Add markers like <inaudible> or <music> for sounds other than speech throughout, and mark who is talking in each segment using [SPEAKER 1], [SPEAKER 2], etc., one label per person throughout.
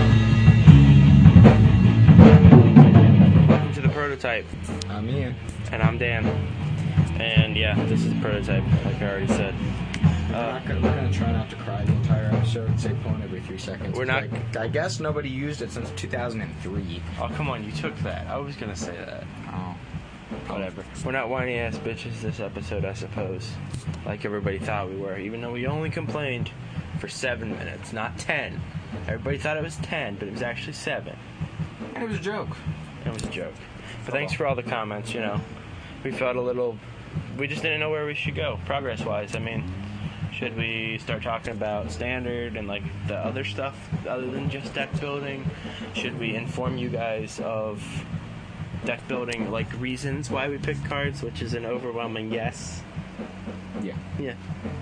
[SPEAKER 1] Uh,
[SPEAKER 2] prototype, like I already said.
[SPEAKER 1] We're,
[SPEAKER 2] Uh,
[SPEAKER 1] not gonna, we're gonna try not to cry the entire episode. Say porn every three seconds.
[SPEAKER 2] We're not-
[SPEAKER 1] Like, I guess nobody used it since 2003.
[SPEAKER 2] Oh, come on, you took that. I was gonna say that.
[SPEAKER 1] Oh,
[SPEAKER 2] Whatever. We're not whiny ass bitches this episode, I suppose. Like everybody thought we were, even though we only complained for seven minutes, not ten. Everybody thought it was ten, but it was actually seven.
[SPEAKER 1] it was a joke.
[SPEAKER 2] It was a joke. But thanks for all the comments, you know. We felt a little. We just didn't know where we should go, progress wise. I mean, should we start talking about standard and like the other stuff other than just deck building? Should we inform you guys of deck building, like reasons why we pick cards, which is an overwhelming yes?
[SPEAKER 1] Yeah.
[SPEAKER 2] Yeah.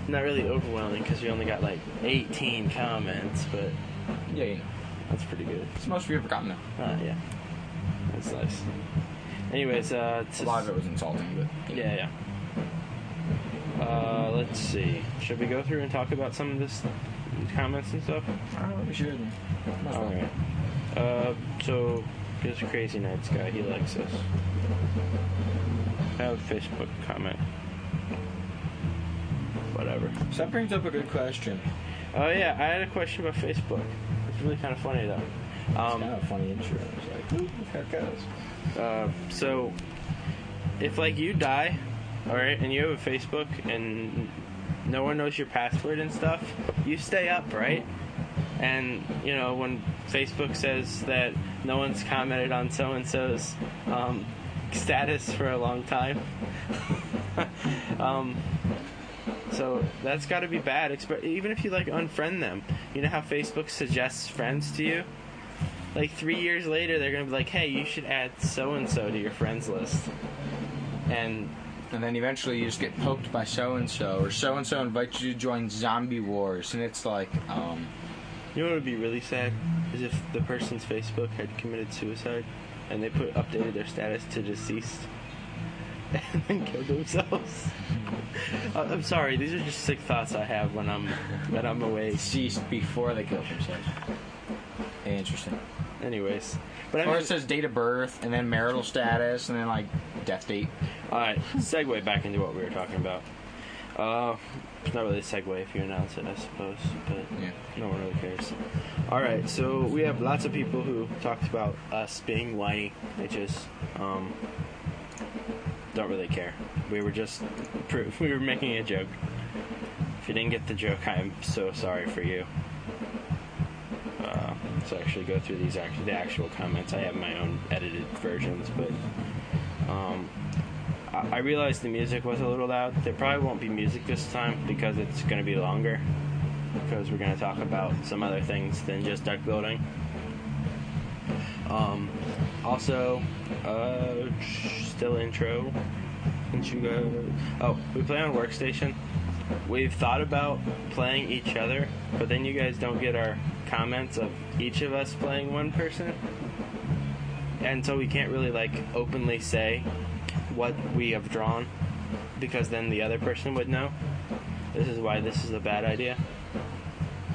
[SPEAKER 2] Not really overwhelming because we only got like 18 comments, but
[SPEAKER 1] Yeah, you know.
[SPEAKER 2] that's pretty good.
[SPEAKER 1] It's the most we've ever gotten.
[SPEAKER 2] Uh, yeah. That's nice. Anyways, uh,
[SPEAKER 1] A
[SPEAKER 2] it's
[SPEAKER 1] lot of it was insulting, but
[SPEAKER 2] yeah, yeah. Uh, let's see. Should we go through and talk about some of this comments and stuff?
[SPEAKER 1] Oh, we should. Might as
[SPEAKER 2] All
[SPEAKER 1] well.
[SPEAKER 2] right. Uh, so this crazy nights guy, he likes us. I have a Facebook comment. Whatever.
[SPEAKER 1] So that brings up a good question.
[SPEAKER 2] Oh yeah, I had a question about Facebook. It's really kind of funny though. Um,
[SPEAKER 1] kind of a funny intro. It's like, ooh, here it goes.
[SPEAKER 2] Uh, so if like you die all right and you have a facebook and no one knows your password and stuff you stay up right and you know when facebook says that no one's commented on so and so's um, status for a long time <laughs> um, so that's got to be bad expe- even if you like unfriend them you know how facebook suggests friends to you like three years later they're gonna be like hey you should add so and so to your friends list and
[SPEAKER 1] And then eventually you just get poked by so and so, or so and so invites you to join Zombie Wars, and it's like, um,
[SPEAKER 2] you know what would be really sad is if the person's facebook had committed suicide and they put updated their status to deceased <laughs> and then killed themselves I- i'm sorry these are just sick thoughts i have when i'm that i'm awake
[SPEAKER 1] ceased before they killed themselves. Interesting.
[SPEAKER 2] anyways but i
[SPEAKER 1] Or
[SPEAKER 2] mean,
[SPEAKER 1] it says date of birth, and then marital status, and then like death date.
[SPEAKER 2] all right segue back into what we were talking about uh it's not really a segue if you announce it i suppose but
[SPEAKER 1] Yeah.
[SPEAKER 2] No one really cares. All right, so we have lots of people who talked about us being whiny. They just um, don't really care. We were just <laughs> pro- we were making a joke. If you didn't get the joke, I'm so sorry for you. Uh, so actually, go through these act- the actual comments. I have my own edited versions, but um, I-, I realized the music was a little loud. There probably won't be music this time because it's going to be longer because we're going to talk about some other things than just deck building. Um, also, uh, still intro. Since you go, oh, we play on workstation. We've thought about playing each other, but then you guys don't get our comments of each of us playing one person, and so we can't really like openly say what we have drawn because then the other person would know. This is why this is a bad idea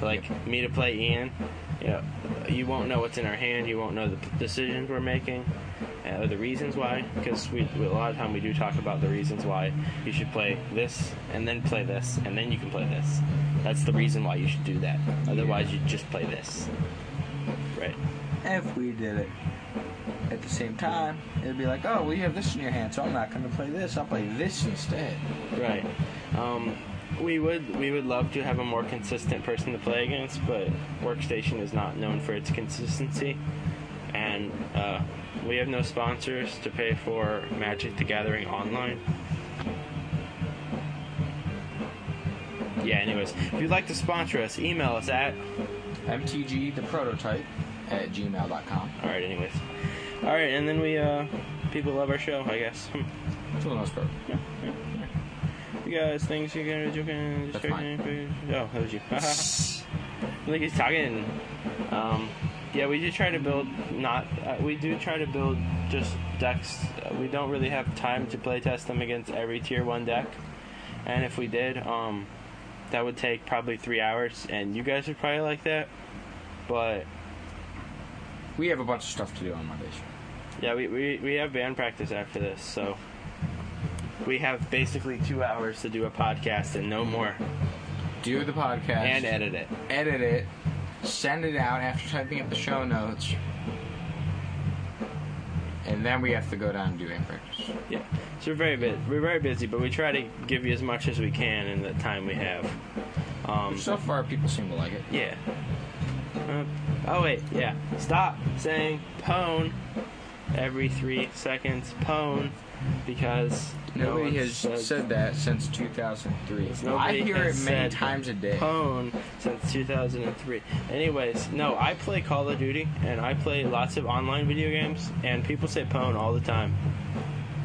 [SPEAKER 2] like me to play Ian, you know, you won't know what's in our hand. You won't know the p- decisions we're making, uh, or the reasons why. Because we a lot of time we do talk about the reasons why you should play this, and then play this, and then you can play this. That's the reason why you should do that. Otherwise, you just play this. Right.
[SPEAKER 1] If we did it at the same time, it'd be like, oh, well, you have this in your hand, so I'm not going to play this. I'll play this instead.
[SPEAKER 2] Right. Um, we would we would love to have a more consistent person to play against, but Workstation is not known for its consistency, and uh, we have no sponsors to pay for Magic: The Gathering online. Yeah. Anyways, if you'd like to sponsor us, email us at.
[SPEAKER 1] MTG the prototype at gmail.com.
[SPEAKER 2] All right. Anyways. All right, and then we uh, people love our show, I guess. <laughs> Hmm.
[SPEAKER 1] For the most part.
[SPEAKER 2] Yeah, yeah, yeah. You guys, things you guys joking.
[SPEAKER 1] That's mine.
[SPEAKER 2] Oh, that was you. <laughs>
[SPEAKER 1] Uh-huh.
[SPEAKER 2] Look, he's talking. Um, yeah, we do try to build not. Uh, we do try to build just decks. Uh, we don't really have time to play test them against every tier one deck, and if we did, um, that would take probably three hours, and you guys would probably like that. But
[SPEAKER 1] We have a bunch of stuff to do on Mondays.
[SPEAKER 2] yeah, we, we, we have band practice after this, so we have basically two hours to do a podcast and no more,
[SPEAKER 1] Do the podcast
[SPEAKER 2] and edit it.
[SPEAKER 1] edit it, send it out after typing up the show notes, and then we have to go down and do impressions.
[SPEAKER 2] Yeah, so we're very bu- we're very busy, but we try to give you as much as we can in the time we have. Um,
[SPEAKER 1] So far, people seem to like it.
[SPEAKER 2] yeah. Uh, oh wait, yeah. Stop saying pone every three seconds, pone, because no
[SPEAKER 1] Nobody
[SPEAKER 2] one
[SPEAKER 1] has
[SPEAKER 2] says
[SPEAKER 1] said that since 2003.
[SPEAKER 2] Because
[SPEAKER 1] I
[SPEAKER 2] nobody
[SPEAKER 1] hear
[SPEAKER 2] has
[SPEAKER 1] it
[SPEAKER 2] said
[SPEAKER 1] many times a day.
[SPEAKER 2] Pwn since 2003. Anyways, no, I play Call of Duty and I play lots of online video games, and people say Pwn all the time.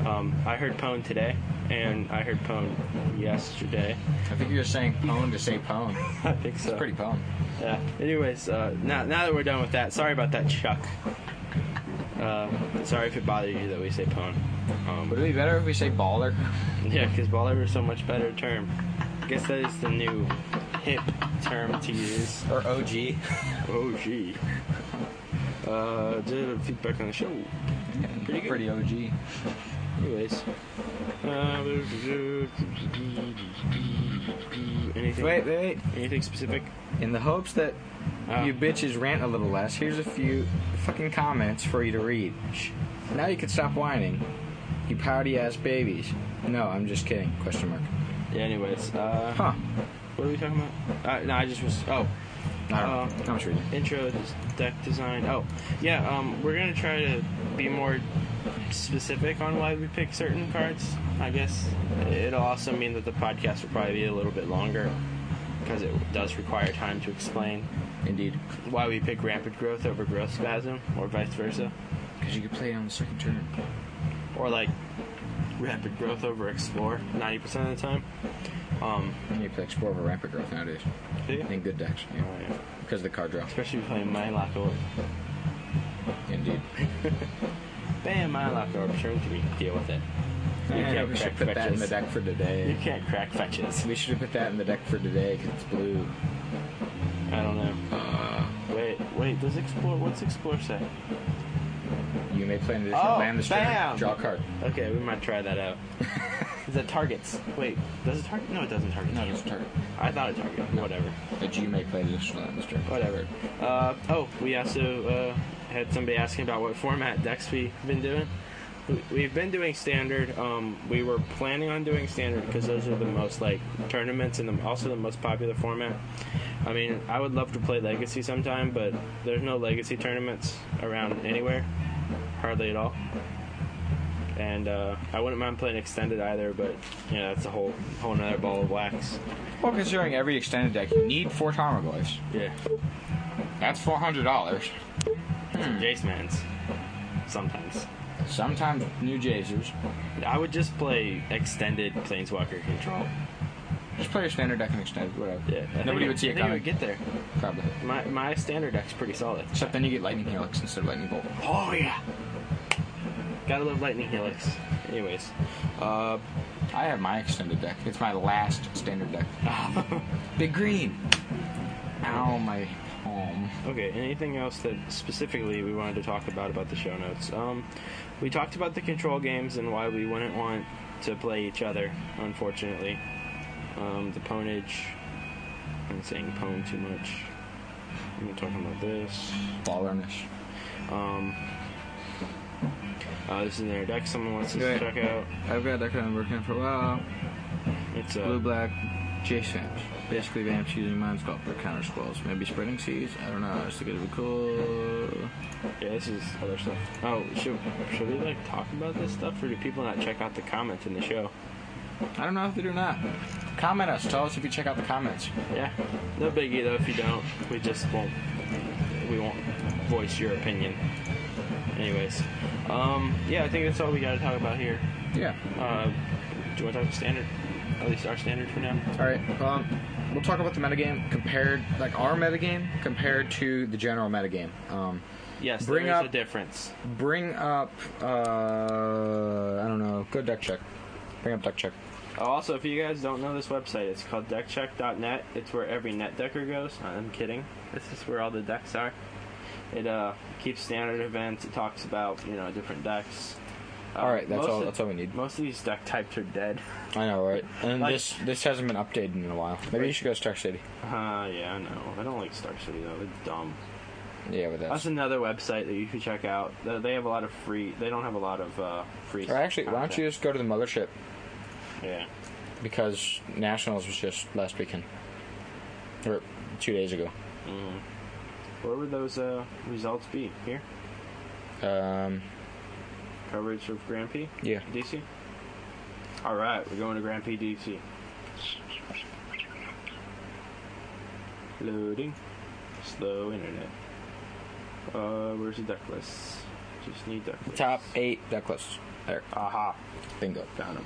[SPEAKER 2] Um, I heard Pwn today, and I heard Pwn yesterday.
[SPEAKER 1] I think you're saying pone to say pone.
[SPEAKER 2] I think so.
[SPEAKER 1] It's pretty pone.
[SPEAKER 2] Yeah. Anyways, uh, now now that we're done with that, sorry about that, Chuck. Uh, sorry if it bothered you that we say Pwn. Um,
[SPEAKER 1] Would it be better if we say baller?
[SPEAKER 2] yeah, because baller is so much better term. I guess that is the new hip term to use.
[SPEAKER 1] Or <laughs> OG?
[SPEAKER 2] Oh, gee. Uh, did a feedback on the show. Pretty good.
[SPEAKER 1] Pretty OG.
[SPEAKER 2] Anyways. Uh, anything,
[SPEAKER 1] Wait, wait, wait.
[SPEAKER 2] anything specific?
[SPEAKER 1] In the hopes that
[SPEAKER 2] Oh.
[SPEAKER 1] you bitches rant a little less, here's a few fucking comments for you to read. Now you can stop whining. You pouty ass babies. No, I'm just kidding. Question mark.
[SPEAKER 2] Yeah, anyways. Uh,
[SPEAKER 1] Huh.
[SPEAKER 2] What are we talking about? Uh, no, I just was. Oh,
[SPEAKER 1] I don't
[SPEAKER 2] Uh,
[SPEAKER 1] know. I'm just reading.
[SPEAKER 2] intro des- deck design. Oh, yeah, um, we're going to try to be more specific on why we pick certain cards, I guess. It'll also mean that the podcast will probably be a little bit longer because it does require time to explain.
[SPEAKER 1] Indeed.
[SPEAKER 2] why we pick rapid growth over growth spasm, or vice versa,
[SPEAKER 1] Because you could play it on the second turn.
[SPEAKER 2] or like rapid growth over explore 90% of the time. Um,
[SPEAKER 1] And you play Explore over Rapid Growth nowadays.
[SPEAKER 2] do you?
[SPEAKER 1] In good decks. Yeah.
[SPEAKER 2] Oh, yeah.
[SPEAKER 1] Because of the card draw.
[SPEAKER 2] Especially if you're playing Mind Lock Orb.
[SPEAKER 1] Indeed.
[SPEAKER 2] Bam, Mind Lock Orb, turn three, deal with it. You
[SPEAKER 1] Yeah,
[SPEAKER 2] can't
[SPEAKER 1] we
[SPEAKER 2] crack
[SPEAKER 1] should put that in the
[SPEAKER 2] fetches.
[SPEAKER 1] deck for
[SPEAKER 2] You
[SPEAKER 1] today.
[SPEAKER 2] can't crack fetches.
[SPEAKER 1] We should have put that in the deck for today because it's blue. Uh,
[SPEAKER 2] I don't know. Wait, wait, does explore, what's explore say?
[SPEAKER 1] You may play an additional
[SPEAKER 2] Oh,
[SPEAKER 1] land this turn.
[SPEAKER 2] bam!
[SPEAKER 1] Draw a card.
[SPEAKER 2] Okay, we might try that <laughs> out. Is it targets? Wait, does it target? No, it doesn't target.
[SPEAKER 1] No, just a target.
[SPEAKER 2] I thought it targeted. Whatever.
[SPEAKER 1] But you may play an additional land this turn.
[SPEAKER 2] whatever. Uh, oh, we also uh, had somebody asking about what format decks we've been doing. We- We've been doing standard. Um, we were planning on doing standard because those are the most like tournaments and the, also the most popular format. I mean, I would love to play Legacy sometime, but there's no Legacy tournaments around anywhere, hardly at all. And uh, I wouldn't mind playing extended either, but you know that's a whole whole another ball of wax.
[SPEAKER 1] Well, considering every extended deck, you need four Tarmogoyfs.
[SPEAKER 2] Yeah,
[SPEAKER 1] That's four hundred dollars.
[SPEAKER 2] Jace Mans sometimes.
[SPEAKER 1] Sometimes new Jasers.
[SPEAKER 2] I would just play extended planeswalker control.
[SPEAKER 1] Just play your standard deck and extended, whatever.
[SPEAKER 2] Yeah, I think
[SPEAKER 1] Nobody
[SPEAKER 2] it-
[SPEAKER 1] would see
[SPEAKER 2] I
[SPEAKER 1] it
[SPEAKER 2] think
[SPEAKER 1] coming.
[SPEAKER 2] would get there.
[SPEAKER 1] Probably.
[SPEAKER 2] My my standard deck's pretty solid.
[SPEAKER 1] Except then you get lightning helix instead of lightning bolt.
[SPEAKER 2] Oh yeah. Gotta love lightning helix. Anyways, uh,
[SPEAKER 1] I have my extended deck. It's my last standard deck. <laughs> Big green. Ow, my palm.
[SPEAKER 2] okay. Anything else that specifically we wanted to talk about about the show notes? Um, we talked about the control games and why we wouldn't want to play each other. Unfortunately, um, the ponage. I'm saying pwn too much. I'm talking about this.
[SPEAKER 1] Ballerness.
[SPEAKER 2] Um, uh, this is their deck. Someone wants us
[SPEAKER 1] Go
[SPEAKER 2] to
[SPEAKER 1] ahead.
[SPEAKER 2] check out.
[SPEAKER 1] I've got a deck I've been working on for a while.
[SPEAKER 2] It's uh,
[SPEAKER 1] Blue black Jace vamps. Basically vamps using mind sculptor counter squalls. Maybe spreading seeds. I don't know. It's gonna be cool.
[SPEAKER 2] yeah. This is other stuff. Oh, should should we like talk about this stuff, or do people not check out the comments in the show?
[SPEAKER 1] I don't know if they do or not. Comment us. Tell us if you check out the comments.
[SPEAKER 2] Yeah, no biggie though. If you don't, we just won't. We won't voice your opinion. Anyways, um, yeah, I think that's all we got to talk about here.
[SPEAKER 1] Yeah.
[SPEAKER 2] Uh, do you want to talk about standard? At least our standard for now.
[SPEAKER 1] All right. Um, we'll talk about the metagame compared, like our metagame compared to the general metagame. Um,
[SPEAKER 2] Yes,
[SPEAKER 1] Bring
[SPEAKER 2] there is
[SPEAKER 1] up-
[SPEAKER 2] a difference.
[SPEAKER 1] bring up, uh, I don't know. Go deck check. Bring up deck check.
[SPEAKER 2] Uh, Oh, Also, if you guys don't know this website, it's called deckcheck.net. It's where every net decker goes. I'm kidding. This is where all the decks are. It uh, keeps standard events. It talks about you know different decks.
[SPEAKER 1] All right, that's
[SPEAKER 2] most
[SPEAKER 1] all.
[SPEAKER 2] of-
[SPEAKER 1] That's all we need.
[SPEAKER 2] Most of these duck types are dead.
[SPEAKER 1] <laughs> I know, right? And
[SPEAKER 2] Like-
[SPEAKER 1] this this hasn't been updated in a while. Maybe you should go to Star City.
[SPEAKER 2] Uh, yeah, I know. I don't like Star City though. It's dumb.
[SPEAKER 1] Yeah, with
[SPEAKER 2] That's
[SPEAKER 1] that.
[SPEAKER 2] another website that you should check out. They- They have a lot of free. They don't have a lot of uh, free.
[SPEAKER 1] Or actually, why don't you just go to the mothership?
[SPEAKER 2] Yeah.
[SPEAKER 1] Because nationals was just last weekend, or two days ago.
[SPEAKER 2] Mm. Where would those uh, results be? Here,
[SPEAKER 1] Um,
[SPEAKER 2] coverage of Grand P,
[SPEAKER 1] yeah.
[SPEAKER 2] DC. All right, we're going to Grand P, DC. Loading. Slow internet. Uh, where's the duck list? Just need duck list.
[SPEAKER 1] Top eight duck lists. There,
[SPEAKER 2] Aha,
[SPEAKER 1] bingo.
[SPEAKER 2] found them.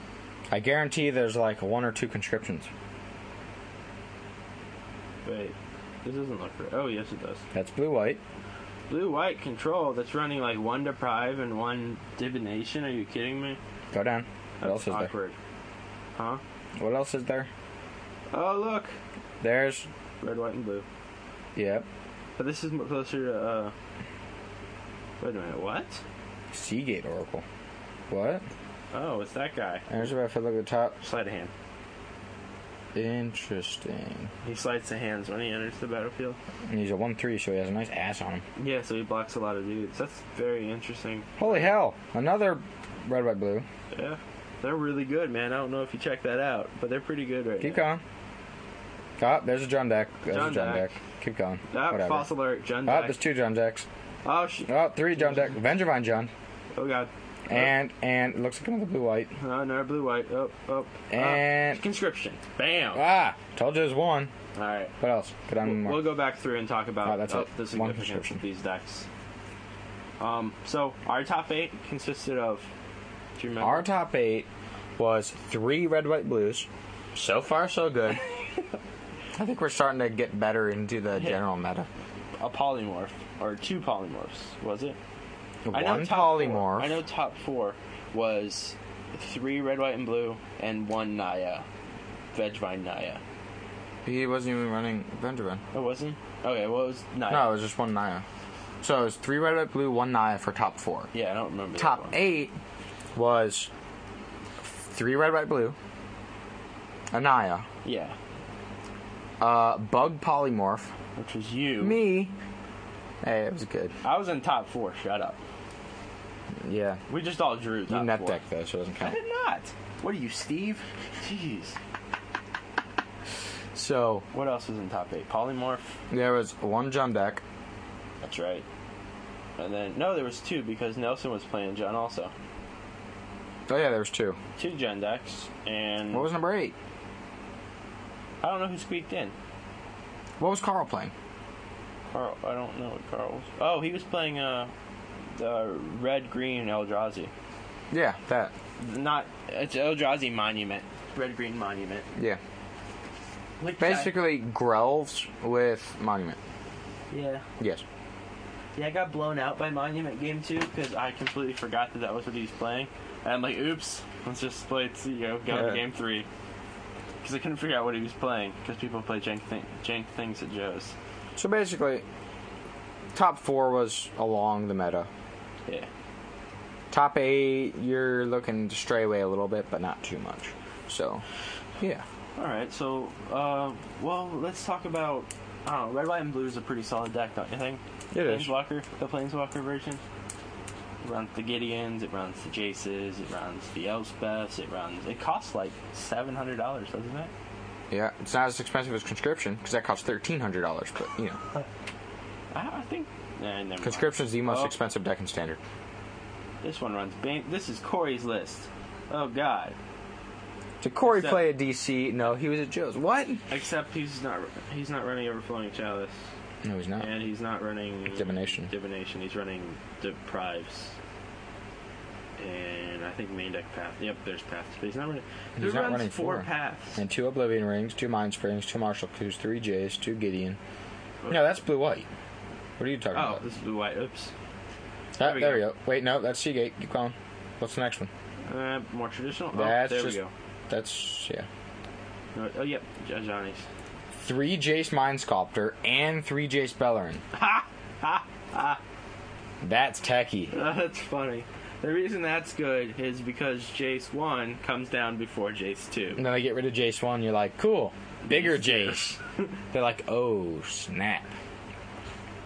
[SPEAKER 1] I guarantee there's like one or two conscriptions.
[SPEAKER 2] Wait, this doesn't look right. Oh, yes, it does.
[SPEAKER 1] That's blue white.
[SPEAKER 2] Blue white control that's running like one deprive and one divination. Are you kidding me?
[SPEAKER 1] Go down. What
[SPEAKER 2] That's
[SPEAKER 1] else is
[SPEAKER 2] awkward. Huh?
[SPEAKER 1] there? What else is there?
[SPEAKER 2] Oh look,
[SPEAKER 1] There's.
[SPEAKER 2] red, white, and blue.
[SPEAKER 1] Yep.
[SPEAKER 2] But this is m- closer to. uh... Wait a minute, what?
[SPEAKER 1] Seagate Oracle. What?
[SPEAKER 2] Oh, it's that guy.
[SPEAKER 1] There's about if I look at the top.
[SPEAKER 2] Slide a hand.
[SPEAKER 1] Interesting.
[SPEAKER 2] He slides the hands when he enters the battlefield.
[SPEAKER 1] And he's a 1 3, so he has a nice ass on him.
[SPEAKER 2] Yeah, so he blocks a lot of dudes. That's very interesting.
[SPEAKER 1] Holy hell! Another red, white, blue.
[SPEAKER 2] Yeah, they're really good, man. I don't know if you check that out, but they're pretty good right
[SPEAKER 1] Keep
[SPEAKER 2] now.
[SPEAKER 1] going. Oh, there's a drum deck. There's
[SPEAKER 2] Drum
[SPEAKER 1] a drum
[SPEAKER 2] deck.
[SPEAKER 1] deck. Keep going.
[SPEAKER 2] Ah,
[SPEAKER 1] Whatever.
[SPEAKER 2] fossil alert, Jun.
[SPEAKER 1] Oh,
[SPEAKER 2] back.
[SPEAKER 1] there's two drum decks.
[SPEAKER 2] Oh, sh-
[SPEAKER 1] Oh, three drum deck. Vengevine John.
[SPEAKER 2] oh god.
[SPEAKER 1] And, and it looks like another blue white.
[SPEAKER 2] Oh, no, blue, white. Oh, oh.
[SPEAKER 1] And-
[SPEAKER 2] Ah, conscription. Bam.
[SPEAKER 1] Ah! Told you there's one.
[SPEAKER 2] All right.
[SPEAKER 1] What else? Go down one more.
[SPEAKER 2] We'll go back through and talk about
[SPEAKER 1] Oh, that's
[SPEAKER 2] uh,
[SPEAKER 1] it.
[SPEAKER 2] the
[SPEAKER 1] One
[SPEAKER 2] significance
[SPEAKER 1] conscription.
[SPEAKER 2] of these decks. Um, so our top eight consisted of. Do you remember?
[SPEAKER 1] Our top eight was three red, white, blues. So far,
[SPEAKER 2] <laughs>
[SPEAKER 1] so good. I think we're starting to get better into the general meta.
[SPEAKER 2] a polymorph or two polymorphs was it? I know
[SPEAKER 1] One
[SPEAKER 2] top four-
[SPEAKER 1] polymorph.
[SPEAKER 2] I know top four was three red, white, and blue, and one Naya, Vegvine Naya.
[SPEAKER 1] He wasn't even running Benjamin.
[SPEAKER 2] It wasn't. Okay, well it was Naya.
[SPEAKER 1] No, it was just one Naya. So it was three red, white, blue, one Naya for top four.
[SPEAKER 2] Yeah, I don't remember. that
[SPEAKER 1] Top
[SPEAKER 2] one.
[SPEAKER 1] eight was three red, white, blue, a Naya,
[SPEAKER 2] Yeah,
[SPEAKER 1] uh, Bug Polymorph,
[SPEAKER 2] which was you.
[SPEAKER 1] me. Hey, it was good.
[SPEAKER 2] I was in top four. Shut up.
[SPEAKER 1] Yeah.
[SPEAKER 2] We just all drew
[SPEAKER 1] You
[SPEAKER 2] top
[SPEAKER 1] net
[SPEAKER 2] four.
[SPEAKER 1] deck though, so it doesn't
[SPEAKER 2] I
[SPEAKER 1] count.
[SPEAKER 2] did not. What are you, Steve? Jeez.
[SPEAKER 1] So
[SPEAKER 2] What else was in top eight? Polymorph.
[SPEAKER 1] there was one John deck.
[SPEAKER 2] That's right. And then no, there was two because Nelson was playing John also.
[SPEAKER 1] Oh yeah, there was two.
[SPEAKER 2] Two Gen decks, and
[SPEAKER 1] What was number eight?
[SPEAKER 2] I don't know who squeaked in.
[SPEAKER 1] What was Carl playing?
[SPEAKER 2] Carl, I don't know what Carl was. Oh, he was playing uh, the red green Eldrazi.
[SPEAKER 1] Yeah, that.
[SPEAKER 2] Not it's Eldrazi Monument. Red green Monument.
[SPEAKER 1] Yeah.
[SPEAKER 2] Which I-
[SPEAKER 1] Basically, Grelves with Monument.
[SPEAKER 2] yeah.
[SPEAKER 1] Yes.
[SPEAKER 2] Yeah, I got blown out by Monument game two because I completely forgot that that was what he was playing. And I'm like, oops, let's just play it, you know, go
[SPEAKER 1] Yeah.
[SPEAKER 2] to game three. Because I couldn't figure out what he was playing because people play jank, thing, jank things at Joe's.
[SPEAKER 1] So basically, top four was along the meta.
[SPEAKER 2] Yeah.
[SPEAKER 1] Top eight, you're looking to stray away a little bit, but not too much. So, yeah.
[SPEAKER 2] All right, so, uh, well, let's talk about. I don't know, Red, White, and Blue is a pretty solid deck, don't you think?
[SPEAKER 1] It is.
[SPEAKER 2] Planeswalker, the Planeswalker version. It runs the Gideons, it runs the Jaces, it runs the Elspeths, it runs. It costs like $700, doesn't it?
[SPEAKER 1] Yeah, it's not as expensive as conscription because that costs thirteen hundred dollars. But you know,
[SPEAKER 2] I, I think. Nah, never mind.
[SPEAKER 1] conscription's the most
[SPEAKER 2] Oh.
[SPEAKER 1] expensive deck in standard.
[SPEAKER 2] This one runs Bane. This is Corey's list. Oh God!
[SPEAKER 1] Did Corey
[SPEAKER 2] Except-
[SPEAKER 1] play a DC? No, he was at Joe's. What?
[SPEAKER 2] Except he's not he's not running overflowing chalice,
[SPEAKER 1] No, he's not.
[SPEAKER 2] and he's not running
[SPEAKER 1] Ah. Divination.
[SPEAKER 2] Divination. He's running deprives. And I think main deck path. Yep, there's paths, but he's not running.
[SPEAKER 1] He's
[SPEAKER 2] who
[SPEAKER 1] not
[SPEAKER 2] runs
[SPEAKER 1] running
[SPEAKER 2] four,
[SPEAKER 1] four.
[SPEAKER 2] paths?
[SPEAKER 1] And two Oblivion Rings, two Mind Springs, two Marshal Clues, three Jays, two Gideon. No, that's Blue White. What are you talking
[SPEAKER 2] oh,
[SPEAKER 1] about?
[SPEAKER 2] this is blue white. Oops.
[SPEAKER 1] Ah,
[SPEAKER 2] there
[SPEAKER 1] there,
[SPEAKER 2] we
[SPEAKER 1] we,
[SPEAKER 2] go.
[SPEAKER 1] go. Wait, no, that's Seagate. Keep going. What's the next one?
[SPEAKER 2] Uh, more traditional. Oh,
[SPEAKER 1] that's
[SPEAKER 2] there
[SPEAKER 1] just
[SPEAKER 2] we go.
[SPEAKER 1] that's yeah.
[SPEAKER 2] No, Oh, yep, Jo- Johnny's. <laughs>
[SPEAKER 1] Three Jace Mind Sculptor and three Jace Bellerin.
[SPEAKER 2] Ha ha ha!
[SPEAKER 1] That's techie.
[SPEAKER 2] That's funny. The reason that's good is because Jace 1 comes down before Jace 2.
[SPEAKER 1] And then they get rid of Jace 1, you're like, cool, bigger Jace. They're like, oh, snap.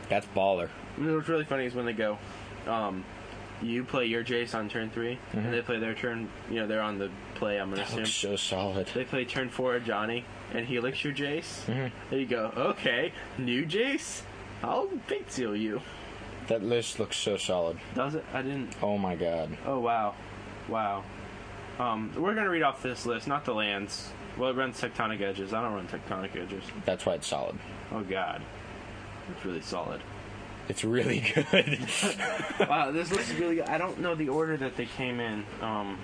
[SPEAKER 1] That's baller.
[SPEAKER 2] You know, What's really funny is when they go, um, you play your Jace on turn 3,
[SPEAKER 1] Mm-hmm.
[SPEAKER 2] and they play their turn, you know, they're on the play, I'm going to
[SPEAKER 1] That
[SPEAKER 2] assume.
[SPEAKER 1] looks so solid.
[SPEAKER 2] They play turn 4 Johnny, and he licks your Jace.
[SPEAKER 1] Mm-hmm.
[SPEAKER 2] There you go, okay, new Jace? I'll big seal you.
[SPEAKER 1] That list looks so solid.
[SPEAKER 2] Does it? I didn't.
[SPEAKER 1] Oh my god.
[SPEAKER 2] Oh, wow. Wow. Um, we're going to read off this list, not the lands. Well, it runs Tectonic Edges. I don't run Tectonic Edges.
[SPEAKER 1] That's why it's solid.
[SPEAKER 2] Oh, God. It's really solid.
[SPEAKER 1] It's really <laughs> good.
[SPEAKER 2] wow, this looks really good. I don't know the order that they came in um,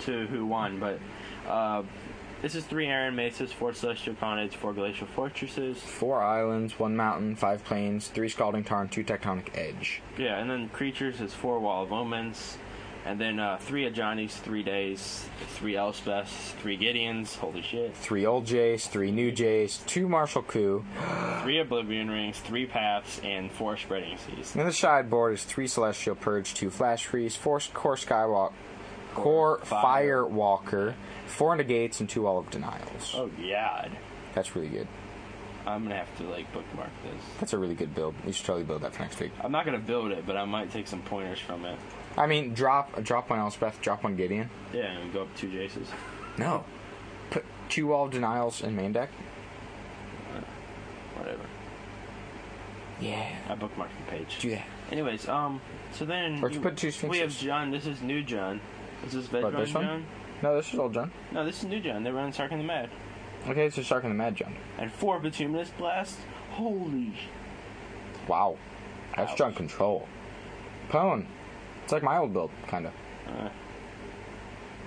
[SPEAKER 2] to who won, but uh, this is three Iron Mesas, four Celestial Conids, four Glacial Fortresses.
[SPEAKER 1] Four islands, one mountain, five plains, three scalding tarn, two tectonic edge.
[SPEAKER 2] Yeah, and then Creatures is four Wall of Omens, and then uh, three Ajani's, three Days, three Elspeths, three Gideons, holy shit,
[SPEAKER 1] Three old Jays, three new Jays, two martial coup.
[SPEAKER 2] three Oblivion Rings, three Paths, and four Spreading Seas.
[SPEAKER 1] And in the sideboard is three celestial purge, two flash freeze, four core skywalk, core
[SPEAKER 2] Fire.
[SPEAKER 1] firewalker, four negates, and two olive denials.
[SPEAKER 2] Oh, God.
[SPEAKER 1] That's really good.
[SPEAKER 2] I'm gonna have to, like, bookmark this.
[SPEAKER 1] That's a really good build. You should totally build that for next week.
[SPEAKER 2] I'm not gonna build it, but I might take some pointers from it.
[SPEAKER 1] I mean, drop drop one Elspeth, drop one Gideon.
[SPEAKER 2] Yeah, and go up two Jaces.
[SPEAKER 1] No, put two olive denials in main deck.
[SPEAKER 2] Whatever.
[SPEAKER 1] Yeah,
[SPEAKER 2] I bookmarked the page.
[SPEAKER 1] do that.
[SPEAKER 2] Anyways, um, so then
[SPEAKER 1] Or to put two
[SPEAKER 2] we have
[SPEAKER 1] sphinxes.
[SPEAKER 2] John. This is new John. Is this
[SPEAKER 1] What,
[SPEAKER 2] veteran
[SPEAKER 1] this one?
[SPEAKER 2] John?
[SPEAKER 1] No, this is old John.
[SPEAKER 2] No, this is new John. They run Sark and the Mad,
[SPEAKER 1] Okay, so Sark and the Mad John.
[SPEAKER 2] and four bituminous blasts. Holy!
[SPEAKER 1] Wow. That's
[SPEAKER 2] Ouch.
[SPEAKER 1] John Control. Pwn. It's like my old build, kind of.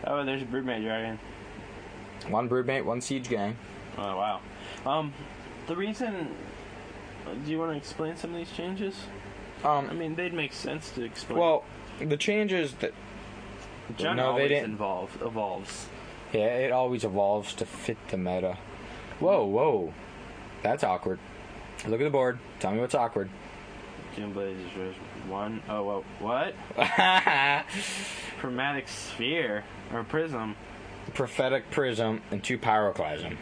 [SPEAKER 2] Oh, there's a Broodmate Dragon.
[SPEAKER 1] One Broodmate, one Siege Gang.
[SPEAKER 2] Oh wow. Um, the reason. Do you want to explain some of these changes? I
[SPEAKER 1] Um,
[SPEAKER 2] mean, they'd make sense to explain.
[SPEAKER 1] well, the changes that.
[SPEAKER 2] John
[SPEAKER 1] no, they
[SPEAKER 2] always
[SPEAKER 1] didn't.
[SPEAKER 2] involve evolves.
[SPEAKER 1] Yeah, it always evolves to fit the meta. Whoa, whoa. That's awkward. Look at the board. Tell me what's awkward.
[SPEAKER 2] Jim Blaze is just one. Oh, whoa, what? Chromatic sphere or prism.
[SPEAKER 1] Prophetic Prism and two Pyroclasm.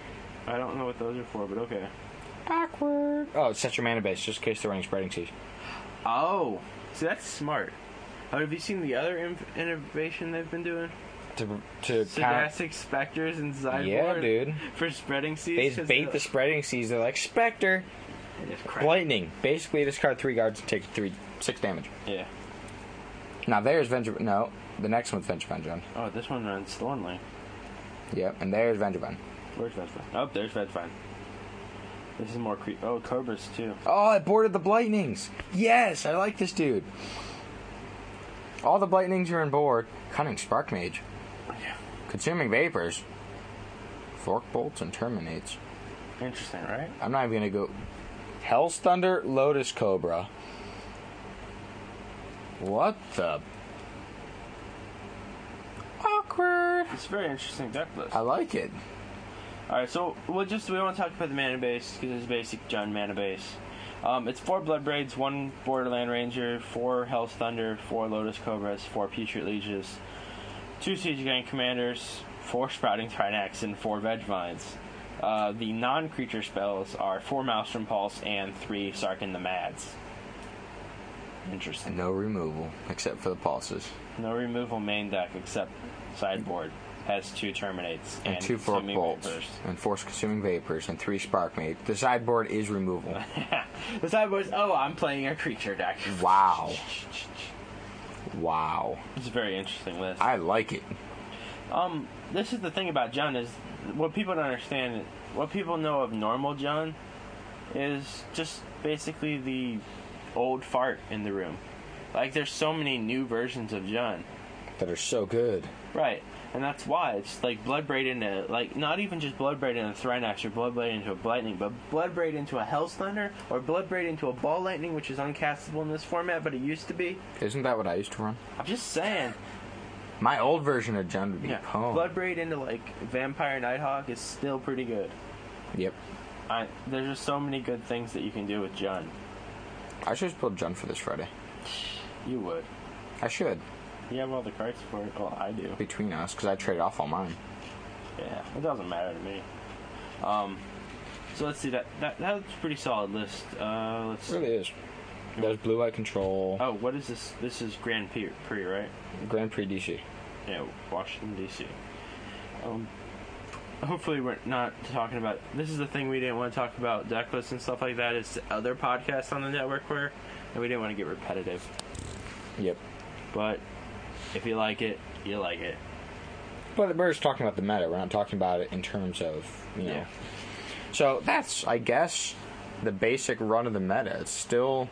[SPEAKER 2] I don't know what those are for, but okay.
[SPEAKER 1] Awkward. Oh, it's set your mana base just in case they're running Spreading Seas.
[SPEAKER 2] Oh, see that's smart. Oh, have you seen the other inv- innovation they've been doing?
[SPEAKER 1] To, to counter.
[SPEAKER 2] Sadastic specters and sideboard.
[SPEAKER 1] Yeah, dude.
[SPEAKER 2] For spreading
[SPEAKER 1] They
[SPEAKER 2] seeds.
[SPEAKER 1] bait the Spreading Seas. They're like, Spectre,
[SPEAKER 2] crap.
[SPEAKER 1] Lightning. Basically, discard three guards and take three six damage.
[SPEAKER 2] Yeah.
[SPEAKER 1] Now there's Venge. No, the next one's Venge Vengeon.
[SPEAKER 2] Oh, this one runs Thornley.
[SPEAKER 1] Yep, and there's Vengevon.
[SPEAKER 2] Where's Vedfine? Oh, there's Vedfine. This is more creep. Oh, Cobras too.
[SPEAKER 1] Oh, I boarded the Blightnings. Yes, I like this dude. All the Blightnings are on board. Cunning Spark Mage.
[SPEAKER 2] Yeah.
[SPEAKER 1] Consuming Vapors. Fork Bolts and Terminates.
[SPEAKER 2] Interesting, right?
[SPEAKER 1] I'm not even going to go. Hell's Thunder, Lotus Cobra. What the? Awkward.
[SPEAKER 2] It's a very interesting deck list.
[SPEAKER 1] I like it.
[SPEAKER 2] All right, so we'll just we want to talk about the mana base because it's basic John mana base. Um, it's four Blood Braids, one Borderland Ranger, four Hell's Thunder, four Lotus Cobras, four Putrid Lieges, two Siege Gang Commanders, four Sprouting Trinax, and four Veg Vines. Uh, the non-creature spells are four Maelstrom Pulse and three Sarkin the Mads. Interesting.
[SPEAKER 1] No removal, except for the pulses.
[SPEAKER 2] No removal main deck except sideboard has two Terminates and,
[SPEAKER 1] and, two fork
[SPEAKER 2] Consuming
[SPEAKER 1] bolts
[SPEAKER 2] Vapors.
[SPEAKER 1] and force consuming vapors and three spark mate. The sideboard
[SPEAKER 2] <laughs>
[SPEAKER 1] is removal.
[SPEAKER 2] the sideboard is, oh, I'm playing a creature deck.
[SPEAKER 1] Wow. wow,
[SPEAKER 2] It's a very interesting list.
[SPEAKER 1] I like it.
[SPEAKER 2] um, this is the thing about John is what people don't understand, what people know of normal John is just basically the old fart in the room. Like, there's so many new versions of John.
[SPEAKER 1] That are so good.
[SPEAKER 2] Right. And that's why it's like Bloodbraid into like not even just Bloodbraid into Thrynax or Bloodbraid into a Blightning, but Bloodbraid into a Hellslender or Bloodbraid into a Ball Lightning, which is uncastable in this format, but it used to be.
[SPEAKER 1] Isn't that what I used to run?
[SPEAKER 2] I'm just saying.
[SPEAKER 1] My old version of Jund would be
[SPEAKER 2] Yeah.
[SPEAKER 1] Pwn.
[SPEAKER 2] Bloodbraid into like Vampire Nighthawk is still pretty good.
[SPEAKER 1] Yep.
[SPEAKER 2] I, there's just so many good things that you can do with Jun.
[SPEAKER 1] I should just build Jund for this Friday.
[SPEAKER 2] You would.
[SPEAKER 1] I should.
[SPEAKER 2] You have all the cards for it. Well, I do.
[SPEAKER 1] between us because I trade off all mine.
[SPEAKER 2] Yeah, it doesn't matter to me. Um, so let's see that. That that's a pretty solid list. Uh, let's.
[SPEAKER 1] It really is. There's Blue Eye Control,
[SPEAKER 2] Oh, what is this? This is Grand Prix, Prix right?
[SPEAKER 1] Grand Prix DC.
[SPEAKER 2] Yeah, Washington D.C. Um, hopefully we're not talking about. This is the thing we didn't want to talk about deck lists and stuff like that. Is other podcasts on the network where, and we didn't want to get repetitive.
[SPEAKER 1] Yep.
[SPEAKER 2] But if you like it, you like it.
[SPEAKER 1] But we're just talking about the meta. We're not talking about it in terms of you know.
[SPEAKER 2] Yeah.
[SPEAKER 1] So that's I guess the basic run of the meta. It's still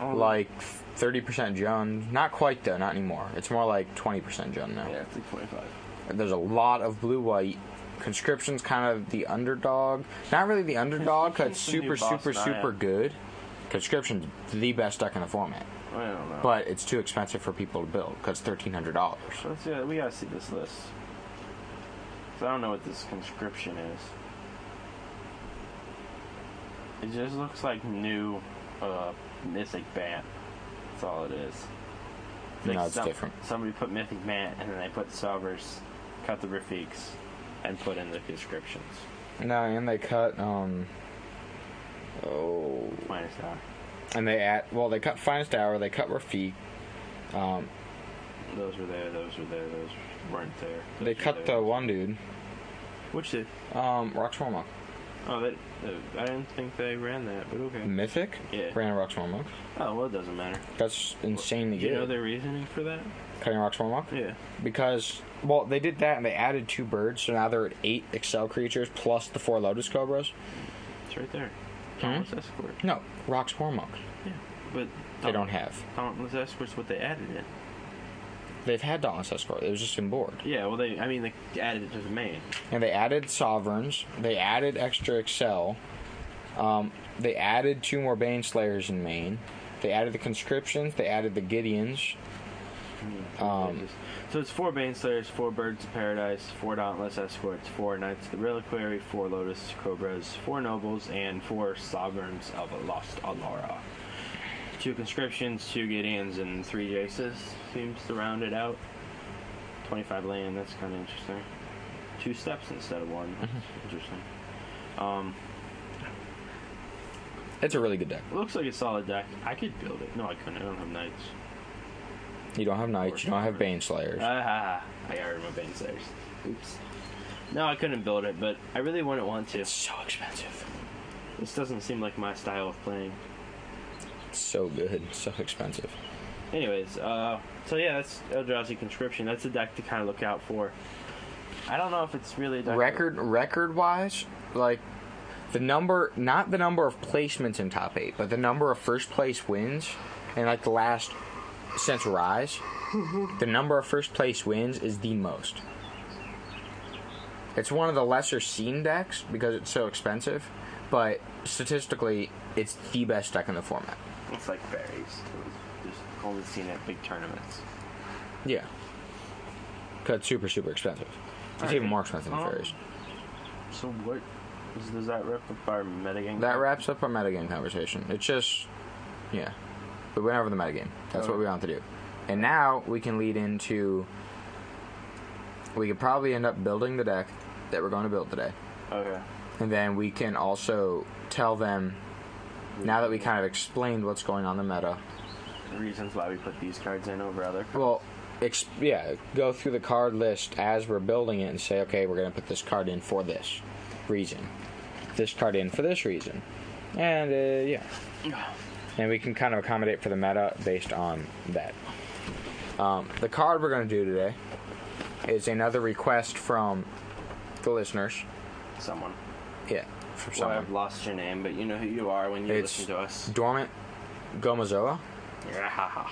[SPEAKER 2] Um,
[SPEAKER 1] like thirty percent Jun. Not quite though. Not anymore. It's more like twenty percent Jun now.
[SPEAKER 2] Yeah, it's like twenty-five.
[SPEAKER 1] There's a lot of blue white. Conscription's kind of the underdog. Not really the underdog. Cause it's super
[SPEAKER 2] Conscription's the new
[SPEAKER 1] super
[SPEAKER 2] boss, not
[SPEAKER 1] super
[SPEAKER 2] yet.
[SPEAKER 1] good. Conscription's the best deck in the format.
[SPEAKER 2] I don't know.
[SPEAKER 1] but it's too expensive for people to build because thirteen hundred dollars.
[SPEAKER 2] Let's see. We gotta see this list. 'Cause I don't know what this conscription is. It just looks like new uh, mythic ban. That's all it is. like
[SPEAKER 1] No, it's different.
[SPEAKER 2] Somebody put mythic ban, and then they put Sovereigns, cut the Rafiks, and put in the conscriptions.
[SPEAKER 1] No, and they cut um. Oh,
[SPEAKER 2] Minus that.
[SPEAKER 1] and they add well, they cut finest hour. They cut Rafik. Um,
[SPEAKER 2] Those were there. Those were there. Those weren't there. Those
[SPEAKER 1] they
[SPEAKER 2] were
[SPEAKER 1] cut
[SPEAKER 2] there.
[SPEAKER 1] the one dude.
[SPEAKER 2] Which did?
[SPEAKER 1] Um, Rock Swarmock.
[SPEAKER 2] Oh, they, uh, I didn't think they ran that, but okay.
[SPEAKER 1] Mythic.
[SPEAKER 2] Yeah.
[SPEAKER 1] Ran a Rock Swarmock.
[SPEAKER 2] Oh well, it doesn't matter.
[SPEAKER 1] That's insanely
[SPEAKER 2] Do you know
[SPEAKER 1] good.
[SPEAKER 2] their reasoning for that?
[SPEAKER 1] Cutting Rock Swarmock.
[SPEAKER 2] Yeah.
[SPEAKER 1] because well they did that and they added two birds so now they're at eight excel creatures plus the four lotus cobras
[SPEAKER 2] It's right there.
[SPEAKER 1] Hmm?
[SPEAKER 2] Dauntless Escort.
[SPEAKER 1] no rock swarmock
[SPEAKER 2] Yeah. But
[SPEAKER 1] they don't
[SPEAKER 2] Daunt-
[SPEAKER 1] have
[SPEAKER 2] Dauntless Escort's what they added in.
[SPEAKER 1] they've had dauntless escort it was just in board
[SPEAKER 2] Yeah, well, they, I mean, they added it to the main.
[SPEAKER 1] and they added sovereigns they added extra excel um, they added two more bane slayers in main they added the conscriptions they added the gideons Um,
[SPEAKER 2] so it's four Baneslayers, four Birds of Paradise, four Dauntless Escorts, four Knights of the Reliquary, four Lotus Cobras, four Nobles, and four Sovereigns of a Lost Alara. Two Conscriptions, two Gideons, and three Jaces seems to round it out. 25 land, that's kind of interesting. Two steps instead of one. That's interesting. Um,
[SPEAKER 1] it's a really good deck
[SPEAKER 2] it looks like a solid deck. I could build it. No, I couldn't. I don't have Knights.
[SPEAKER 1] you don't have knights you don't have bane slayers
[SPEAKER 2] Ah, I already my Baneslayers. Oops. No, I couldn't build it, but I really wouldn't want to.
[SPEAKER 1] it's so expensive
[SPEAKER 2] This doesn't seem like my style of playing.
[SPEAKER 1] it's so good so expensive
[SPEAKER 2] Anyways, uh, so yeah, that's Eldrazi Conscription. That's a deck to kind of look out for. I don't know if it's really a deck
[SPEAKER 1] record record wise, like the number not the number of placements in top eight, but the number of first place wins and like the last since rise, the number of first place wins is the most. It's one of the lesser seen decks because it's so expensive, but statistically, it's the best deck in the format.
[SPEAKER 2] It's like berries. Just only seen at big tournaments.
[SPEAKER 1] Yeah, because it's super super expensive. It's
[SPEAKER 2] Alright.
[SPEAKER 1] even more expensive than
[SPEAKER 2] Um,
[SPEAKER 1] fairies.
[SPEAKER 2] So what is, does that wrap up our metagame?
[SPEAKER 1] That wraps up our metagame conversation. It's just, yeah, we went over the metagame. That's what we want to do, and now we can lead into. We could probably end up building the deck that we're going to build today,
[SPEAKER 2] Okay.
[SPEAKER 1] and then we can also tell them. Now that we kind of explained what's going on in the meta,
[SPEAKER 2] Reasons why we put these cards in over other.
[SPEAKER 1] well, ex- yeah, go through the card list as we're building it and say, okay, we're going to put this card in for this reason, this card in for this reason, and uh, yeah. and we can kind of accommodate for the meta based on that. Um, the card we're going to do today is another request from the listeners.
[SPEAKER 2] Someone.
[SPEAKER 1] Yeah, from
[SPEAKER 2] Well,
[SPEAKER 1] someone.
[SPEAKER 2] I've lost your name, but you know who you are when you
[SPEAKER 1] It's-
[SPEAKER 2] listen to us.
[SPEAKER 1] Dormant Gomazoa.
[SPEAKER 2] Yeah, ha, ha,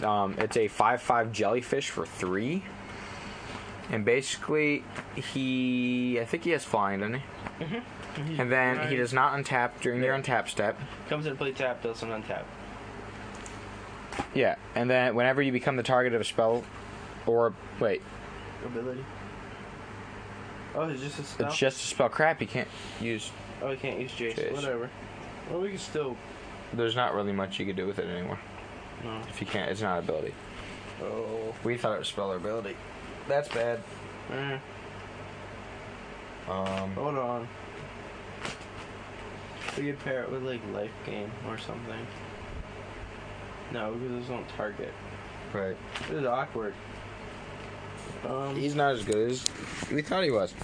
[SPEAKER 2] ha.
[SPEAKER 1] Um, it's a 5 5 jellyfish for three. And basically, he. I think he has flying, doesn't he? And then he does not untap during your
[SPEAKER 2] Yeah.
[SPEAKER 1] untap step.
[SPEAKER 2] Comes into play tap, does an untap.
[SPEAKER 1] Yeah, and then whenever you become the target of a spell or. Wait,
[SPEAKER 2] Ability. Oh, it's just a spell.
[SPEAKER 1] it's just a spell crap. You can't use
[SPEAKER 2] oh, you can't use Jace.
[SPEAKER 1] Jace.
[SPEAKER 2] Whatever. Well, we can still.
[SPEAKER 1] There's not really much you could do with it anymore
[SPEAKER 2] No.
[SPEAKER 1] if you can't. It's not an ability.
[SPEAKER 2] Oh.
[SPEAKER 1] We thought it was spellability. That's bad.
[SPEAKER 2] Eh,
[SPEAKER 1] Um,
[SPEAKER 2] hold on. We could pair it with like life game or something. No, because it's on target.
[SPEAKER 1] right.
[SPEAKER 2] This is awkward. Um,
[SPEAKER 1] He's not as good as we thought he was.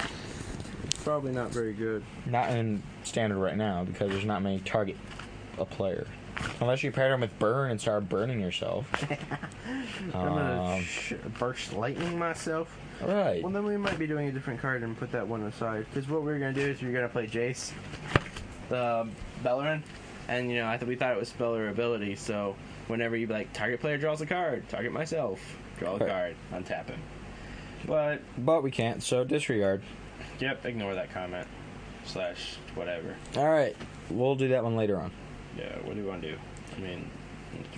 [SPEAKER 2] probably not very good.
[SPEAKER 1] Not in standard right now because there's not many target a player. Unless you paired him with burn and started burning yourself.
[SPEAKER 2] I'm gonna
[SPEAKER 1] Um,
[SPEAKER 2] sh- burst lightning myself.
[SPEAKER 1] right.
[SPEAKER 2] Well, then we might be doing a different card and put that one aside. Because what we're gonna do is we're gonna play Jace, the Bellerin, and you know I th- we thought it was speller ability. So whenever you like target player draws a card, target myself, draw a
[SPEAKER 1] Right.
[SPEAKER 2] card, untap him. But
[SPEAKER 1] But we can't, so disregard.
[SPEAKER 2] yep, ignore that comment slash whatever.
[SPEAKER 1] All right. We'll do that one later on.
[SPEAKER 2] Yeah, what do you want to do? I mean,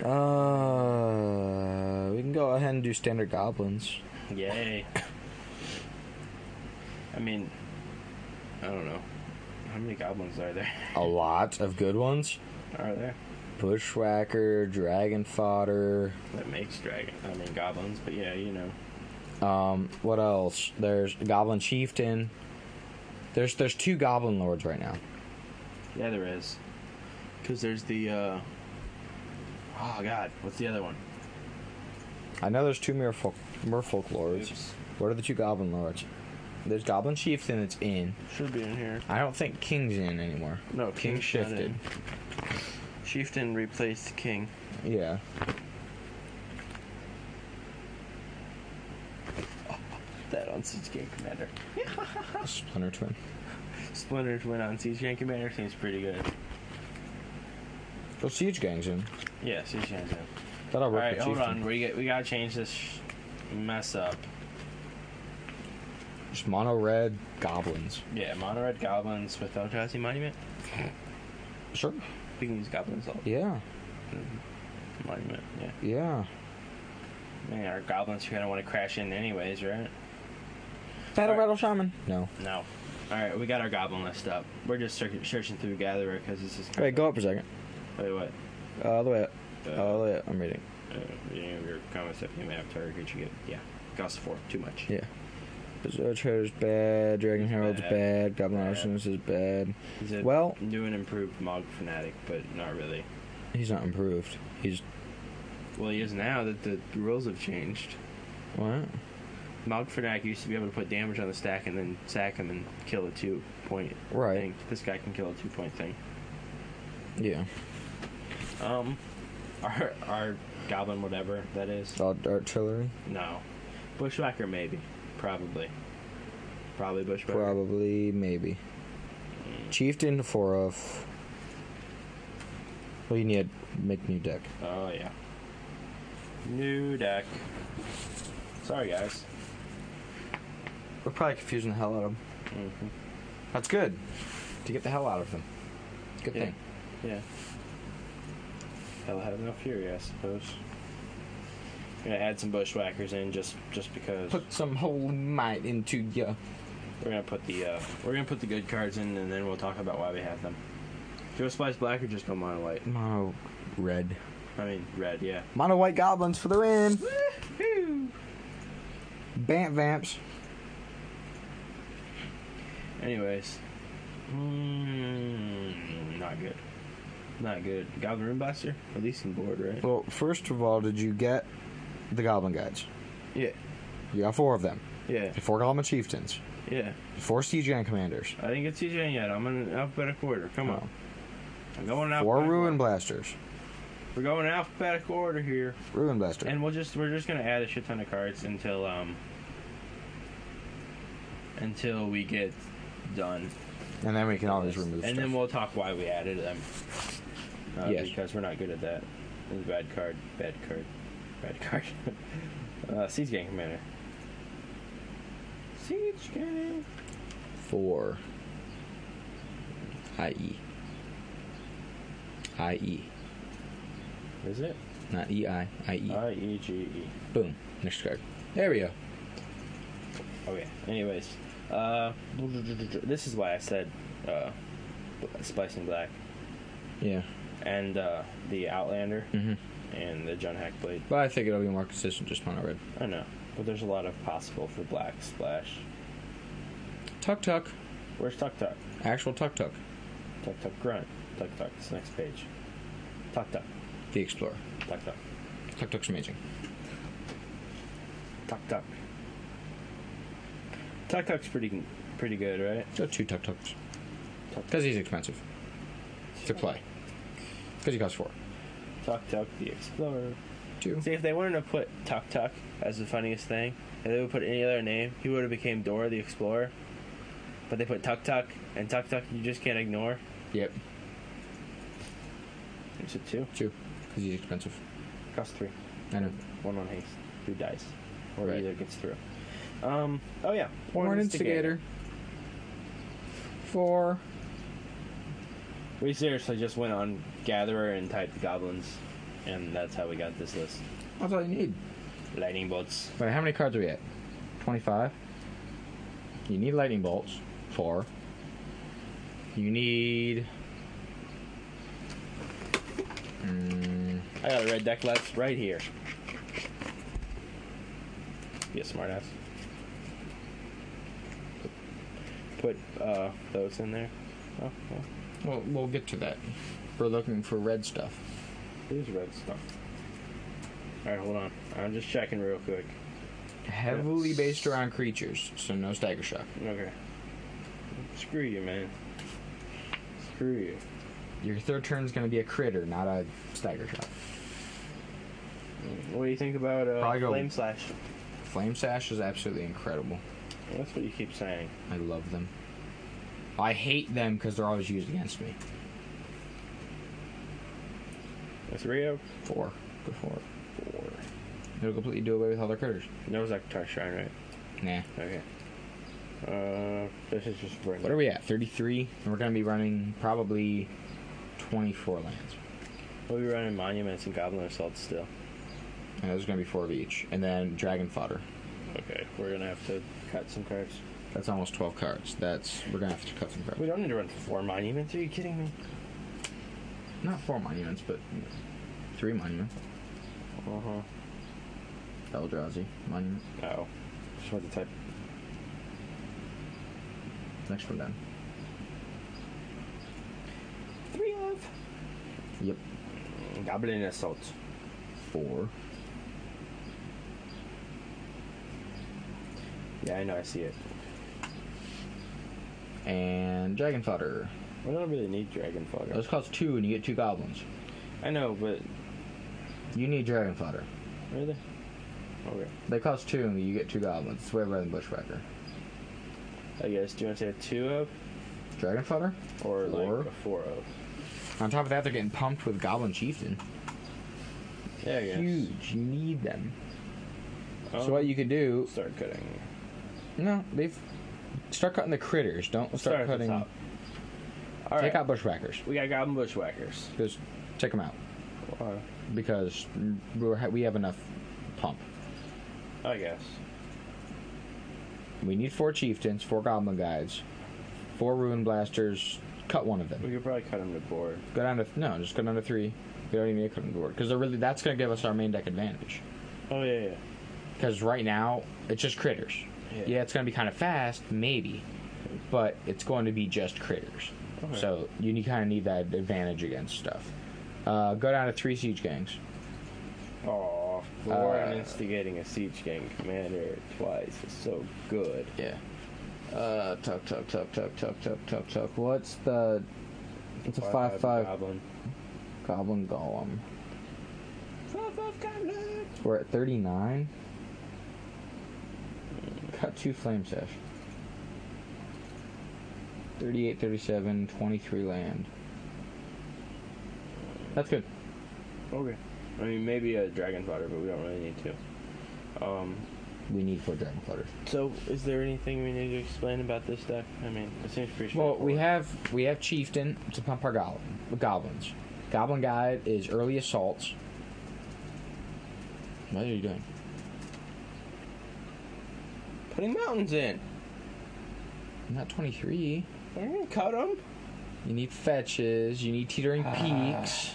[SPEAKER 1] Uh, we can go ahead and do standard goblins.
[SPEAKER 2] yay. I mean, I don't know. How many goblins are there?
[SPEAKER 1] A lot of good ones.
[SPEAKER 2] Are there?
[SPEAKER 1] Bushwhacker, dragon fodder.
[SPEAKER 2] That makes dragon. I mean goblins, but yeah, you know.
[SPEAKER 1] Um, what else? There's goblin chieftain. There's there's two goblin lords right now.
[SPEAKER 2] Yeah, there is. Because there's the. uh Oh God, what's the other one?
[SPEAKER 1] I know there's two merfolk merfolk lords.
[SPEAKER 2] Oops.
[SPEAKER 1] What are the two goblin lords? There's goblin chieftain that's in.
[SPEAKER 2] Should be in here.
[SPEAKER 1] I don't think king's in anymore.
[SPEAKER 2] No,
[SPEAKER 1] King
[SPEAKER 2] King's
[SPEAKER 1] shifted.
[SPEAKER 2] Chieftain replaced King.
[SPEAKER 1] Yeah.
[SPEAKER 2] That on Siege Game Commander.
[SPEAKER 1] Splinter twin.
[SPEAKER 2] Splinters went on Siege Game Commander. Seems pretty good.
[SPEAKER 1] Well, siege gang's in.
[SPEAKER 2] Yeah, Siege Game's in.
[SPEAKER 1] That'll
[SPEAKER 2] All
[SPEAKER 1] work.
[SPEAKER 2] right,
[SPEAKER 1] with
[SPEAKER 2] hold
[SPEAKER 1] chieftain.
[SPEAKER 2] on. We get, we gotta change this sh- mess up.
[SPEAKER 1] Just mono red goblins.
[SPEAKER 2] Yeah, mono red goblins with Eldrazi Monument.
[SPEAKER 1] Sure.
[SPEAKER 2] We can use goblins all
[SPEAKER 1] Yeah.
[SPEAKER 2] monument. Yeah,
[SPEAKER 1] Yeah.
[SPEAKER 2] man, our goblins are gonna want to crash in anyways, right?
[SPEAKER 1] Battle
[SPEAKER 2] Alright.
[SPEAKER 1] rattle shaman. No.
[SPEAKER 2] No. All right, we got our goblin list up. We're just searching, searching through Gatherer because this is.
[SPEAKER 1] Wait, go up Oh. for a second.
[SPEAKER 2] Wait, what?
[SPEAKER 1] Uh, all the way up.
[SPEAKER 2] Uh,
[SPEAKER 1] all the way up. I'm reading.
[SPEAKER 2] Uh, you know, your comments that you may have target creature get. Yeah, cost four. Too much.
[SPEAKER 1] Yeah. Berserker Trader's bad. Dragon Herald's
[SPEAKER 2] bad.
[SPEAKER 1] bad. Goblin
[SPEAKER 2] Bad.
[SPEAKER 1] Arsonist is bad.
[SPEAKER 2] He's a
[SPEAKER 1] Well-
[SPEAKER 2] new and improved Mog fanatic, but not really.
[SPEAKER 1] He's not improved. He's
[SPEAKER 2] Well, he is now that the rules have changed.
[SPEAKER 1] what?
[SPEAKER 2] Mog fanatic used to be able to put damage on the stack and then sack him and kill a two point
[SPEAKER 1] Right.
[SPEAKER 2] thing. This guy can kill a two point thing.
[SPEAKER 1] Yeah.
[SPEAKER 2] Um, <laughs> our our goblin whatever that is.
[SPEAKER 1] All artillery.
[SPEAKER 2] No. Bushwhacker, maybe. Probably. Probably Bushwhacker. Mm.
[SPEAKER 1] Probably, maybe. Chieftain for of. Well, you need to make new deck.
[SPEAKER 2] Oh, yeah. New deck. Sorry, guys.
[SPEAKER 1] We're probably confusing the hell out of them.
[SPEAKER 2] Mm-hmm.
[SPEAKER 1] That's good. To get the hell out of them. Good
[SPEAKER 2] Yeah.
[SPEAKER 1] thing.
[SPEAKER 2] Yeah. Hell have no fury, I suppose. I'm gonna add some bushwhackers in just just because
[SPEAKER 1] Put some holy might into ya.
[SPEAKER 2] we're gonna put the uh, we're gonna put the good cards in and then we'll talk about why we have them. Do you want splice black or just go mono white?
[SPEAKER 1] Mono red.
[SPEAKER 2] I mean red, yeah.
[SPEAKER 1] Mono white goblins for the win. Bant vamps.
[SPEAKER 2] Anyways, mm, not good. Not good. Goblin Room Blaster? At least in board, right?
[SPEAKER 1] Well, first of all, did you get the goblin guides?
[SPEAKER 2] Yeah,
[SPEAKER 1] You got four of them.
[SPEAKER 2] yeah,
[SPEAKER 1] Four goblin chieftains.
[SPEAKER 2] yeah.
[SPEAKER 1] Four CGN commanders.
[SPEAKER 2] I didn't get CJ yet. I'm in alphabetical order. Come on. I'm going out.
[SPEAKER 1] Four ruin blasters.
[SPEAKER 2] We're going in alphabetical order here,
[SPEAKER 1] Ruin blaster.
[SPEAKER 2] and we'll just we're just gonna add a shit ton of cards until um until we get done,
[SPEAKER 1] And then we can always remove
[SPEAKER 2] and
[SPEAKER 1] stuff.
[SPEAKER 2] then we'll talk why we added them. Uh,
[SPEAKER 1] Yes.
[SPEAKER 2] Because we're not good at that. It's a bad card. Bad card. Bad card. <laughs> uh, Siege Gang Commander. Siege Gang.
[SPEAKER 1] Four. E. IE. IE.
[SPEAKER 2] Is it?
[SPEAKER 1] E. Not EI. IE.
[SPEAKER 2] I E G E.
[SPEAKER 1] Boom. Next card. There we go.
[SPEAKER 2] Oh yeah. Anyways, uh, this is why I said uh, splicing black
[SPEAKER 1] Yeah.
[SPEAKER 2] and uh, the Outlander
[SPEAKER 1] Mm-hmm.
[SPEAKER 2] and the John Hack blade.
[SPEAKER 1] But I think it'll be more consistent just mono red.
[SPEAKER 2] I know, but there's a lot of possible for black splash.
[SPEAKER 1] Tuck tuck.
[SPEAKER 2] Where's Tuck Tuck?
[SPEAKER 1] Actual tuck tuck.
[SPEAKER 2] Tuck Tuck grunt. Tuck Tuck. It's next page. Tuck Tuck.
[SPEAKER 1] The Explorer.
[SPEAKER 2] Tuck Tuck.
[SPEAKER 1] Tuck tuck's amazing.
[SPEAKER 2] Tuck Tuck. Tuck Tuck's pretty pretty good, right?
[SPEAKER 1] Go two tuck tucks.
[SPEAKER 2] Tuck
[SPEAKER 1] Because he's expensive to play. Because he costs four.
[SPEAKER 2] Tuck Tuck the Explorer.
[SPEAKER 1] Two.
[SPEAKER 2] See, if they wouldn't have put Tuck Tuck as the funniest thing, if they would put any other name, he would have became Dora the Explorer. But they put Tuck Tuck, and Tuck Tuck you just can't ignore.
[SPEAKER 1] Yep.
[SPEAKER 2] It's a two.
[SPEAKER 1] Two. Because he's expensive.
[SPEAKER 2] Cost three.
[SPEAKER 1] I know.
[SPEAKER 2] One on haste. Who dies? Or
[SPEAKER 1] Right.
[SPEAKER 2] either gets through. Um. Oh yeah. Born
[SPEAKER 1] Four.
[SPEAKER 2] We seriously just went on Gatherer and typed goblins, and that's how we got this list.
[SPEAKER 1] That's all you need.
[SPEAKER 2] Lightning bolts.
[SPEAKER 1] Wait, how many cards are we at? 25. You need lightning bolts. Four. You need. Mm,
[SPEAKER 2] I got a red deck left right here. You smartass. Put uh, those in there. Oh, well,
[SPEAKER 1] well, we'll get to that. We're looking for red stuff.
[SPEAKER 2] here's red stuff. All right, hold on. I'm just checking real quick.
[SPEAKER 1] Heavily based around creatures, so no stagger shock.
[SPEAKER 2] Okay. Screw you, man. Screw you.
[SPEAKER 1] Your third turn's going to be a critter, not a stagger shock.
[SPEAKER 2] What do you think about uh,
[SPEAKER 1] Probably go-
[SPEAKER 2] flame slash?
[SPEAKER 1] Flame sash is absolutely incredible.
[SPEAKER 2] That's what you keep saying.
[SPEAKER 1] I love them. I hate them because they're always used against me.
[SPEAKER 2] That's Rio.
[SPEAKER 1] Four. Go four.
[SPEAKER 2] Four.
[SPEAKER 1] It'll completely do away with all their critters.
[SPEAKER 2] No Zakatar Shrine, right?
[SPEAKER 1] Nah.
[SPEAKER 2] Okay. Uh, this is just random.
[SPEAKER 1] What are we at? 33? And we're going to be running probably 24 lands.
[SPEAKER 2] We'll be running monuments and goblin assaults still.
[SPEAKER 1] And those are going to be four of each. And then dragon fodder.
[SPEAKER 2] Okay, we're gonna have to cut some cards.
[SPEAKER 1] That's almost 12 cards. That's We're going to have to cut some
[SPEAKER 2] We
[SPEAKER 1] cards.
[SPEAKER 2] don't need to run four monuments. Are you kidding me?
[SPEAKER 1] Not four monuments, but you know, three monuments.
[SPEAKER 2] Uh
[SPEAKER 1] Uh-huh.
[SPEAKER 2] huh.
[SPEAKER 1] Eldrazi monument.
[SPEAKER 2] Oh, just want to type.
[SPEAKER 1] Next one down.
[SPEAKER 2] Three of
[SPEAKER 1] Yep.
[SPEAKER 2] goblin assaults.
[SPEAKER 1] Four.
[SPEAKER 2] Yeah, I know. I see it.
[SPEAKER 1] And dragon fodder.
[SPEAKER 2] We don't really need dragon fogger.
[SPEAKER 1] Those cost two, and you get two goblins.
[SPEAKER 2] I know, but
[SPEAKER 1] You need dragon fodder.
[SPEAKER 2] really. Okay.
[SPEAKER 1] They cost two, and you get two goblins. It's way better than bushwhacker.
[SPEAKER 2] I guess. Do you want to say a two of
[SPEAKER 1] Dragon fodder.
[SPEAKER 2] or
[SPEAKER 1] Four.
[SPEAKER 2] like a four of?
[SPEAKER 1] On top of that, they're getting pumped with goblin chieftain.
[SPEAKER 2] Yeah, I guess.
[SPEAKER 1] Huge. You need them.
[SPEAKER 2] Um,
[SPEAKER 1] so what you could do?
[SPEAKER 2] start cutting?
[SPEAKER 1] No, leave. Start cutting the critters. Don't start,
[SPEAKER 2] Start at the
[SPEAKER 1] cutting.
[SPEAKER 2] top. All
[SPEAKER 1] Take
[SPEAKER 2] right.
[SPEAKER 1] out bushwhackers.
[SPEAKER 2] We got goblin bushwhackers.
[SPEAKER 1] Just take them out because we're, ha- we have enough pump.
[SPEAKER 2] I guess.
[SPEAKER 1] We need four chieftains, four goblin guides, four ruin blasters. Cut one of them.
[SPEAKER 2] We could probably cut them to board.
[SPEAKER 1] Go down to no, just go down to three. We don't even need to cut them to board because they're really that's going to give us our main deck advantage.
[SPEAKER 2] Oh yeah, yeah.
[SPEAKER 1] Because right now, it's just critters.
[SPEAKER 2] Yeah.
[SPEAKER 1] Yeah, it's going to be kind of fast, maybe, but it's going to be just critters.
[SPEAKER 2] Okay.
[SPEAKER 1] So you need, kind of need that advantage against stuff. Uh, go down to three siege gangs.
[SPEAKER 2] Oh, for
[SPEAKER 1] Uh,
[SPEAKER 2] instigating a siege gang commander twice is so good.
[SPEAKER 1] Yeah. Uh, tuck, tuck, tuck, tuck, tuck, tuck, tuck, tuck. What's the? It's a five-five
[SPEAKER 2] Goblin.
[SPEAKER 1] goblin golem.
[SPEAKER 2] Five five goblin.
[SPEAKER 1] We're at thirty-nine. Cut two flame sash. 38, 37, 23 land. That's good.
[SPEAKER 2] Okay. I mean, maybe a dragon fodder, but we don't really need to. Um.
[SPEAKER 1] We need four dragon flutters.
[SPEAKER 2] So, is there anything we need to explain about this deck? I mean, it seems pretty.
[SPEAKER 1] Well, we
[SPEAKER 2] straightforward.
[SPEAKER 1] have we have chieftain to pump our goblin, goblins. Goblin guide is early assaults. What are you doing?
[SPEAKER 2] putting mountains in.
[SPEAKER 1] Not twenty three.
[SPEAKER 2] We're gonna cut them.
[SPEAKER 1] You need fetches. You need teetering peaks.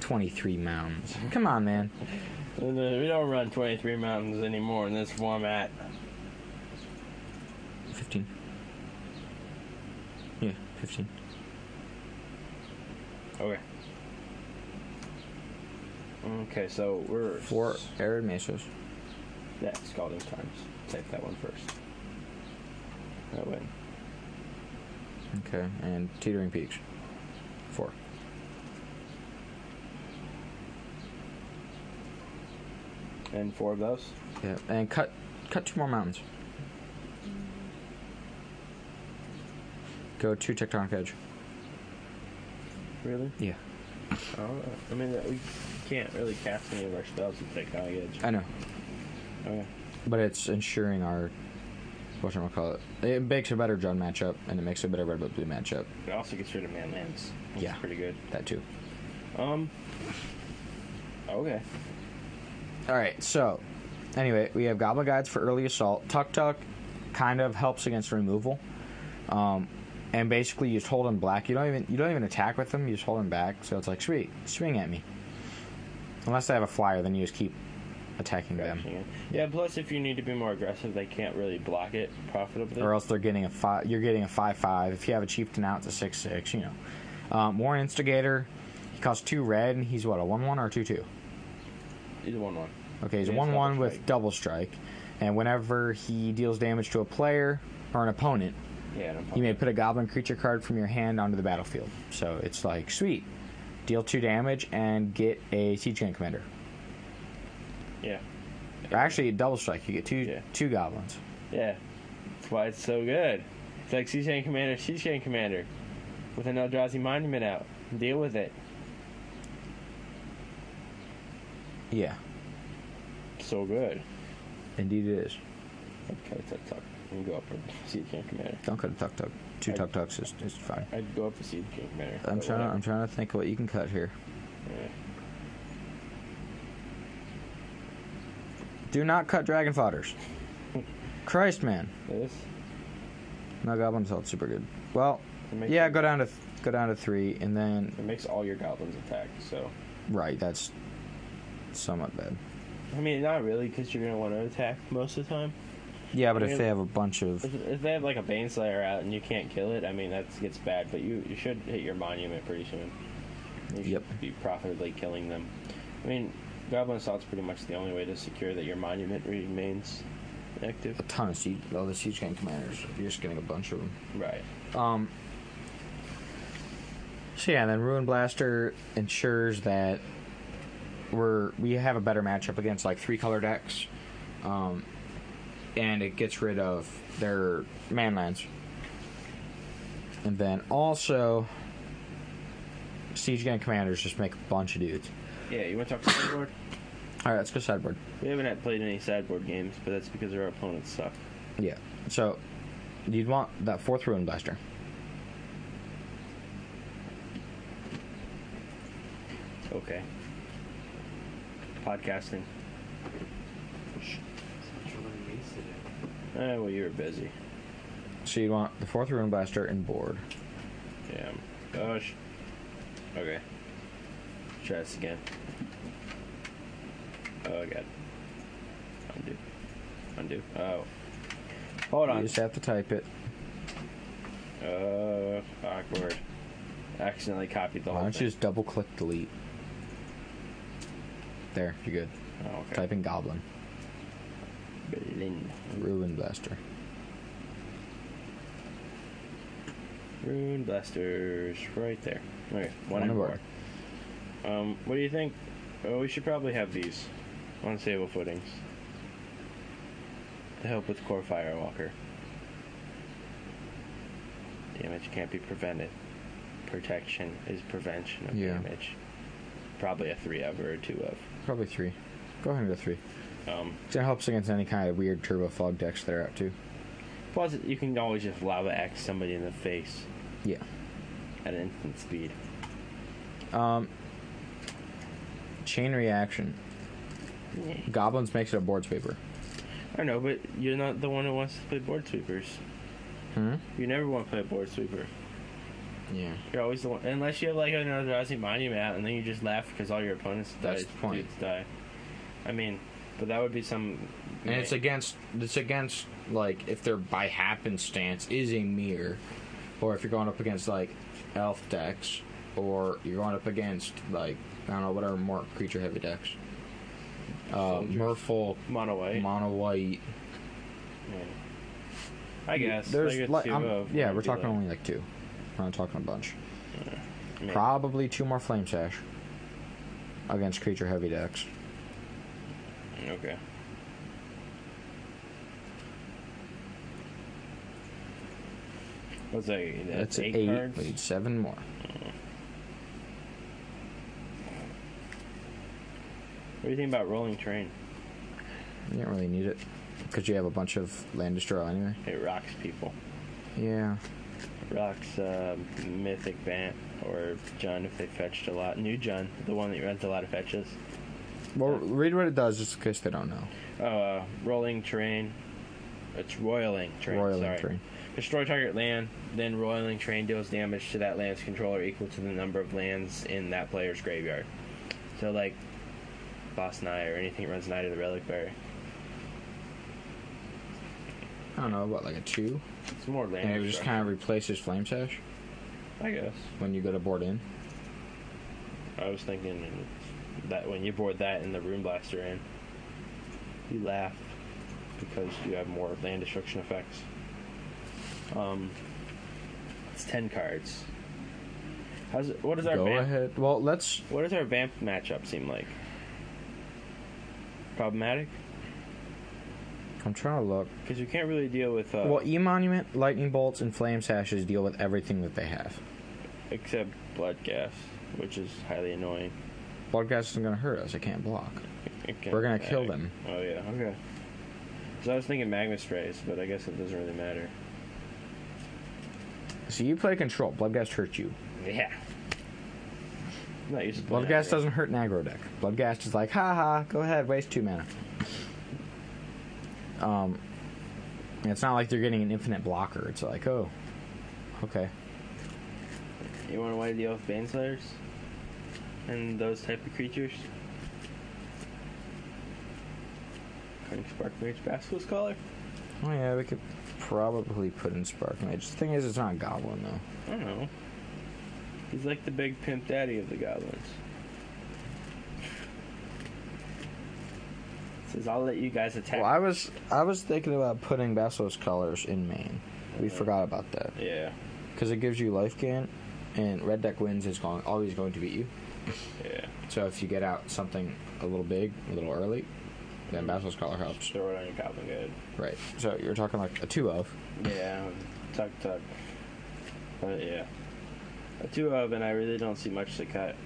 [SPEAKER 1] 23 mounds. Come on, man.
[SPEAKER 2] uh, We don't run 23 mountains anymore in this format.
[SPEAKER 1] 15. Yeah, 15.
[SPEAKER 2] Okay. Okay, so we're
[SPEAKER 1] Four air mesos.
[SPEAKER 2] Yeah, scalding times. Take that one first. That way.
[SPEAKER 1] Okay, and teetering peaks. Four.
[SPEAKER 2] And four of those.
[SPEAKER 1] Yeah, and cut cut two more mountains. Go to tectonic edge.
[SPEAKER 2] Really?
[SPEAKER 1] Yeah, Oh,
[SPEAKER 2] I don't know. I mean, we can't really cast any of our spells at Tectonic Edge.
[SPEAKER 1] I know,
[SPEAKER 2] Okay.
[SPEAKER 1] but it's ensuring our what should I call it? It makes a better John matchup, and it makes a better red blue blue matchup.
[SPEAKER 2] It also gets rid of man lands. That's
[SPEAKER 1] Yeah.
[SPEAKER 2] pretty good.
[SPEAKER 1] That too.
[SPEAKER 2] Um. Okay.
[SPEAKER 1] All right. So, anyway, we have Goblin Guides for early assault. Tuck Tuck kind of helps against removal, um, and basically you just hold him black. You don't even you don't even attack with him. You just hold him back. So it's like sweet, swing at me. Unless they have a flyer, then you just keep attacking them,
[SPEAKER 2] Gotcha. Yeah. Plus, if you need to be more aggressive, they can't really block it profitably.
[SPEAKER 1] or else they're getting a five. You're getting a five five. If you have a chieftain out, it's a six six. You know, um, Warren Instigator. He costs two red, and he's what a one one or a two two.
[SPEAKER 2] Either one one.
[SPEAKER 1] Okay, he's
[SPEAKER 2] Yeah,
[SPEAKER 1] a
[SPEAKER 2] it's
[SPEAKER 1] one one
[SPEAKER 2] double
[SPEAKER 1] with
[SPEAKER 2] strike.
[SPEAKER 1] double strike, and whenever he deals damage to a player or an opponent,
[SPEAKER 2] Yeah. and I'm
[SPEAKER 1] you
[SPEAKER 2] fine.
[SPEAKER 1] may put a goblin creature card from your hand onto the battlefield. So it's like sweet, deal two damage and get a siege gun commander.
[SPEAKER 2] Yeah.
[SPEAKER 1] Or actually, double strike. You get two
[SPEAKER 2] Yeah.
[SPEAKER 1] two goblins.
[SPEAKER 2] Yeah. That's why it's so good. It's like Sea Chain Commander, Sea Chain Commander, with an Eldrazi monument out. Deal with it.
[SPEAKER 1] Yeah,
[SPEAKER 2] So good.
[SPEAKER 1] indeed it is.
[SPEAKER 2] Okay, tuck tuck. And go up for Sea Chain Commander.
[SPEAKER 1] Don't cut a tuck tuck. Two
[SPEAKER 2] I-
[SPEAKER 1] tuck tucks is, is fine.
[SPEAKER 2] I'd go up for Sea Chain Commander.
[SPEAKER 1] I'm
[SPEAKER 2] but
[SPEAKER 1] trying. To,
[SPEAKER 2] whatever.
[SPEAKER 1] I'm trying to think what you can cut here.
[SPEAKER 2] Yeah.
[SPEAKER 1] Do not cut dragon fodders. Christ, man,
[SPEAKER 2] This.
[SPEAKER 1] no goblins held super good. Well,
[SPEAKER 2] It makes
[SPEAKER 1] yeah,
[SPEAKER 2] it-
[SPEAKER 1] go down to go down to three, and then
[SPEAKER 2] It makes all your goblins attack. So.
[SPEAKER 1] Right, that's somewhat bad.
[SPEAKER 2] I mean, not really, because you're gonna want to attack most of the time.
[SPEAKER 1] Yeah, but
[SPEAKER 2] I
[SPEAKER 1] if
[SPEAKER 2] mean-
[SPEAKER 1] they have a bunch of
[SPEAKER 2] If, if they have like a Baneslayer out and you can't kill it, I mean that gets bad. But you you should hit your monument pretty soon. You should
[SPEAKER 1] Yep.
[SPEAKER 2] be profitably killing them. I mean, Goblin Assault's pretty much the only way to secure that your monument remains active.
[SPEAKER 1] a ton of siege, all the siege gang commanders, you're just getting a bunch of them.
[SPEAKER 2] Right.
[SPEAKER 1] Um. So yeah, then Ruin Blaster ensures that we're we have a better matchup against like three color decks, um, and it gets rid of their manlands, and then also siege gang commanders just make a bunch of dudes.
[SPEAKER 2] Yeah. You want to talk <coughs> sideboard?
[SPEAKER 1] All right, let's go sideboard.
[SPEAKER 2] we haven't had- played any sideboard games, but that's because our opponents suck.
[SPEAKER 1] Yeah. So you'd want that fourth ruin blaster.
[SPEAKER 2] Okay. Podcasting. Eh, well, you were busy.
[SPEAKER 1] So you'd want the fourth ruin blaster and board.
[SPEAKER 2] Damn. Gosh. Okay. Try this again. Oh god. Undo. Undo. Oh. Hold
[SPEAKER 1] You
[SPEAKER 2] on.
[SPEAKER 1] just have to type it.
[SPEAKER 2] Uh, awkward. Accidentally copied the
[SPEAKER 1] Why
[SPEAKER 2] whole
[SPEAKER 1] don't you
[SPEAKER 2] thing.
[SPEAKER 1] just double click delete? There, you're good.
[SPEAKER 2] Oh, okay.
[SPEAKER 1] Type in goblin.
[SPEAKER 2] Berlin.
[SPEAKER 1] Ruin blaster.
[SPEAKER 2] Rune blasters, right there. Okay, one,
[SPEAKER 1] One
[SPEAKER 2] and
[SPEAKER 1] aboard.
[SPEAKER 2] more. Um, what do you think? Oh, we should probably have these on stable footings to help with core firewalker. Damage can't be prevented. Protection is prevention of
[SPEAKER 1] Yeah.
[SPEAKER 2] damage. Probably a three of or a two of.
[SPEAKER 1] Probably three. Go ahead and go three.
[SPEAKER 2] Um,
[SPEAKER 1] 'Cause It helps against any kind of weird turbo fog decks that are out too.
[SPEAKER 2] plus, you can always just lava axe somebody in the face
[SPEAKER 1] Yeah.
[SPEAKER 2] at instant speed.
[SPEAKER 1] Um. Chain reaction. Goblins makes it a board sweeper.
[SPEAKER 2] I know, but you're not the one who wants to play board sweepers.
[SPEAKER 1] Hmm.
[SPEAKER 2] You never want to play board sweeper.
[SPEAKER 1] Yeah.
[SPEAKER 2] You're always the one, unless you have like another Nazi monument out, and then you just laugh because all your opponents die.
[SPEAKER 1] That's the point.
[SPEAKER 2] dudes die. I mean, but that would be some.
[SPEAKER 1] And it's against it's against like if they're by happenstance is a mirror, or if you're going up against like elf decks, or you're going up against like I don't know whatever more creature heavy decks, uh,
[SPEAKER 2] Soldiers.
[SPEAKER 1] merfolk,
[SPEAKER 2] mono white.
[SPEAKER 1] mono white.
[SPEAKER 2] yeah. I guess
[SPEAKER 1] There's
[SPEAKER 2] like a
[SPEAKER 1] like
[SPEAKER 2] two
[SPEAKER 1] I'm-
[SPEAKER 2] of
[SPEAKER 1] yeah,
[SPEAKER 2] would
[SPEAKER 1] we're
[SPEAKER 2] be
[SPEAKER 1] talking
[SPEAKER 2] like-
[SPEAKER 1] only like two. We're not talking a bunch.
[SPEAKER 2] maybe.
[SPEAKER 1] Probably two more flame sash against creature heavy decks.
[SPEAKER 2] Okay. What's that?
[SPEAKER 1] That's
[SPEAKER 2] That's
[SPEAKER 1] eight.
[SPEAKER 2] eight,
[SPEAKER 1] we
[SPEAKER 2] cards.
[SPEAKER 1] need seven more.
[SPEAKER 2] What do you think about rolling terrain?
[SPEAKER 1] You don't really need it because you have a bunch of land destroy anyway.
[SPEAKER 2] It rocks people.
[SPEAKER 1] Yeah.
[SPEAKER 2] Rocks uh, Mythic Vant or Jun if they fetched a lot. New Jun, the one that runs a lot of fetches.
[SPEAKER 1] Well, read what it does just in case they don't know.
[SPEAKER 2] Uh, rolling terrain. It's roiling terrain.
[SPEAKER 1] Roiling
[SPEAKER 2] sorry.
[SPEAKER 1] terrain.
[SPEAKER 2] Destroy target land, then roiling terrain deals damage to that land's controller equal to the number of lands in that player's graveyard. So, like, Boss Knight or anything that runs Knight of the Reliquary.
[SPEAKER 1] I don't know, what, like a two?
[SPEAKER 2] It's more land.
[SPEAKER 1] And it just
[SPEAKER 2] destruction.
[SPEAKER 1] kind of replaces Flame Sash
[SPEAKER 2] I guess.
[SPEAKER 1] when you go to board in.
[SPEAKER 2] I was thinking that when you board that and the Rune Blaster in, you laugh because you have more land destruction effects. Um, it's ten cards. How's it, what does our
[SPEAKER 1] Go
[SPEAKER 2] vamp,
[SPEAKER 1] ahead. Well, let's.
[SPEAKER 2] what does our vamp matchup seem like? Problematic
[SPEAKER 1] I'm trying to look.
[SPEAKER 2] because you can't really deal with uh,
[SPEAKER 1] Well, E Monument, Lightning Bolts, and Flame Sashes deal with everything that they have.
[SPEAKER 2] except blood gas, which is highly annoying.
[SPEAKER 1] Bloodgast isn't going to hurt us. It can't block.
[SPEAKER 2] It can
[SPEAKER 1] We're gonna kill
[SPEAKER 2] attack.
[SPEAKER 1] them.
[SPEAKER 2] Oh yeah. Okay. So I was thinking magma strays, but I guess it doesn't really matter.
[SPEAKER 1] So you play control. Bloodgast hurts you.
[SPEAKER 2] Yeah. I'm not used to playing
[SPEAKER 1] Bloodgast
[SPEAKER 2] aggro.
[SPEAKER 1] doesn't hurt an aggro deck. Bloodgast is like, ha ha, go ahead, waste two mana. Um, and it's not like they're getting an infinite blocker. It's like, oh, okay.
[SPEAKER 2] You want to want to deal with Baneslayers? And those type of creatures? Cutting Spark Mage Basilisk Caller?
[SPEAKER 1] Oh yeah, we could probably put in Spark Mage. The thing is, it's not a Goblin though.
[SPEAKER 2] I don't know. He's like the big pimp daddy of the goblins. Says, I'll let you guys attack.
[SPEAKER 1] Well, I was I was thinking about putting Basso's Colors in main. We
[SPEAKER 2] Yeah.
[SPEAKER 1] forgot about that
[SPEAKER 2] yeah,
[SPEAKER 1] because it gives you life gain, and red deck wins is going always going to beat you.
[SPEAKER 2] yeah.
[SPEAKER 1] So if you get out something a little big, a little early, then Basso's Color helps.
[SPEAKER 2] Throw it on your goblin good.
[SPEAKER 1] Right. So you're talking like a two of.
[SPEAKER 2] Yeah, tuck tuck. But yeah, a two of, and I really don't see much to cut.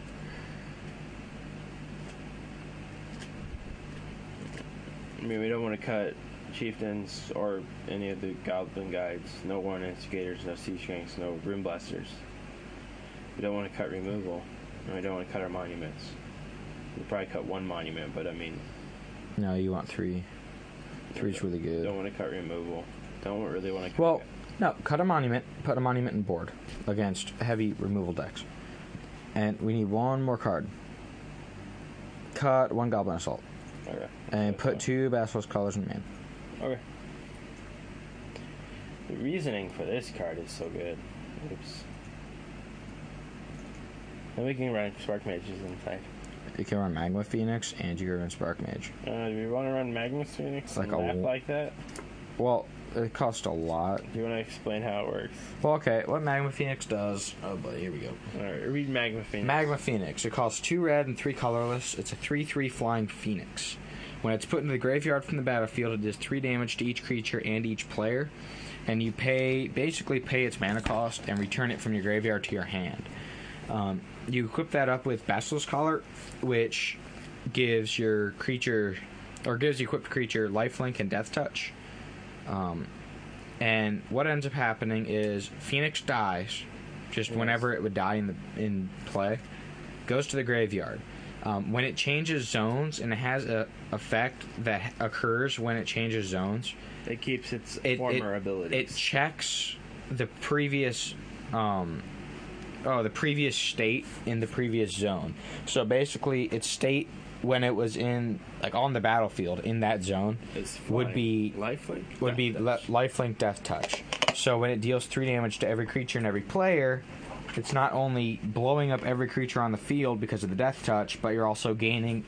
[SPEAKER 2] I mean, we don't want to cut chieftains or any of the goblin guides. No warren instigators, no sea shanks, no rune blasters. We don't want to cut removal, and we don't want to cut our monuments. We'll probably cut one monument, but I mean,
[SPEAKER 1] No, you want three. Three's really
[SPEAKER 2] don't
[SPEAKER 1] good.
[SPEAKER 2] want to cut removal. Don't really want to. Cut
[SPEAKER 1] Well, no, cut a monument. Put a monument in board against heavy removal decks. And we need one more card. Cut one Goblin Assault.
[SPEAKER 2] Okay.
[SPEAKER 1] And
[SPEAKER 2] That's
[SPEAKER 1] put
[SPEAKER 2] fine.
[SPEAKER 1] two Basilisk Colors in man.
[SPEAKER 2] Okay. The reasoning for this card is so good. Oops. Then we can run Spark Mages inside.
[SPEAKER 1] You can run Magma Phoenix and you can run Spark Mage.
[SPEAKER 2] Uh, do you want to run Magnus Phoenix
[SPEAKER 1] Like
[SPEAKER 2] like
[SPEAKER 1] a
[SPEAKER 2] and laugh
[SPEAKER 1] wa-
[SPEAKER 2] like that?
[SPEAKER 1] Well, it costs a lot.
[SPEAKER 2] Do you want to explain how it works?
[SPEAKER 1] Well, okay, what Magma Phoenix does. Oh, boy, here we go.
[SPEAKER 2] Alright, read Magma Phoenix.
[SPEAKER 1] Magma Phoenix. It costs two red and three colorless. It's a 3 3 flying phoenix. When it's put into the graveyard from the battlefield, it does three damage to each creature and each player. And you pay basically pay its mana cost and return it from your graveyard to your hand. Um, you equip that up with Basilisk Collar, which gives your creature or gives the equipped creature lifelink and death touch. Um, And what ends up happening is Phoenix dies, just
[SPEAKER 2] Yes.
[SPEAKER 1] whenever it would die in the in play, goes to the graveyard. Um, when it changes zones and it has a effect that occurs when it changes zones,
[SPEAKER 2] It keeps its
[SPEAKER 1] it
[SPEAKER 2] former
[SPEAKER 1] it,
[SPEAKER 2] abilities.
[SPEAKER 1] it checks the previous um, Oh, the previous state in the previous zone. So basically, its state when it was in like on the battlefield in that zone
[SPEAKER 2] It's
[SPEAKER 1] would
[SPEAKER 2] flying.
[SPEAKER 1] be
[SPEAKER 2] lifelink.
[SPEAKER 1] would be
[SPEAKER 2] Death
[SPEAKER 1] le-
[SPEAKER 2] touch.
[SPEAKER 1] lifelink death touch. So when it deals three damage to every creature and every player, it's not only blowing up every creature on the field because of the death touch, but you're also gaining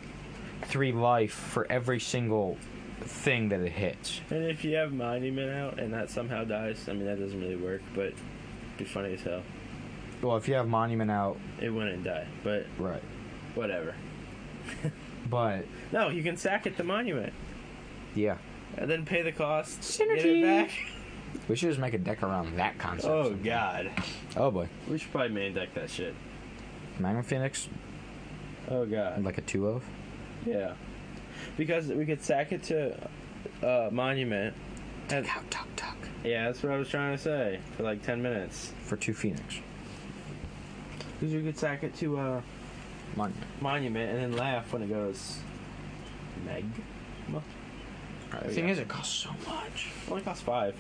[SPEAKER 1] three life for every single thing that it hits.
[SPEAKER 2] And if you have monument out and that somehow dies, I mean that doesn't really work, but it'd be funny as hell.
[SPEAKER 1] Well, if you have monument out,
[SPEAKER 2] It wouldn't die, but
[SPEAKER 1] right.
[SPEAKER 2] whatever.
[SPEAKER 1] But
[SPEAKER 2] No, you can sack it the monument
[SPEAKER 1] yeah,
[SPEAKER 2] and then pay the cost. Get it
[SPEAKER 1] Synergy.
[SPEAKER 2] back.
[SPEAKER 1] we should just make a deck around that concept.
[SPEAKER 2] <laughs> Oh god,
[SPEAKER 1] Oh boy,
[SPEAKER 2] we should probably main deck that shit.
[SPEAKER 1] Magma Phoenix
[SPEAKER 2] Oh god,
[SPEAKER 1] like a two of.
[SPEAKER 2] yeah, because we could sack it to uh, monument. And,
[SPEAKER 1] Out tuck tuck
[SPEAKER 2] yeah, that's what I was trying to say for like ten minutes.
[SPEAKER 1] for two Phoenix
[SPEAKER 2] Because we could sack it to uh,
[SPEAKER 1] monument.
[SPEAKER 2] monument and then laugh when it goes meg.
[SPEAKER 1] the thing is, it costs so much.
[SPEAKER 2] Only costs five.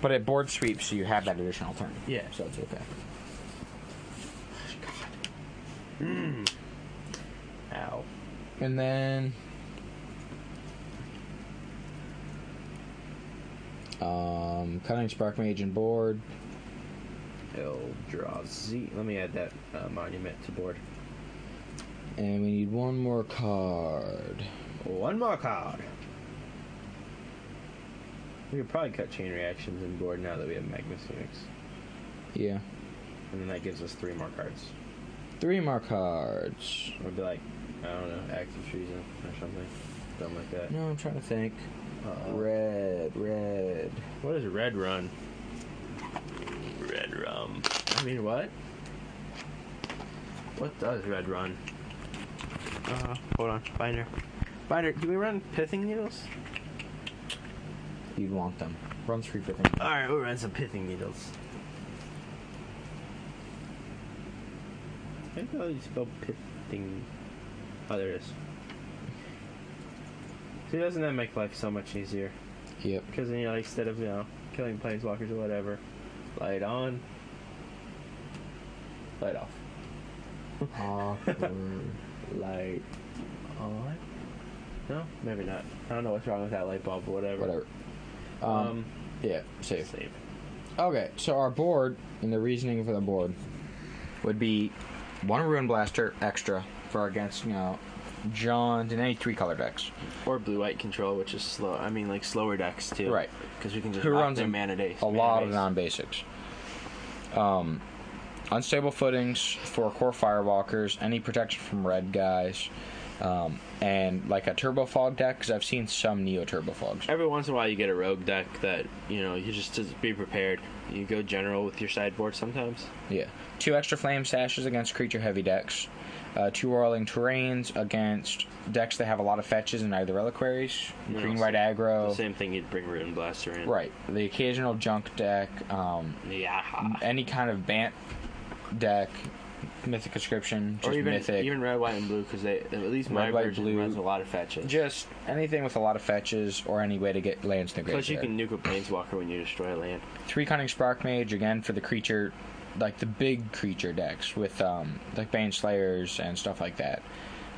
[SPEAKER 1] But it board sweeps, so you have that additional turn.
[SPEAKER 2] Yeah.
[SPEAKER 1] So it's okay.
[SPEAKER 2] Hmm. Ow.
[SPEAKER 1] And then. Um, Cunning Spark Mage and board.
[SPEAKER 2] Eldrazi. Let me add that uh, monument to board.
[SPEAKER 1] And we need one more card.
[SPEAKER 2] One more card. We could probably cut chain reactions in board now that we have Magnus Phoenix.
[SPEAKER 1] Yeah.
[SPEAKER 2] And then that gives us three more cards.
[SPEAKER 1] Three more cards.
[SPEAKER 2] It would be like, I don't know, active treason or something. Something like that.
[SPEAKER 1] No, I'm trying to think.
[SPEAKER 2] Uh-oh.
[SPEAKER 1] Red, red.
[SPEAKER 2] What is red run? Red rum. I mean, what? What does red run? Uh, hold on, binder. Binder, do we run pithing needles?
[SPEAKER 1] You'd want them. Runs free for them.
[SPEAKER 2] All right, we'll run some pithing needles. I don't know how you spell pithing. Oh, there it is. See, doesn't that make life so much easier?
[SPEAKER 1] Yep.
[SPEAKER 2] Because then, you know, instead of, you know, killing planeswalkers or whatever, light on, light off.
[SPEAKER 1] Awkward. <laughs>
[SPEAKER 2] Light on? No, maybe not. I don't know what's wrong with that light bulb, but whatever.
[SPEAKER 1] Whatever. Um,
[SPEAKER 2] Um,
[SPEAKER 1] yeah, safe.
[SPEAKER 2] save.
[SPEAKER 1] Okay, so our board and the reasoning for the board would be one Ruin Blaster extra for our against you know John and any three color decks.
[SPEAKER 2] Or blue white control, which is slow. I mean, like slower decks too.
[SPEAKER 1] Right.
[SPEAKER 2] Because we can just
[SPEAKER 1] Who
[SPEAKER 2] lock
[SPEAKER 1] runs
[SPEAKER 2] their
[SPEAKER 1] a-
[SPEAKER 2] mana days.
[SPEAKER 1] A
[SPEAKER 2] mana
[SPEAKER 1] lot of
[SPEAKER 2] days.
[SPEAKER 1] non basics. Um, unstable footings for core firewalkers, any protection from red guys, um, and like a turbo fog deck because I've seen some neo turbo fogs.
[SPEAKER 2] Every once in a while, you get a rogue deck that you know you just, just be prepared. You go general with your sideboard sometimes.
[SPEAKER 1] Yeah. Two extra flame sashes against creature heavy decks. Uh, two whirling terrains against decks that have a lot of fetches and either reliquaries,
[SPEAKER 2] Yeah,
[SPEAKER 1] green
[SPEAKER 2] same-
[SPEAKER 1] white aggro.
[SPEAKER 2] Same thing you'd bring Ruin Blaster in.
[SPEAKER 1] Oh. Right. The occasional junk deck, um,
[SPEAKER 2] Yeah.
[SPEAKER 1] any kind of Bant deck, Mythic Inscription, just
[SPEAKER 2] or even
[SPEAKER 1] Mythic.
[SPEAKER 2] even red, white, and blue because they at least my
[SPEAKER 1] Red, white,
[SPEAKER 2] version
[SPEAKER 1] blue.
[SPEAKER 2] runs a lot of fetches.
[SPEAKER 1] just anything with a lot of fetches or any way to get lands in the
[SPEAKER 2] Plus, you can
[SPEAKER 1] graveyard.
[SPEAKER 2] nuke a planeswalker when you destroy a land.
[SPEAKER 1] Three Cunning Spark Mage, again, for the creature, like the big creature decks with um, like Bane Slayers and stuff like that.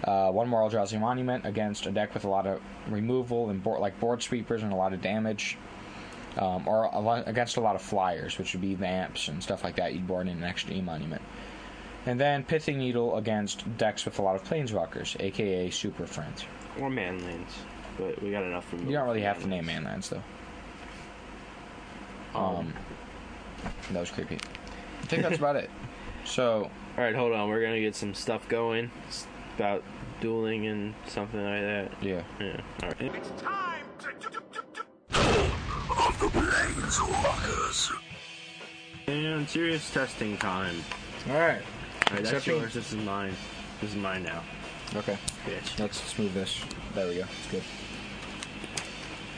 [SPEAKER 1] Uh, one more Eldrazi Monument against a deck with a lot of removal and board, like board sweepers and a lot of damage. Um, or a lot, against a lot of flyers, which would be vamps and stuff like that. You'd board in an extra E monument. And then Pithing Needle against decks with a lot of planeswalkers, aka Super Friends.
[SPEAKER 2] Or manlands. But we got enough from
[SPEAKER 1] You don't really have to name manlands, though. Um, that was creepy. I think <laughs> that's about it. So,
[SPEAKER 2] Alright, hold on. We're going to get some stuff going It's about dueling and something like that.
[SPEAKER 1] yeah.
[SPEAKER 2] Yeah. Alright.
[SPEAKER 3] It's time to, to, to, to, to
[SPEAKER 2] And serious testing time.
[SPEAKER 1] All right.
[SPEAKER 2] Alright, that's
[SPEAKER 1] Accepting.
[SPEAKER 2] yours. This is mine. This is mine now.
[SPEAKER 1] Okay.
[SPEAKER 2] Bitch.
[SPEAKER 1] Let's smooth this. There we go. It's good.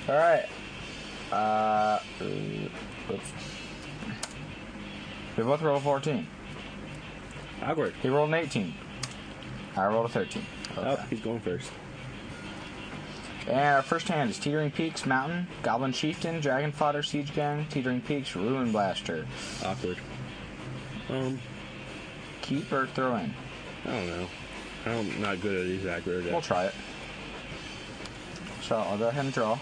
[SPEAKER 1] All right. Uh, oops. We both rolled a 14.
[SPEAKER 2] Awkward.
[SPEAKER 1] He rolled an 18. I rolled a 13.
[SPEAKER 2] Oh, he's going first.
[SPEAKER 1] And our first hand is Teetering Peaks, Mountain, Goblin Chieftain, Dragon Fodder, Siege Gang, Teetering Peaks, Ruin Blaster.
[SPEAKER 2] Awkward. Um,
[SPEAKER 1] keep or throw in?
[SPEAKER 2] I don't know. I'm not good at these aggro decks.
[SPEAKER 1] We'll try it. So I'll go ahead and draw,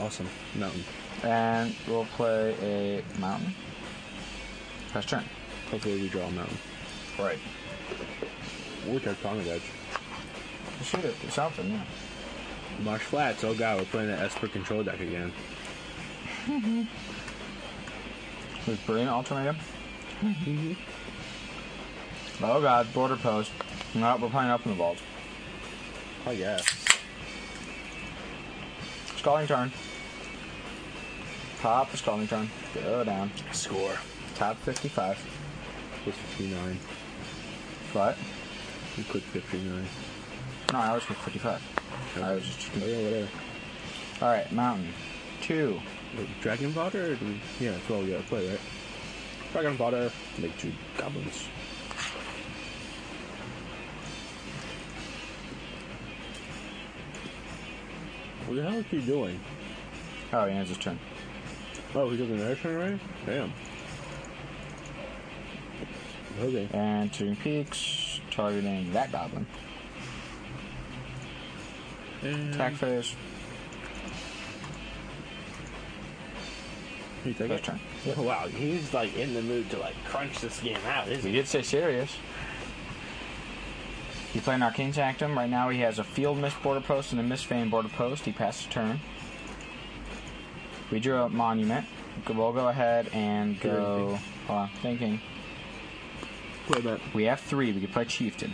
[SPEAKER 2] Awesome. Mountain.
[SPEAKER 1] and we'll play a mountain. Press turn.
[SPEAKER 2] Hopefully we draw a mountain.
[SPEAKER 1] Right.
[SPEAKER 2] Which I Atomic Edge.
[SPEAKER 1] Shoot it. Something. Yeah.
[SPEAKER 2] Marsh Flats. Oh god, we're playing the Esper control deck again.
[SPEAKER 1] With Brilliant Ultimatum. oh god, border post. No, we're playing up in the vault.
[SPEAKER 2] I guess.
[SPEAKER 1] Scalding turn. Top the scalding turn. Go down.
[SPEAKER 2] Score.
[SPEAKER 1] Top 55.
[SPEAKER 2] Plus 59.
[SPEAKER 1] What?
[SPEAKER 2] You click 59.
[SPEAKER 1] No, I was with 55. I was just.
[SPEAKER 2] Oh yeah, whatever.
[SPEAKER 1] Alright, mountain. Two.
[SPEAKER 2] Wait, Dragon Fodder? or do we- Yeah, that's all we gotta play, right? Dragon Fodder. Make two goblins. What the hell is he doing?
[SPEAKER 1] Oh, he ends his turn.
[SPEAKER 2] Oh, he took another turn already? Damn. Okay.
[SPEAKER 1] And two peaks, targeting that goblin. Attack phase.
[SPEAKER 2] He took
[SPEAKER 1] First turn.
[SPEAKER 2] Oh, wow, he's like in the mood to like crunch this game out, isn't
[SPEAKER 1] He did say serious. He played an Arcane Sanctum. Right now he has a Field Mist Border Post and a Mist Fane Border Post. He passed a turn. We drew a Monument. We'll go ahead and go... Hold on, thinking.
[SPEAKER 2] Play that.
[SPEAKER 1] We have three. We can play Chieftain.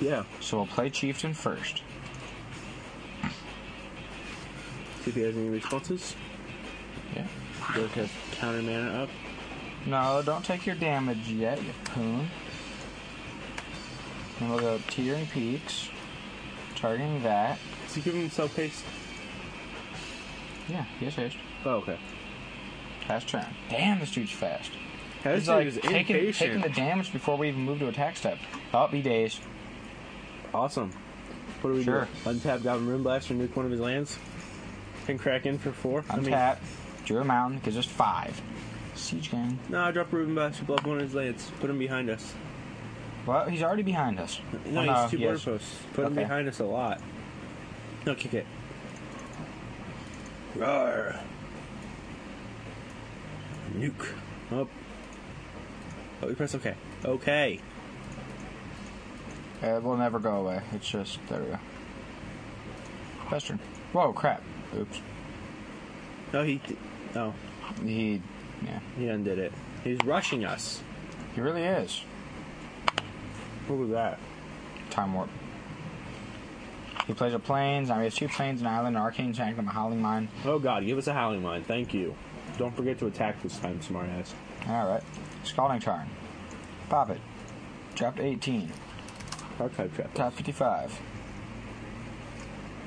[SPEAKER 2] Yeah.
[SPEAKER 1] So we'll play Chieftain first.
[SPEAKER 2] See if he has any responses.
[SPEAKER 1] Yeah.
[SPEAKER 2] Does have counter mana up?
[SPEAKER 1] No, don't take your damage yet, you poon. And we'll go Tearing Peaks. Targeting that.
[SPEAKER 2] Is he giving himself haste?
[SPEAKER 1] Yeah, yes, haste.
[SPEAKER 2] Oh, okay.
[SPEAKER 1] Last turn. Damn, this dude's fast.
[SPEAKER 2] This
[SPEAKER 1] He's
[SPEAKER 2] dude
[SPEAKER 1] like
[SPEAKER 2] is
[SPEAKER 1] taking, taking
[SPEAKER 2] impatient.
[SPEAKER 1] the damage before we even move to attack step. Oh, be days.
[SPEAKER 2] Awesome. What do we
[SPEAKER 1] Sure.
[SPEAKER 2] do? Untap Goblin Rune Blaster, nuke one of his lands. And crack in for four. I mean-
[SPEAKER 1] Untap. Drew a mountain. Gives us five. Siege gang.
[SPEAKER 2] No, I drop Rune Blaster, blow up one of his lands. Put him behind us.
[SPEAKER 1] Well, he's already behind us.
[SPEAKER 2] No,
[SPEAKER 1] Oh,
[SPEAKER 2] he's two
[SPEAKER 1] he
[SPEAKER 2] border
[SPEAKER 1] is.
[SPEAKER 2] posts. Put him
[SPEAKER 1] Okay.
[SPEAKER 2] behind us a lot. No, kick it. Roar. Nuke. Oh. Oh, we press OK. Okay.
[SPEAKER 1] It will Uh, never go away. It's just there we go. Question. Whoa, crap. Oops.
[SPEAKER 2] No, he. Oh,
[SPEAKER 1] He, yeah,
[SPEAKER 2] he undid it. He's rushing us.
[SPEAKER 1] he really is.
[SPEAKER 2] What was that?
[SPEAKER 1] Time warp. He plays a planes. Now he has two planes, an island, an arcane sanctum, a howling mine.
[SPEAKER 2] Oh God, give us a howling mine. Thank you. Don't forget to attack this time, smartass.
[SPEAKER 1] All right. Scalding turn. Pop it. Dropped 18.
[SPEAKER 2] Archive trap.
[SPEAKER 1] Top 55.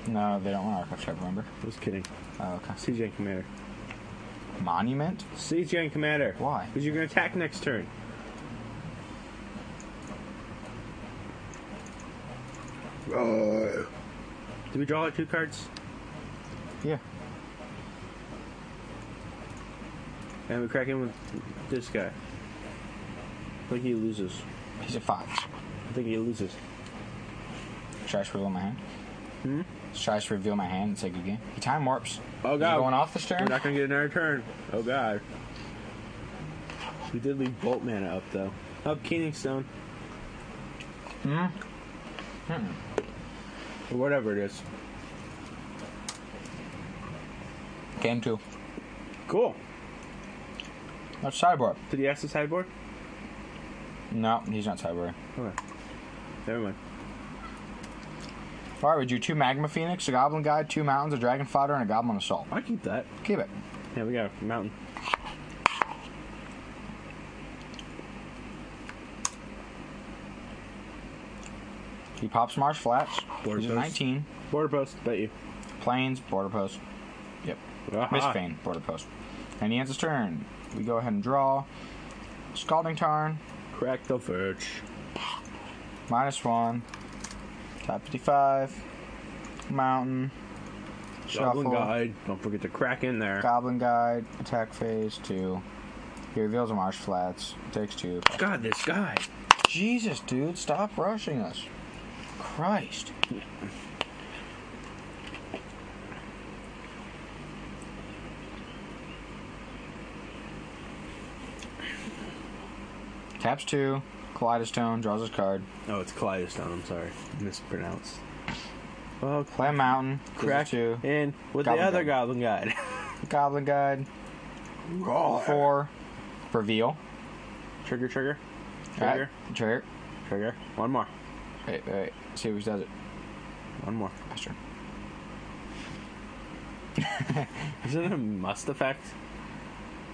[SPEAKER 1] No, they don't want archive check, remember?
[SPEAKER 2] Just kidding.
[SPEAKER 1] Oh, okay.
[SPEAKER 2] CJ Commander.
[SPEAKER 1] Monument?
[SPEAKER 2] CJ Commander.
[SPEAKER 1] Why?
[SPEAKER 2] Because you're gonna attack next turn. Uh, Did we draw like two cards?
[SPEAKER 1] Yeah.
[SPEAKER 2] And we crack in with this guy. I think he loses.
[SPEAKER 1] He's a 5.
[SPEAKER 2] I think he loses.
[SPEAKER 1] Should I just reveal my hand? Hmm? Should I just reveal my hand and say good game? He time warps.
[SPEAKER 2] Oh,
[SPEAKER 1] Is he
[SPEAKER 2] God.
[SPEAKER 1] going off the
[SPEAKER 2] We're
[SPEAKER 1] turn?
[SPEAKER 2] not gonna get another turn. Oh god. We did leave Bolt Mana up though. Up Keening Stone. Hmm. Or whatever it is.
[SPEAKER 1] Game 2.
[SPEAKER 2] Cool.
[SPEAKER 1] That's sideboard.
[SPEAKER 2] Did he ask the sideboard?
[SPEAKER 1] No, he's not sideboard.
[SPEAKER 2] Okay. Never mind.
[SPEAKER 1] Alright, we drew two Magma Phoenix, a Goblin Guide, two Mountains, a Dragon Fodder, and a Goblin Assault.
[SPEAKER 2] I keep that.
[SPEAKER 1] Keep it.
[SPEAKER 2] Yeah, we got a mountain.
[SPEAKER 1] He pops Marsh Flats.
[SPEAKER 2] Border
[SPEAKER 1] he's a
[SPEAKER 2] post.
[SPEAKER 1] 19.
[SPEAKER 2] Border post, bet you.
[SPEAKER 1] Plains, Border Post. Yep.
[SPEAKER 2] Aha.
[SPEAKER 1] Miss Fane, border post. And he ends his turn. We go ahead and draw. Scalding Tarn,
[SPEAKER 2] Crack the verge.
[SPEAKER 1] minus one. Top 55. Mountain.
[SPEAKER 2] Goblin
[SPEAKER 1] Shuffle.
[SPEAKER 2] guide. Don't forget to crack in there.
[SPEAKER 1] Goblin Guide. Attack phase two. He reveals a marsh flats. Takes two.
[SPEAKER 2] God, this guy.
[SPEAKER 1] Jesus, dude, stop rushing us. Christ. Taps two, Kaleidostone, draws his card.
[SPEAKER 2] Oh, it's Kaleidostone. I'm sorry, mispronounced. Well,
[SPEAKER 1] Play Mountain,
[SPEAKER 2] crack
[SPEAKER 1] crack two,
[SPEAKER 2] in with
[SPEAKER 1] Goblin
[SPEAKER 2] the other
[SPEAKER 1] Guide.
[SPEAKER 2] Goblin Guide.
[SPEAKER 1] Goblin Guide,
[SPEAKER 2] Oh,
[SPEAKER 1] four, reveal.
[SPEAKER 2] Trigger, trigger,
[SPEAKER 1] Alright,
[SPEAKER 2] trigger,
[SPEAKER 1] Trigger.
[SPEAKER 2] trigger. One more,
[SPEAKER 1] Wait, wait, wait. See who does it.
[SPEAKER 2] one more.
[SPEAKER 1] Faster. <laughs>
[SPEAKER 2] Isn't it a must effect?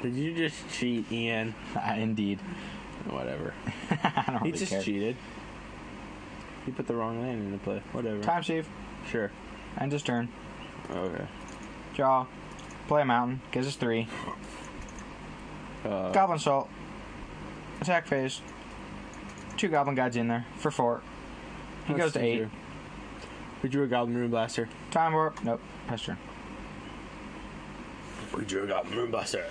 [SPEAKER 2] Did you just cheat, Ian?
[SPEAKER 1] Indeed. <laughs>
[SPEAKER 2] Whatever.
[SPEAKER 1] I don't
[SPEAKER 2] He
[SPEAKER 1] really
[SPEAKER 2] just
[SPEAKER 1] care.
[SPEAKER 2] cheated. He put the wrong land into play. Whatever.
[SPEAKER 1] Time Chief,
[SPEAKER 2] Sure.
[SPEAKER 1] ends his turn.
[SPEAKER 2] Okay.
[SPEAKER 1] Draw. Play a mountain. Gives us three.
[SPEAKER 2] Uh,
[SPEAKER 1] Goblin Salt. Attack phase. Two Goblin Guides in there for four. He
[SPEAKER 2] that's
[SPEAKER 1] goes to eight.
[SPEAKER 2] true. We drew a Goblin Rune Blaster.
[SPEAKER 1] Time Warp. Nope. Pass turn.
[SPEAKER 2] We drew a Goblin Rune Blaster.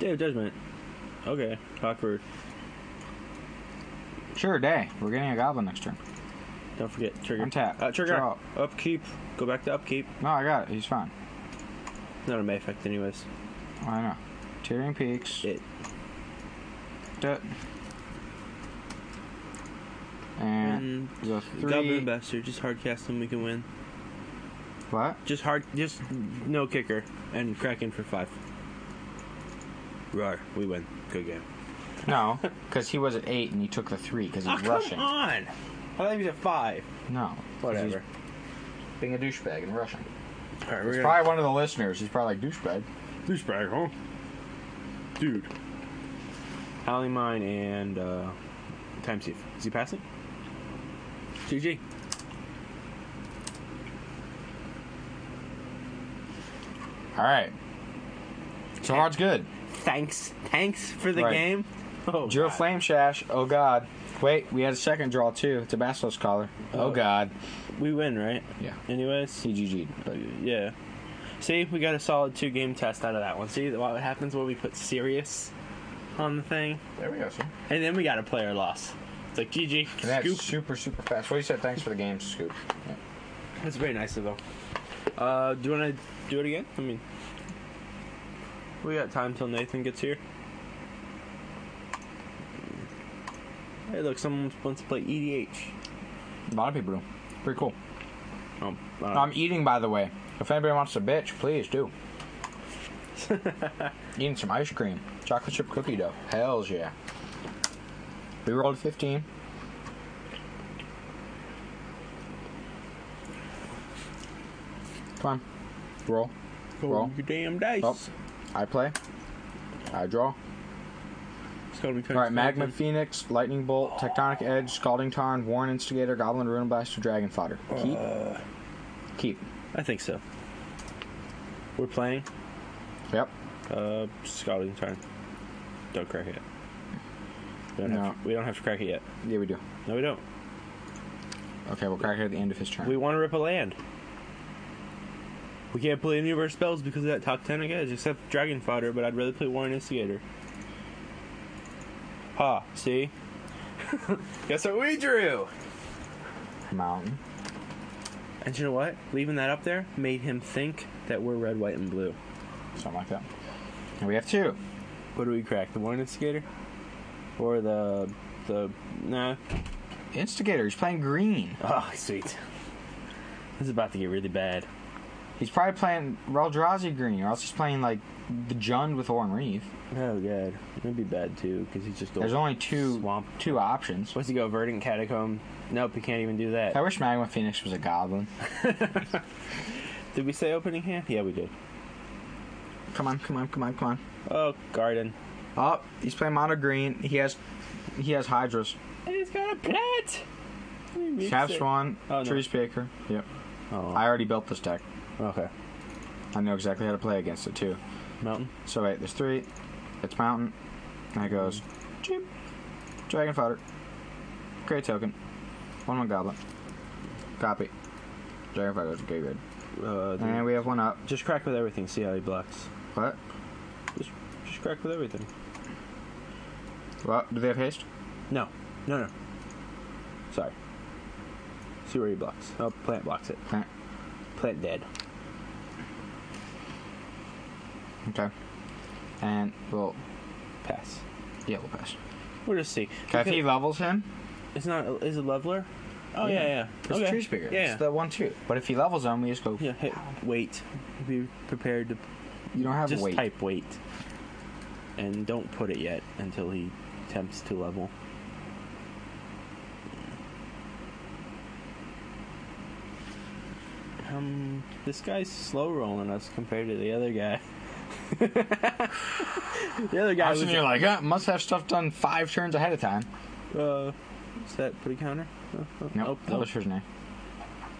[SPEAKER 2] Day of Judgment. Okay. Awkward.
[SPEAKER 1] Sure day. We're getting a Goblin next turn.
[SPEAKER 2] Don't forget trigger.
[SPEAKER 1] Untap.
[SPEAKER 2] Uh, trigger.
[SPEAKER 1] Draw.
[SPEAKER 2] Upkeep. Go back to upkeep.
[SPEAKER 1] No, I got it. He's fine.
[SPEAKER 2] Not a May effect, anyways.
[SPEAKER 1] I know. Tearing Peaks.
[SPEAKER 2] It.
[SPEAKER 1] Duh. And
[SPEAKER 2] Mm,
[SPEAKER 1] the
[SPEAKER 2] Goblin
[SPEAKER 1] three.
[SPEAKER 2] Blaster. Just hard cast him. We can win.
[SPEAKER 1] What?
[SPEAKER 2] Just hard. Just no kicker and Kraken for five. Roar. We win. Good game.
[SPEAKER 1] No, because he was at eight and he took the three because he's rushing.
[SPEAKER 2] Ah, on! I thought he was at five.
[SPEAKER 1] No, 'cause he's
[SPEAKER 2] Whatever.
[SPEAKER 1] being a douchebag and rushing.
[SPEAKER 2] All right, we're
[SPEAKER 1] It's probably one of the listeners. He's probably like douchebag.
[SPEAKER 2] douchebag, huh? Dude. Alley mine and uh, time thief. Is he passing? GG.
[SPEAKER 1] All right. So hard's good.
[SPEAKER 2] Thanks. Thanks for the
[SPEAKER 1] Right.
[SPEAKER 2] game. Oh,
[SPEAKER 1] Drew a
[SPEAKER 2] God.
[SPEAKER 1] flame shash. Oh God. Wait, we had a second draw too. It's a basilisk collar. Oh,
[SPEAKER 2] Oh.
[SPEAKER 1] God.
[SPEAKER 2] We win, right?
[SPEAKER 1] Yeah.
[SPEAKER 2] Anyways,
[SPEAKER 1] He GG'd. But
[SPEAKER 2] yeah. See, we got a solid two game test out of that one. See what happens when we put serious on the thing,
[SPEAKER 1] there we go. Sir.
[SPEAKER 2] and then we got a player loss. It's like GG.
[SPEAKER 1] That's
[SPEAKER 2] Scoop.
[SPEAKER 1] super super fast. Well, you said thanks for the game, Scoop. Yeah.
[SPEAKER 2] That's very nice of them. Uh, do you want to do it again? I mean, we got time till Nathan gets here. Hey, look, someone wants to play E EDH.
[SPEAKER 1] A lot of people do. Pretty cool.
[SPEAKER 2] Oh,
[SPEAKER 1] No, I'm eating, by the way. If anybody wants to bitch, please do. Eating some ice cream, chocolate chip cookie dough. Hell's yeah. We rolled 15. Come on, roll.
[SPEAKER 2] roll
[SPEAKER 1] roll.
[SPEAKER 2] your damn dice.
[SPEAKER 1] Oh. I play. I draw.
[SPEAKER 2] It's gonna be
[SPEAKER 1] All right, Magma Phoenix, Lightning Bolt, Tectonic Edge, Scalding Tarn, Warren Instigator, Goblin Rune Blaster, Dragon Fodder. Keep.
[SPEAKER 2] Uh.
[SPEAKER 1] Keep.
[SPEAKER 2] I think so. We're playing.
[SPEAKER 1] Yep.
[SPEAKER 2] Uh, scouting turn. Don't crack it. We don't,
[SPEAKER 1] No.
[SPEAKER 2] have to, we don't have to crack it yet.
[SPEAKER 1] Yeah, we do.
[SPEAKER 2] No, we don't.
[SPEAKER 1] Okay, we'll crack it at the end of his turn.
[SPEAKER 2] We want to rip a land. We can't play any of our spells because of that top 10 again, except Dragon Fodder, but I'd rather play Warren Instigator. Ha, see? <laughs> Guess what we drew?
[SPEAKER 1] Mountain.
[SPEAKER 2] And you know what? Leaving that up there made him think that we're red, white, and blue.
[SPEAKER 1] Something like that. And we have two.
[SPEAKER 2] What do we crack? The Warren Instigator? Or the. the. nah.
[SPEAKER 1] Instigator, he's playing green.
[SPEAKER 2] Oh, sweet. This is about to get really bad.
[SPEAKER 1] He's probably playing Reldrazi green, or else he's playing like the Jund with Orin Reeve.
[SPEAKER 2] Oh, God. It'd be bad, too, because he's just
[SPEAKER 1] There's
[SPEAKER 2] going.
[SPEAKER 1] only two
[SPEAKER 2] Swamp.
[SPEAKER 1] two options.
[SPEAKER 2] Supposed to go Verdant Catacomb. Nope, he can't even do that.
[SPEAKER 1] I wish Magma Phoenix was a goblin.
[SPEAKER 2] Did we say opening hand? Yeah, we did.
[SPEAKER 1] Come on, come on, come on, come on.
[SPEAKER 2] Oh, garden.
[SPEAKER 1] Oh, he's playing mono green. He has he has Hydras.
[SPEAKER 2] He's got a plant.
[SPEAKER 1] Cap Swan,
[SPEAKER 2] Oh, no.
[SPEAKER 1] Tree Speaker. Yep.
[SPEAKER 2] Oh,
[SPEAKER 1] I already built this deck.
[SPEAKER 2] okay.
[SPEAKER 1] I know exactly how to play against it too.
[SPEAKER 2] Mountain.
[SPEAKER 1] So wait, there's three. It's mountain. And it goes. Chip. Dragon fodder. Great token. One one goblin. Copy. Dragon fodder goes to graveyard.
[SPEAKER 2] Uh,
[SPEAKER 1] And we have one up.
[SPEAKER 2] Just crack with everything. See how he blocks.
[SPEAKER 1] What?
[SPEAKER 2] Just, just correct with everything.
[SPEAKER 1] Well, do they have haste?
[SPEAKER 2] No, no, no. Sorry. See where he blocks. Oh, plant blocks it.
[SPEAKER 1] Huh.
[SPEAKER 2] Plant dead.
[SPEAKER 1] Okay. And we'll
[SPEAKER 2] Pass.
[SPEAKER 1] yeah we'll pass.
[SPEAKER 2] We'll just see.
[SPEAKER 1] Okay, if he levels him,
[SPEAKER 2] It's not. Is it leveler? Oh
[SPEAKER 1] Yeah.
[SPEAKER 2] yeah, yeah.
[SPEAKER 1] it's
[SPEAKER 2] okay.
[SPEAKER 1] a tree speaker.
[SPEAKER 2] Yeah.
[SPEAKER 1] It's the one two. But if he levels him, we just go.
[SPEAKER 2] yeah. Hey, wait. Be prepared to
[SPEAKER 1] You don't have
[SPEAKER 2] just
[SPEAKER 1] weight.
[SPEAKER 2] type wait, and don't put it yet until he attempts to level. Um, this guy's slow rolling us compared to the other guy. <laughs> the other guy
[SPEAKER 1] Austin,
[SPEAKER 2] was
[SPEAKER 1] you're like, uh, must have stuff done five turns ahead of time.
[SPEAKER 2] uh, is that pretty counter? Oh, oh,
[SPEAKER 1] Nope,
[SPEAKER 2] oh,
[SPEAKER 1] that
[SPEAKER 2] oh.
[SPEAKER 1] was for his name.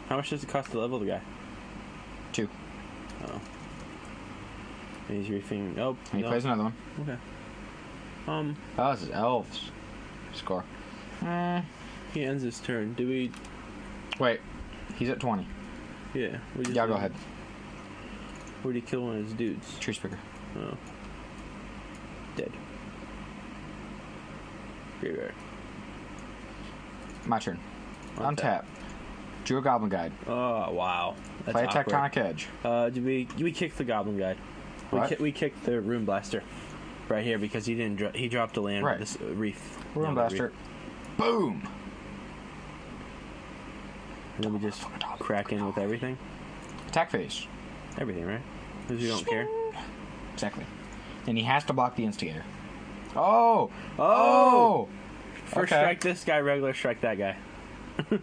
[SPEAKER 2] How much does it cost to level the guy?
[SPEAKER 1] Two.
[SPEAKER 2] Oh. And he's reefing. Oh,
[SPEAKER 1] And he
[SPEAKER 2] no.
[SPEAKER 1] plays another one.
[SPEAKER 2] Okay. Um,
[SPEAKER 1] Oh, this is elves. Score. Mm,
[SPEAKER 2] he ends his turn. Do we?
[SPEAKER 1] wait, he's at twenty.
[SPEAKER 2] Yeah. We just
[SPEAKER 1] Yeah, go ahead.
[SPEAKER 2] Where'd he kill one of his dudes?
[SPEAKER 1] Tree speaker.
[SPEAKER 2] Oh. Dead. Graveyard.
[SPEAKER 1] My turn.
[SPEAKER 2] On
[SPEAKER 1] Untap.
[SPEAKER 2] tap.
[SPEAKER 1] Drew a goblin guide.
[SPEAKER 2] Oh wow. That's
[SPEAKER 1] Play a
[SPEAKER 2] awkward.
[SPEAKER 1] tectonic edge.
[SPEAKER 2] Uh, do we? do We kick the goblin guy. We
[SPEAKER 1] What?
[SPEAKER 2] ki- we kicked the rune blaster, right here because he didn't. Dro- he dropped a land.
[SPEAKER 1] Right.
[SPEAKER 2] Right. This uh, reef.
[SPEAKER 1] Rune
[SPEAKER 2] Another
[SPEAKER 1] blaster.
[SPEAKER 2] reef.
[SPEAKER 1] Boom.
[SPEAKER 2] And then we just crack in with everything.
[SPEAKER 1] Attack phase.
[SPEAKER 2] Everything, right? Because we don't care.
[SPEAKER 1] Exactly. And he has to block the instigator. Oh.
[SPEAKER 2] Oh!
[SPEAKER 1] Oh.
[SPEAKER 2] First
[SPEAKER 1] Okay.
[SPEAKER 2] strike this guy, regular strike that guy. <laughs>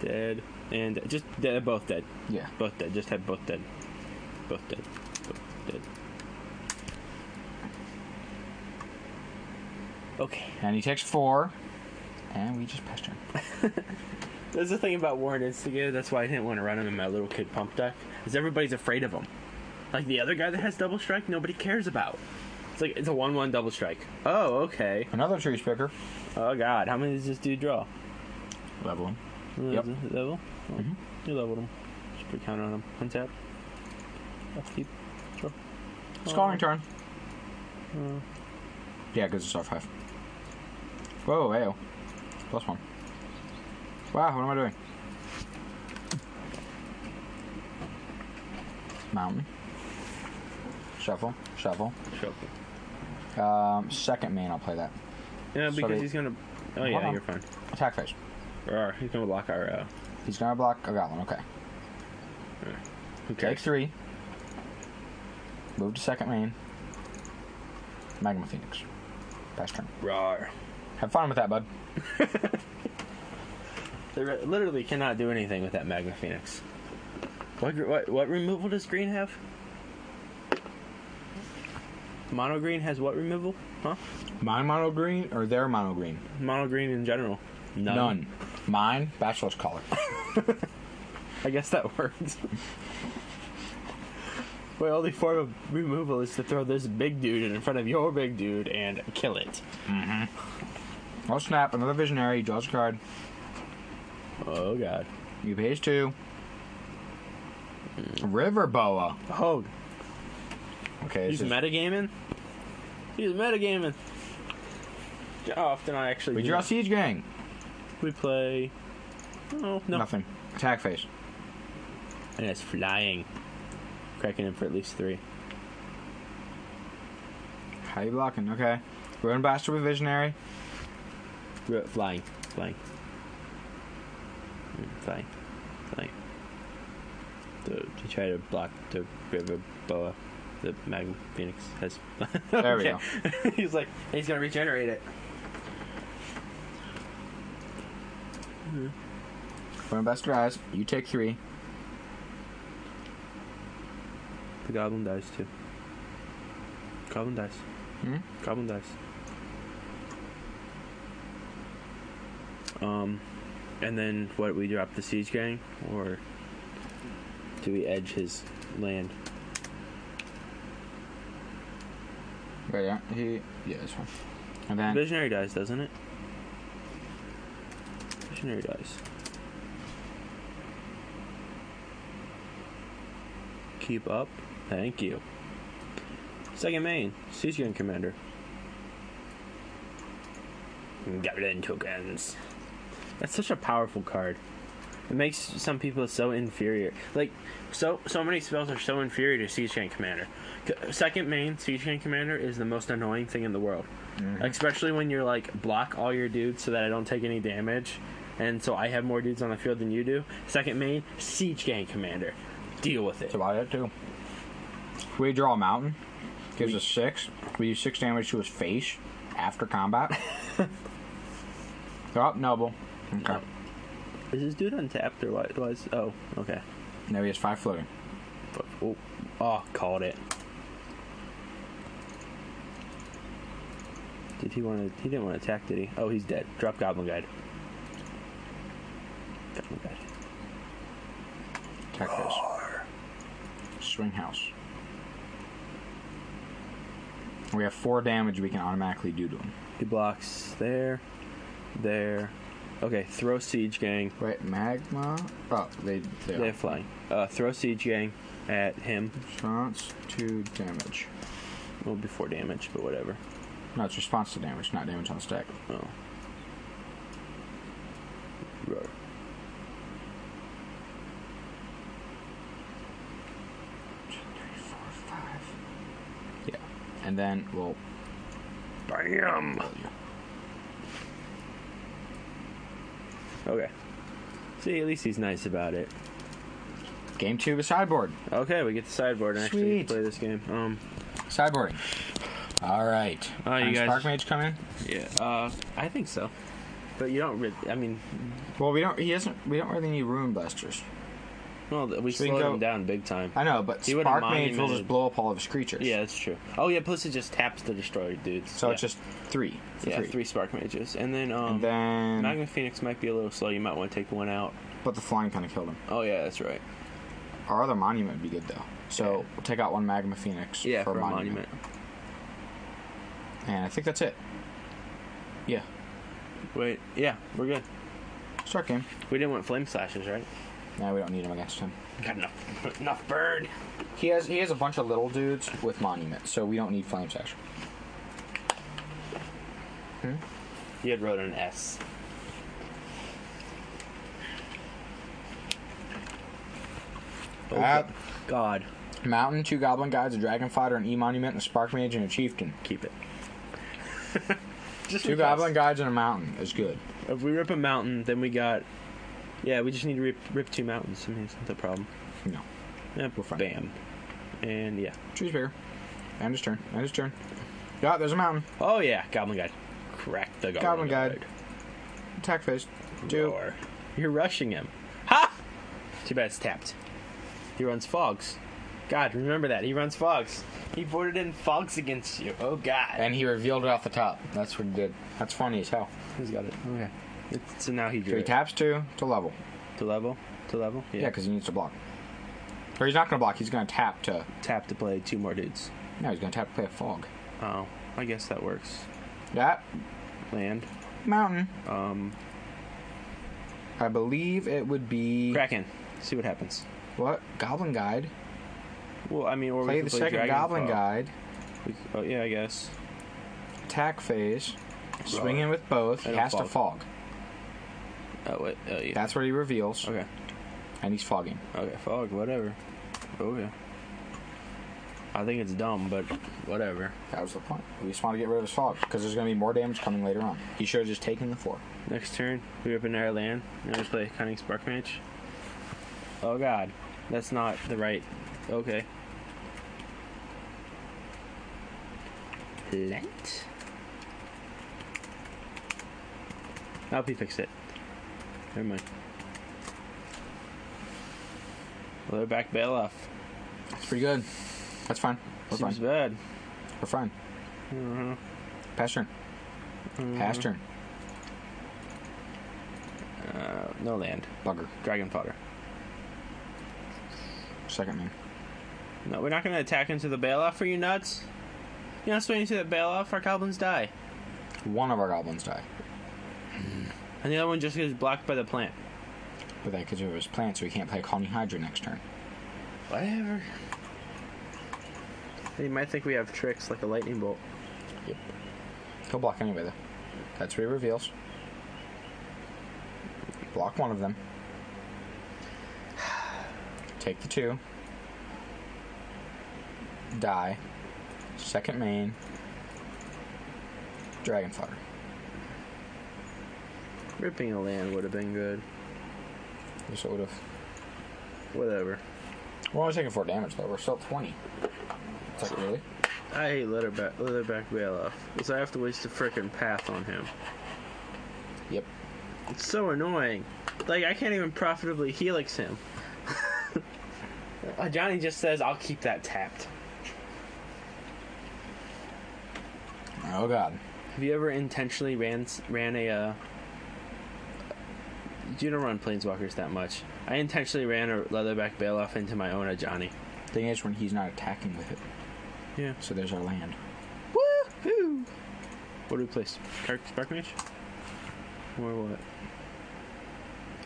[SPEAKER 2] dead. And just dead, both dead.
[SPEAKER 1] Yeah.
[SPEAKER 2] Both dead. Just had both dead. Both dead. Both dead. Okay.
[SPEAKER 1] And he takes four. And we just passed him.
[SPEAKER 2] That's the thing about Warren Instigator. That's why I didn't want to run him in my little kid pump deck. Is everybody's afraid of him. Like the other guy that has double strike, nobody cares about. It's like it's a one-one double strike. Oh, okay.
[SPEAKER 1] Another tree speaker.
[SPEAKER 2] Oh God, how many does this dude draw?
[SPEAKER 1] Level Mm-hmm. him.
[SPEAKER 2] Uh,
[SPEAKER 1] Yep.
[SPEAKER 2] is it Level? Oh, You leveled him. Just put counter on him. Untap. Upkeep. Draw.
[SPEAKER 1] Scoring turn.
[SPEAKER 2] Uh,
[SPEAKER 1] Yeah, because it's our five. Whoa, ayo. Plus one. Wow, what am I doing? Mountain. Shuffle, shuffle.
[SPEAKER 2] Shuffle.
[SPEAKER 1] Um, second main, I'll play that.
[SPEAKER 2] Yeah, because
[SPEAKER 1] Sorry.
[SPEAKER 2] he's gonna. Oh
[SPEAKER 1] Hold
[SPEAKER 2] yeah,
[SPEAKER 1] on.
[SPEAKER 2] you're fine.
[SPEAKER 1] Attack phase.
[SPEAKER 2] Or he's gonna block our. Uh,
[SPEAKER 1] He's gonna block a goblin, okay.
[SPEAKER 2] who
[SPEAKER 1] Take
[SPEAKER 2] cares?
[SPEAKER 1] three. Move to second main. Magma Phoenix. Pass turn.
[SPEAKER 2] Rawr.
[SPEAKER 1] Have fun with that, bud.
[SPEAKER 2] They re- literally cannot do anything with that Magma Phoenix. What, gr- what what removal does green have? Mono green has what removal? Huh?
[SPEAKER 1] My mono green or their mono green?
[SPEAKER 2] Mono green in general. None.
[SPEAKER 1] None. Mine, bachelor's collar.
[SPEAKER 2] I guess that <laughs> works. My only form of removal is to throw this big dude in front of your big dude and kill it.
[SPEAKER 1] oh snap! Another visionary draws a card.
[SPEAKER 2] Oh god.
[SPEAKER 1] You pays two. River boa.
[SPEAKER 2] Oh,
[SPEAKER 1] Okay,
[SPEAKER 2] he's
[SPEAKER 1] this is-
[SPEAKER 2] metagaming? He's metagaming. How often I actually
[SPEAKER 1] we
[SPEAKER 2] do
[SPEAKER 1] draw
[SPEAKER 2] that.
[SPEAKER 1] siege gang.
[SPEAKER 2] we play. Oh, no.
[SPEAKER 1] Nothing. Attack phase.
[SPEAKER 2] And it's flying. Cracking him for at least three.
[SPEAKER 1] How you blocking? Okay. Ruin blaster
[SPEAKER 2] <laughs>
[SPEAKER 1] with visionary.
[SPEAKER 2] R- flying. Flying. Mm, Flying. Flying. To, to try to block the river boa. The magma phoenix has. <laughs>
[SPEAKER 1] There we go.
[SPEAKER 2] go. he's like, he's gonna regenerate it.
[SPEAKER 1] Ruin blaster dies. You take three.
[SPEAKER 2] The goblin dies too. Goblin dies.
[SPEAKER 1] Hmm?
[SPEAKER 2] Goblin dies. Um, and then what? We drop the siege gang, or do we edge his land?
[SPEAKER 1] But yeah, he yeah, that's fine. And then
[SPEAKER 2] Visionary dies, doesn't it? Visionary dies. Keep up. Thank you. Second main, Siege Gun Commander. Goblin tokens. That's such a powerful card. It makes some people so inferior. Like, so so many spells are so inferior to Siege Gun Commander. C- Second main, Siege Gun Commander is the most annoying thing in the world. Especially when you're like, block all your dudes so that I don't take any damage. And so I have more dudes on the field than you do. Second main, Siege Gang Commander. Deal with it.
[SPEAKER 1] That's about it too. We draw a mountain. Gives us six. We do six damage to his face
[SPEAKER 2] <laughs>
[SPEAKER 1] after combat. oh, noble. Okay.
[SPEAKER 2] Is this dude untapped or what? Was oh okay.
[SPEAKER 1] Now he has five floating.
[SPEAKER 2] But- Oh, oh, called it. Did he want to? He didn't want to attack, did he? Oh, he's dead. Drop Goblin Guide. Goblin Guide.
[SPEAKER 1] Attack this. Swing house. We have four damage we can automatically do to him.
[SPEAKER 2] He blocks there, there. Okay, throw siege gang.
[SPEAKER 1] Wait, magma. Oh, they they,
[SPEAKER 2] They're
[SPEAKER 1] are.
[SPEAKER 2] flying. Uh, throw siege gang at him.
[SPEAKER 1] response to damage.
[SPEAKER 2] Well, before damage, but whatever.
[SPEAKER 1] No, it's response to damage, not damage on stack.
[SPEAKER 2] Oh. Roar.
[SPEAKER 1] Three, four, five. Yeah, and then we'll
[SPEAKER 2] Bam. Okay. See, at least he's nice about it.
[SPEAKER 1] game two of sideboard.
[SPEAKER 2] Okay, we get the sideboard and actually
[SPEAKER 1] Sweet.
[SPEAKER 2] play this game. Um,
[SPEAKER 1] Sideboarding. All right.
[SPEAKER 4] Oh, you
[SPEAKER 1] Can
[SPEAKER 4] guys-
[SPEAKER 1] Spark Mage come in?
[SPEAKER 4] Yeah. Uh,
[SPEAKER 2] I think so. But you don't. Really, I mean,
[SPEAKER 1] Well, we don't. He doesn't. We don't really need Rune Blasters.
[SPEAKER 2] well, th- we
[SPEAKER 1] So we
[SPEAKER 2] slowed
[SPEAKER 1] can go-
[SPEAKER 2] him down big time.
[SPEAKER 1] I know, but
[SPEAKER 2] He would've
[SPEAKER 1] Spark Mage will
[SPEAKER 2] monumented.
[SPEAKER 1] just blow up all of his creatures.
[SPEAKER 2] Yeah, that's true. Oh yeah, plus it just taps the destroyer dudes.
[SPEAKER 1] So
[SPEAKER 2] yeah.
[SPEAKER 1] it's just three. for
[SPEAKER 2] yeah,
[SPEAKER 1] three.
[SPEAKER 2] three. spark mages, and then um,
[SPEAKER 1] And then,
[SPEAKER 2] Magma Phoenix might be a little slow. You might want to take one out.
[SPEAKER 1] but the flying kind of killed him.
[SPEAKER 2] Oh yeah, that's right.
[SPEAKER 1] Our other monument would be good though. So we'll take out one Magma Phoenix.
[SPEAKER 2] Yeah,
[SPEAKER 1] for,
[SPEAKER 2] for,
[SPEAKER 1] a
[SPEAKER 2] a
[SPEAKER 1] monument. And I think that's it. Yeah.
[SPEAKER 2] monument. Wait, yeah, we're good.
[SPEAKER 1] Start game.
[SPEAKER 2] We didn't want flame slashes, right?
[SPEAKER 1] Now we don't need him against him.
[SPEAKER 2] Got enough, enough burn.
[SPEAKER 1] He has he has a bunch of little dudes with monument, so we don't need flame sash.
[SPEAKER 2] You had wrote an S. Oh,
[SPEAKER 1] Ah.
[SPEAKER 2] God,
[SPEAKER 1] Mountain, two goblin guides, a dragon fighter, an e monument, and a spark mage, and a chieftain.
[SPEAKER 2] keep it. <laughs> Just
[SPEAKER 1] Two
[SPEAKER 2] because.
[SPEAKER 1] goblin guides and a mountain is good.
[SPEAKER 2] If we rip a mountain, then we got. Yeah, we just need to rip, rip two mountains. I mean, it's not the problem.
[SPEAKER 1] No.
[SPEAKER 2] Yeah,
[SPEAKER 1] We're fine.
[SPEAKER 2] Bam. And yeah.
[SPEAKER 1] Tree's bigger. End his turn. End his turn. Yeah, there's a mountain.
[SPEAKER 2] Oh yeah, goblin guide. Crack the goblin,
[SPEAKER 1] Goblin guide. Attack phase. Do
[SPEAKER 2] Roar. You're rushing him. Ha! Too bad it's tapped. He runs fogs. God, remember that. He runs fogs. He boarded in fogs against you. Oh God.
[SPEAKER 1] and he revealed it off the top. That's what he did. That's funny as hell.
[SPEAKER 2] He's got it. Okay. It's, so now he
[SPEAKER 1] So
[SPEAKER 2] drew
[SPEAKER 1] he
[SPEAKER 2] it.
[SPEAKER 1] taps two to level.
[SPEAKER 2] to level. To level.
[SPEAKER 1] Yeah, because he needs to block. Or he's not going to block. He's going to tap to.
[SPEAKER 2] Tap to play two more dudes.
[SPEAKER 1] No, he's going to tap to play a fog.
[SPEAKER 2] Oh, I guess that works.
[SPEAKER 1] That
[SPEAKER 2] Land.
[SPEAKER 1] mountain.
[SPEAKER 2] Um,
[SPEAKER 1] I believe it would be
[SPEAKER 2] Kraken. See what happens.
[SPEAKER 1] what Goblin Guide.
[SPEAKER 2] Well, I mean, or we
[SPEAKER 1] Play
[SPEAKER 2] could
[SPEAKER 1] the second
[SPEAKER 2] Dragon
[SPEAKER 1] Goblin
[SPEAKER 2] Claw.
[SPEAKER 1] Guide.
[SPEAKER 2] We c- oh, yeah, I guess.
[SPEAKER 1] Attack phase. Swing in with both. He
[SPEAKER 2] And a
[SPEAKER 1] has to fog.
[SPEAKER 2] Oh wait. Oh yeah.
[SPEAKER 1] That's what he reveals,
[SPEAKER 2] okay.
[SPEAKER 1] and he's fogging.
[SPEAKER 2] Okay. Fog. Whatever. Oh yeah. I think it's dumb, but whatever.
[SPEAKER 1] That was the point. We just want to get rid of his fog because there's going to be more damage coming later on. He should have just taken the four.
[SPEAKER 2] Next turn, we rip into our land and we play Cunning Spark Mage. Oh god, that's not the right. Okay. Let. I'll be fixed it. Never mind. Well, they're back bail off.
[SPEAKER 1] That's pretty good. That's fine. We're
[SPEAKER 2] Seems
[SPEAKER 1] fine.
[SPEAKER 2] bad. Uh-huh,
[SPEAKER 1] We're fine. Pass turn.
[SPEAKER 2] Mm-hmm.
[SPEAKER 1] Pass turn.
[SPEAKER 2] Uh, no land.
[SPEAKER 1] Bugger.
[SPEAKER 2] Dragon fodder.
[SPEAKER 1] Second man.
[SPEAKER 2] No, we're not gonna attack into the bail off. Are you nuts? You're not swinging into the bail off. Our goblins die.
[SPEAKER 1] One of our goblins die,
[SPEAKER 2] And the other one just gets blocked by the plant.
[SPEAKER 1] but that because it was planned, so he can't play Colony Hydra next turn.
[SPEAKER 2] Whatever. They might think we have tricks like a lightning bolt.
[SPEAKER 1] Yep. He'll block anyway, though. That's what he reveals. Block one of them. <sighs> Take the two. Die. Second main. Dragon fodder.
[SPEAKER 2] Ripping a land would have been good.
[SPEAKER 1] Yes, it would have.
[SPEAKER 2] Whatever.
[SPEAKER 1] We're only taking four damage, though. We're still at 20. It's like, really?
[SPEAKER 2] I hate Leatherback, Leatherback Bailoff because I have to waste a frickin' path on him.
[SPEAKER 1] Yep.
[SPEAKER 2] It's so annoying. Like, I can't even profitably helix him. <laughs> Uh, Johnny just says, I'll keep that tapped.
[SPEAKER 1] Oh, God.
[SPEAKER 2] Have you ever intentionally ran s- ran a? Uh, you don't run planeswalkers that much. I intentionally ran a leatherback bail off into my own Johnny.
[SPEAKER 1] Thing is, when he's not attacking with it,
[SPEAKER 2] Yeah.
[SPEAKER 1] so there's our land.
[SPEAKER 2] Woohoo! What do we place? Spark Sparkmage? Or what?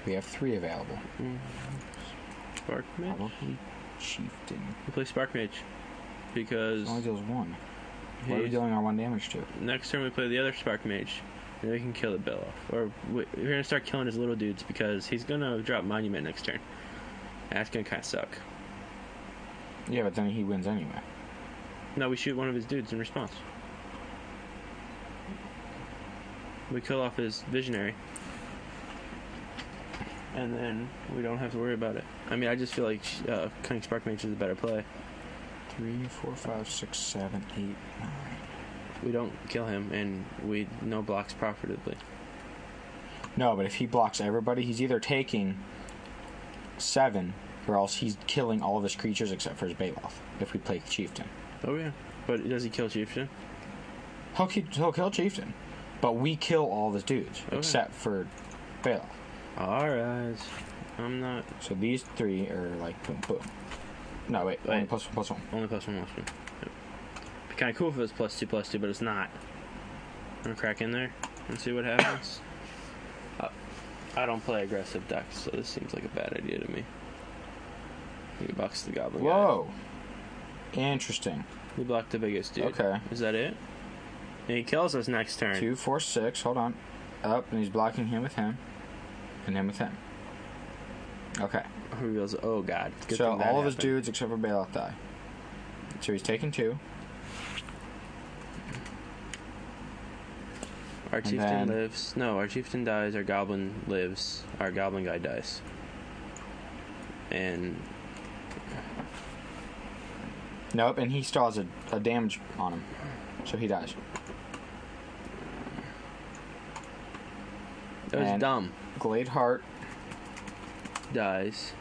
[SPEAKER 1] We have three available.
[SPEAKER 2] Mm, Sparkmage?
[SPEAKER 1] Probably Chieftain.
[SPEAKER 2] We play Sparkmage.
[SPEAKER 1] It
[SPEAKER 2] Because
[SPEAKER 1] only deals one. What are we
[SPEAKER 2] he's-
[SPEAKER 1] dealing our one damage to?
[SPEAKER 2] next turn we play the other Spark Mage, and we can kill the Bill off. Or we, we're gonna start killing his little dudes because he's gonna drop Monument next turn. And that's gonna kind of suck.
[SPEAKER 1] Yeah, but then he wins anyway.
[SPEAKER 2] No, we shoot one of his dudes in response. We kill off his visionary. And then we don't have to worry about it. I mean, I just feel like uh, Cunning Spark Mage is a better play.
[SPEAKER 1] Three, four, five, six, seven, eight, nine.
[SPEAKER 2] We don't kill him, and we no blocks profitably.
[SPEAKER 1] No, but if he blocks everybody, he's either taking seven, or else he's killing all of his creatures except for his Baloth. If we play Chieftain,
[SPEAKER 2] Oh yeah, but does he kill Chieftain?
[SPEAKER 1] he'll, keep, he'll kill Chieftain, but we kill all of his dudes
[SPEAKER 2] Okay.
[SPEAKER 1] except for Baloth.
[SPEAKER 2] All right, I'm not
[SPEAKER 1] So these three are like boom, boom. No, wait, only
[SPEAKER 2] Wait.
[SPEAKER 1] plus one, plus one.
[SPEAKER 2] Only plus one, plus one. Yep. Be kind of cool if it was plus two, plus two, but it's not. I'm gonna crack in there and see what happens. <coughs> uh, I don't play aggressive decks, so this seems like a bad idea to me. You box the goblin. guy.
[SPEAKER 1] Whoa, interesting.
[SPEAKER 2] You block the biggest dude.
[SPEAKER 1] Okay.
[SPEAKER 2] Is that it? And he kills us next turn.
[SPEAKER 1] Two, four, six. Hold on. Up, and he's blocking him with him, and him with him. Okay.
[SPEAKER 2] He reveals, oh god. Good
[SPEAKER 1] so all
[SPEAKER 2] thing that
[SPEAKER 1] of his
[SPEAKER 2] happened.
[SPEAKER 1] dudes except for Bailoff die. So he's taking two.
[SPEAKER 2] Our
[SPEAKER 1] and
[SPEAKER 2] chieftain
[SPEAKER 1] then-
[SPEAKER 2] lives. No, our chieftain dies. Our goblin lives. Our goblin guy dies. And
[SPEAKER 1] Nope, and he still has a, a damage on him. So he dies.
[SPEAKER 2] that was
[SPEAKER 1] And-
[SPEAKER 2] dumb.
[SPEAKER 1] Glade Heart.
[SPEAKER 2] Dies.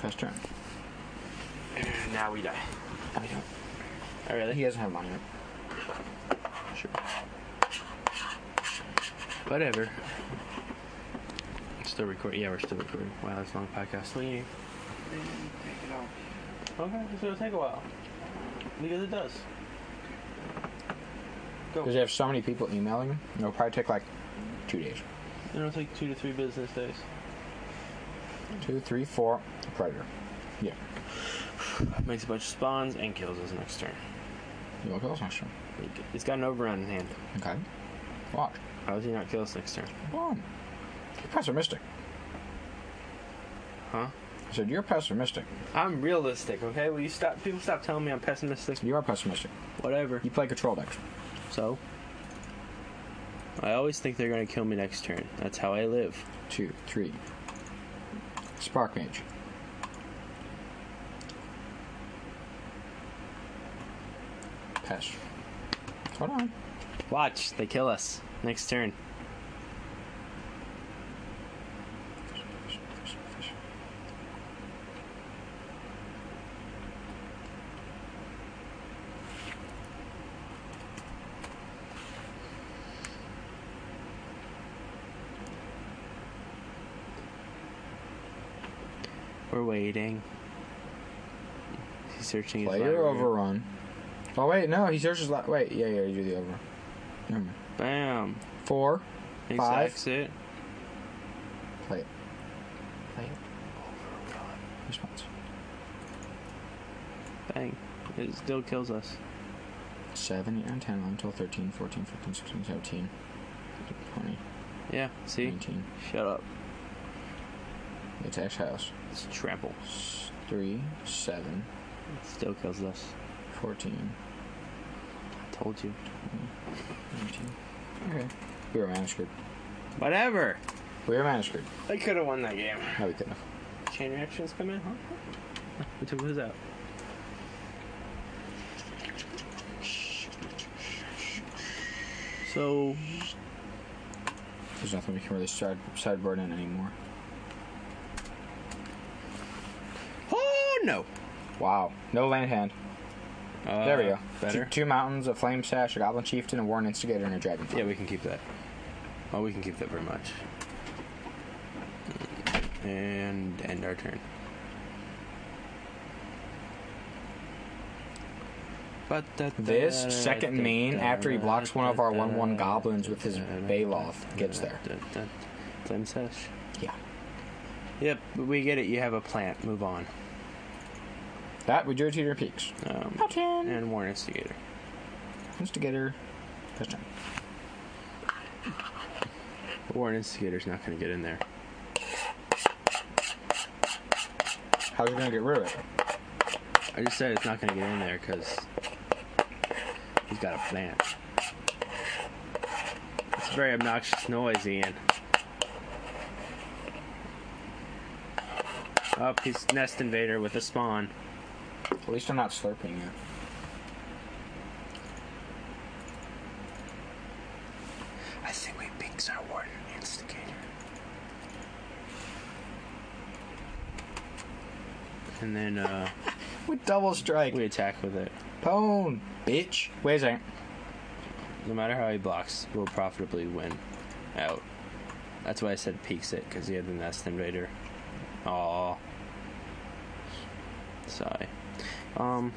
[SPEAKER 1] Pass turn.
[SPEAKER 2] Now we die.
[SPEAKER 1] No, we don't.
[SPEAKER 2] Oh, really?
[SPEAKER 1] He doesn't have monument.
[SPEAKER 2] Sure. Whatever. Still recording. Yeah, we're still recording. Wow, that's a long podcast. Leave. Okay, it's gonna take a while. Because it does.
[SPEAKER 1] Because they have so many people emailing him. It'll probably take like two days.
[SPEAKER 2] It'll take two to three business days.
[SPEAKER 1] Two, three, four. Predator. Yeah.
[SPEAKER 2] Makes a bunch of spawns and kills us next turn.
[SPEAKER 1] You will kill us next turn.
[SPEAKER 2] He's got an overrun in hand.
[SPEAKER 1] Okay. Watch.
[SPEAKER 2] How does he not kill us next turn?
[SPEAKER 1] One. You're pessimistic.
[SPEAKER 2] Huh?
[SPEAKER 1] I said, You're pessimistic.
[SPEAKER 2] I'm realistic, okay? Will you stop? People stop telling me I'm pessimistic.
[SPEAKER 1] You are pessimistic.
[SPEAKER 2] Whatever.
[SPEAKER 1] You play control decks.
[SPEAKER 2] So? I always think they're gonna kill me next turn. That's how I live.
[SPEAKER 1] Two, three. Spark Mage. Pass. Hold on.
[SPEAKER 2] Watch, they kill us next turn. We're waiting. He's searching his
[SPEAKER 1] Player
[SPEAKER 2] library.
[SPEAKER 1] overrun. Oh wait, no, he searches. La- wait, yeah, yeah, you do the overrun. Never mind.
[SPEAKER 2] Bam.
[SPEAKER 1] Four.
[SPEAKER 2] He
[SPEAKER 1] Five.
[SPEAKER 2] sacks it.
[SPEAKER 1] Play it.
[SPEAKER 5] thing. It still kills us.
[SPEAKER 1] 7, 8, 9, 10, 11, 12, 13, 14, 15, 16, 17, 20,
[SPEAKER 5] Yeah, see?
[SPEAKER 1] 19.
[SPEAKER 5] Shut up.
[SPEAKER 1] It's X house.
[SPEAKER 5] It's trample.
[SPEAKER 1] S- 3, 7,
[SPEAKER 5] It still kills us.
[SPEAKER 1] 14,
[SPEAKER 5] I told you.
[SPEAKER 1] 19. Okay. We were manuscript.
[SPEAKER 5] Whatever!
[SPEAKER 1] We were manuscript.
[SPEAKER 2] I could have won that game.
[SPEAKER 1] No, we couldn't have.
[SPEAKER 2] Chain reactions come in, huh? We took those out.
[SPEAKER 5] So,
[SPEAKER 1] There's nothing we can really side sideboard in anymore.
[SPEAKER 2] Oh no!
[SPEAKER 1] Wow. No land hand.
[SPEAKER 2] Uh,
[SPEAKER 1] There we go.
[SPEAKER 2] Better.
[SPEAKER 1] Two, two mountains, a flame sash, a goblin chieftain, a warren instigator, and a dragon.
[SPEAKER 2] Yeah, we can keep that. Oh, we can keep that very much. And end our turn. But that
[SPEAKER 1] This second main, after he blocks one of our 1 1 goblins with his Baloth, gets there.
[SPEAKER 2] Flame sash.
[SPEAKER 1] Yeah.
[SPEAKER 2] Yep, we get it. You have a plant. Move on.
[SPEAKER 1] That, we drew to your peaks.
[SPEAKER 2] Um,
[SPEAKER 1] Mountain!
[SPEAKER 2] and War Instigator.
[SPEAKER 1] Instigator. That's turn.
[SPEAKER 2] War Instigator's not going to get in there.
[SPEAKER 1] How's he gonna get rid of it?
[SPEAKER 2] I just said it's not going to get in there because he's got a plant. It's a very obnoxious noise, Ian. Up, Oh, he's Nest Invader with a spawn.
[SPEAKER 1] At least I'm not slurping yet.
[SPEAKER 2] I think we picked our Warden Instigator. And then uh,
[SPEAKER 1] With double strike.
[SPEAKER 2] we attack with it.
[SPEAKER 1] Pwn, bitch. Wait a second.
[SPEAKER 2] No matter how he blocks, we'll profitably win out. That's why I said peaks it, because he had the Nest Invader. Aw. Sigh. Um,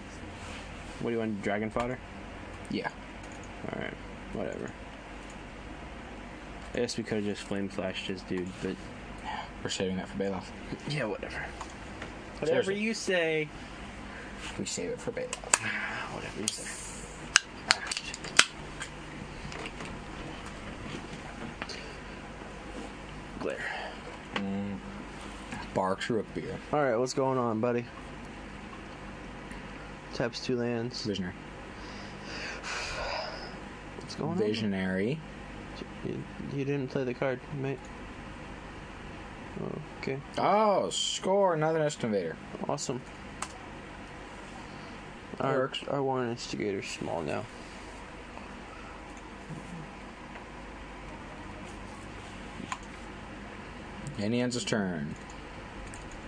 [SPEAKER 2] what do you want, Dragon Fodder?
[SPEAKER 1] Yeah.
[SPEAKER 2] Alright, whatever. I guess we could have just Flame Flashed his dude, but
[SPEAKER 1] We're saving that for Baloth.
[SPEAKER 2] yeah, whatever.
[SPEAKER 1] Whatever Seriously.
[SPEAKER 2] you say. Ah,
[SPEAKER 1] We save it for Baloth.
[SPEAKER 2] Whatever you say. Glare.
[SPEAKER 1] Mm. Barks root beer.
[SPEAKER 2] All right, what's going on, buddy? Taps two lands.
[SPEAKER 1] Visionary.
[SPEAKER 2] What's going
[SPEAKER 1] Visionary.
[SPEAKER 2] on? You, you didn't play the card, mate. Okay,
[SPEAKER 1] Oh, score another nest invader.
[SPEAKER 2] awesome.
[SPEAKER 1] That
[SPEAKER 2] our,
[SPEAKER 1] works.
[SPEAKER 2] Our Warren Instigator's small now.
[SPEAKER 1] And he ends his turn.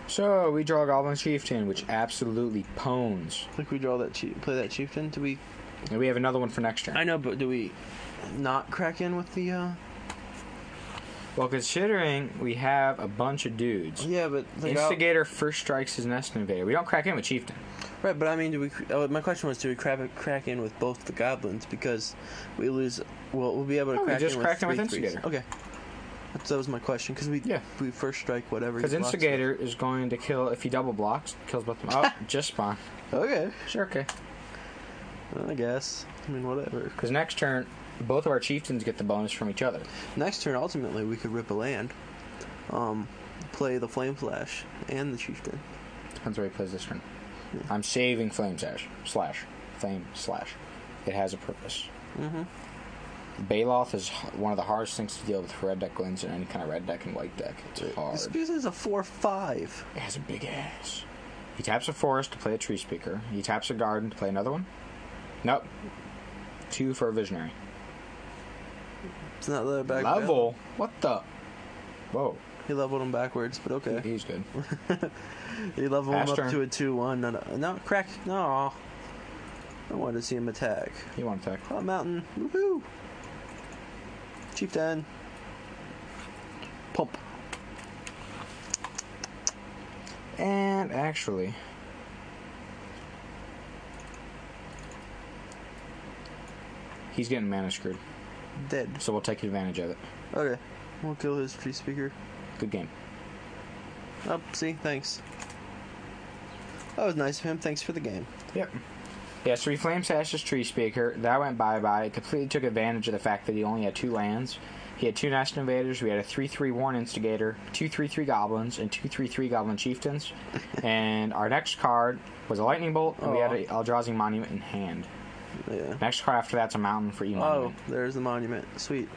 [SPEAKER 1] So we draw a Goblin Chieftain, which absolutely pones.
[SPEAKER 2] Like we draw that, chie- play that chieftain. Do we?
[SPEAKER 1] And we have another one for next turn.
[SPEAKER 2] I know, but do we not crack in with the? uh
[SPEAKER 1] Well, considering we have a bunch of dudes,
[SPEAKER 2] Yeah, but like, I'll-
[SPEAKER 1] Instigator first strikes his Nest Invader. We don't crack in with Chieftain.
[SPEAKER 2] Right, but I mean, do we? Oh, my question was, do we crack, crack in with both the goblins because we lose? Well, we'll be able to
[SPEAKER 1] Oh, we
[SPEAKER 2] crack
[SPEAKER 1] just
[SPEAKER 2] in
[SPEAKER 1] cracked in
[SPEAKER 2] with
[SPEAKER 1] with
[SPEAKER 2] three threes.
[SPEAKER 1] Instigator.
[SPEAKER 2] Okay, That's, that was my question because we
[SPEAKER 1] Yeah.
[SPEAKER 2] we first strike whatever.
[SPEAKER 1] Because
[SPEAKER 2] he blocks
[SPEAKER 1] Instigator is going to kill, if he double blocks, kills both
[SPEAKER 2] <laughs>
[SPEAKER 1] of them. Oh, just spawn.
[SPEAKER 2] with. Okay,
[SPEAKER 1] Sure, okay.
[SPEAKER 2] I guess. I mean, whatever.
[SPEAKER 1] Because next turn, both of our Chieftains get the bonus from each other.
[SPEAKER 2] Next turn, ultimately, we could rip a land, um, play the flame flash and the chieftain.
[SPEAKER 1] Depends where he plays this turn. I'm saving Flame Sash. Slash. Flame Slash. It has a purpose.
[SPEAKER 2] Mm-hmm.
[SPEAKER 1] Baloth is h- one of the hardest things to deal with for red deck wins in any kind of red deck and white deck. It's hard.
[SPEAKER 2] This piece is a four-five.
[SPEAKER 1] It has a big ass. He taps a forest to play a tree speaker. He taps a garden to play another one. Nope. Two for a visionary.
[SPEAKER 2] It's not that back
[SPEAKER 1] Level? What the? Whoa.
[SPEAKER 2] He leveled him backwards, but okay.
[SPEAKER 1] He's good.
[SPEAKER 2] He leveled him
[SPEAKER 1] Pass
[SPEAKER 2] up
[SPEAKER 1] turn.
[SPEAKER 2] to a two-one. No, no, no, crack. No, I wanted to see him attack.
[SPEAKER 1] He won't attack.
[SPEAKER 2] Hot Mountain. Woohoo! Chieftain. Pump.
[SPEAKER 1] And actually. He's getting mana screwed,
[SPEAKER 2] Dead.
[SPEAKER 1] so we'll take advantage of it.
[SPEAKER 2] Okay. We'll kill his tree speaker.
[SPEAKER 1] Good game.
[SPEAKER 2] Up, see, thanks.
[SPEAKER 6] That was nice of him. Thanks for the game.
[SPEAKER 1] Yep. Yeah, so he flame sashed his tree speaker. That went bye bye. It completely took advantage of the fact that he only had two lands. He had two Nest Invaders. We had a 3 3 Warn Instigator, two 3 3 Goblins, and two 3 3 Goblin Chieftains. and our next card was a Lightning Bolt, and we had an Eldrazi Monument in hand.
[SPEAKER 6] Yeah.
[SPEAKER 1] Next card after that's a Mountain for E
[SPEAKER 6] Oh,
[SPEAKER 1] Monument.
[SPEAKER 6] there's the monument. Sweet.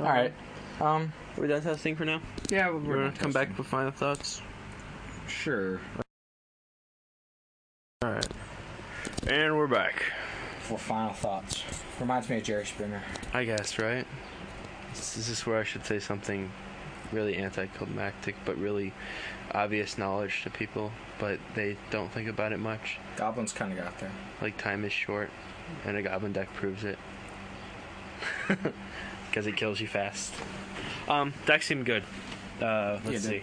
[SPEAKER 2] Oh,
[SPEAKER 1] Alright. Um,
[SPEAKER 6] Are we done testing for now?
[SPEAKER 1] yeah,
[SPEAKER 6] We're gonna come back with final thoughts.
[SPEAKER 1] Sure.
[SPEAKER 6] All right.
[SPEAKER 2] And we're back.
[SPEAKER 1] For final thoughts. Reminds me of Jerry Springer.
[SPEAKER 2] I guess, right? This this is where I should say something really anticlimactic, but really obvious knowledge to people, but they don't think about it much.
[SPEAKER 1] Goblins kind of got there.
[SPEAKER 2] Like, time is short, and a goblin deck proves it. <laughs> Because it kills you fast. Um, deck seemed good. Uh,
[SPEAKER 1] Yeah, it
[SPEAKER 2] let's see.
[SPEAKER 1] did.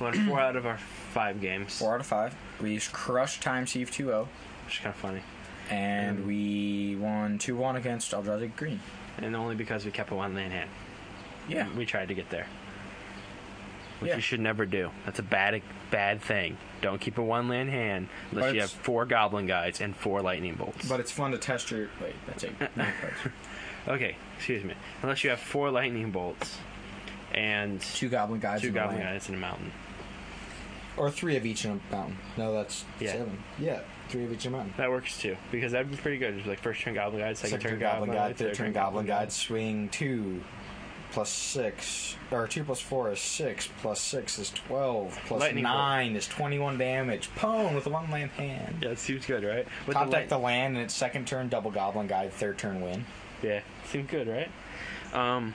[SPEAKER 2] Won four out of our five games,
[SPEAKER 1] Four out of five. We used Crush Time Sieve 2 0,
[SPEAKER 2] which is kind of funny.
[SPEAKER 1] and we won 2 1 against Eldrazi Green.
[SPEAKER 2] And only because we kept a one land hand. We tried to get there. Which
[SPEAKER 1] Yeah.
[SPEAKER 2] you should never do. That's a bad bad thing. Don't keep a one land hand unless
[SPEAKER 1] But
[SPEAKER 2] you have
[SPEAKER 1] it's-
[SPEAKER 2] four goblin guides and four lightning bolts.
[SPEAKER 1] But it's fun to test your. Wait, that's it. No cards.
[SPEAKER 2] okay, excuse me. Unless you have four lightning bolts and
[SPEAKER 1] Two goblin guys.
[SPEAKER 2] two
[SPEAKER 1] in the
[SPEAKER 2] goblin
[SPEAKER 1] land.
[SPEAKER 2] guides in a mountain.
[SPEAKER 1] Or three of each in a mountain. No, that's
[SPEAKER 2] Yeah.
[SPEAKER 1] seven. Yeah, three of each in a mountain.
[SPEAKER 2] That works too, because that'd be pretty good. Just like first turn goblin guide, second, turn goblin, guide,
[SPEAKER 1] third turn goblin guide, swing two. Plus six, or two plus four is six. Plus six is twelve. plus
[SPEAKER 2] Lightning bolt.
[SPEAKER 1] nine is twenty-one damage. Pwn with a one land hand.
[SPEAKER 2] Yeah, it seems good, right? With
[SPEAKER 1] Top
[SPEAKER 2] light-
[SPEAKER 1] deck the land, and it's second turn double goblin guide, third turn win.
[SPEAKER 2] Yeah, seemed good, right? Um,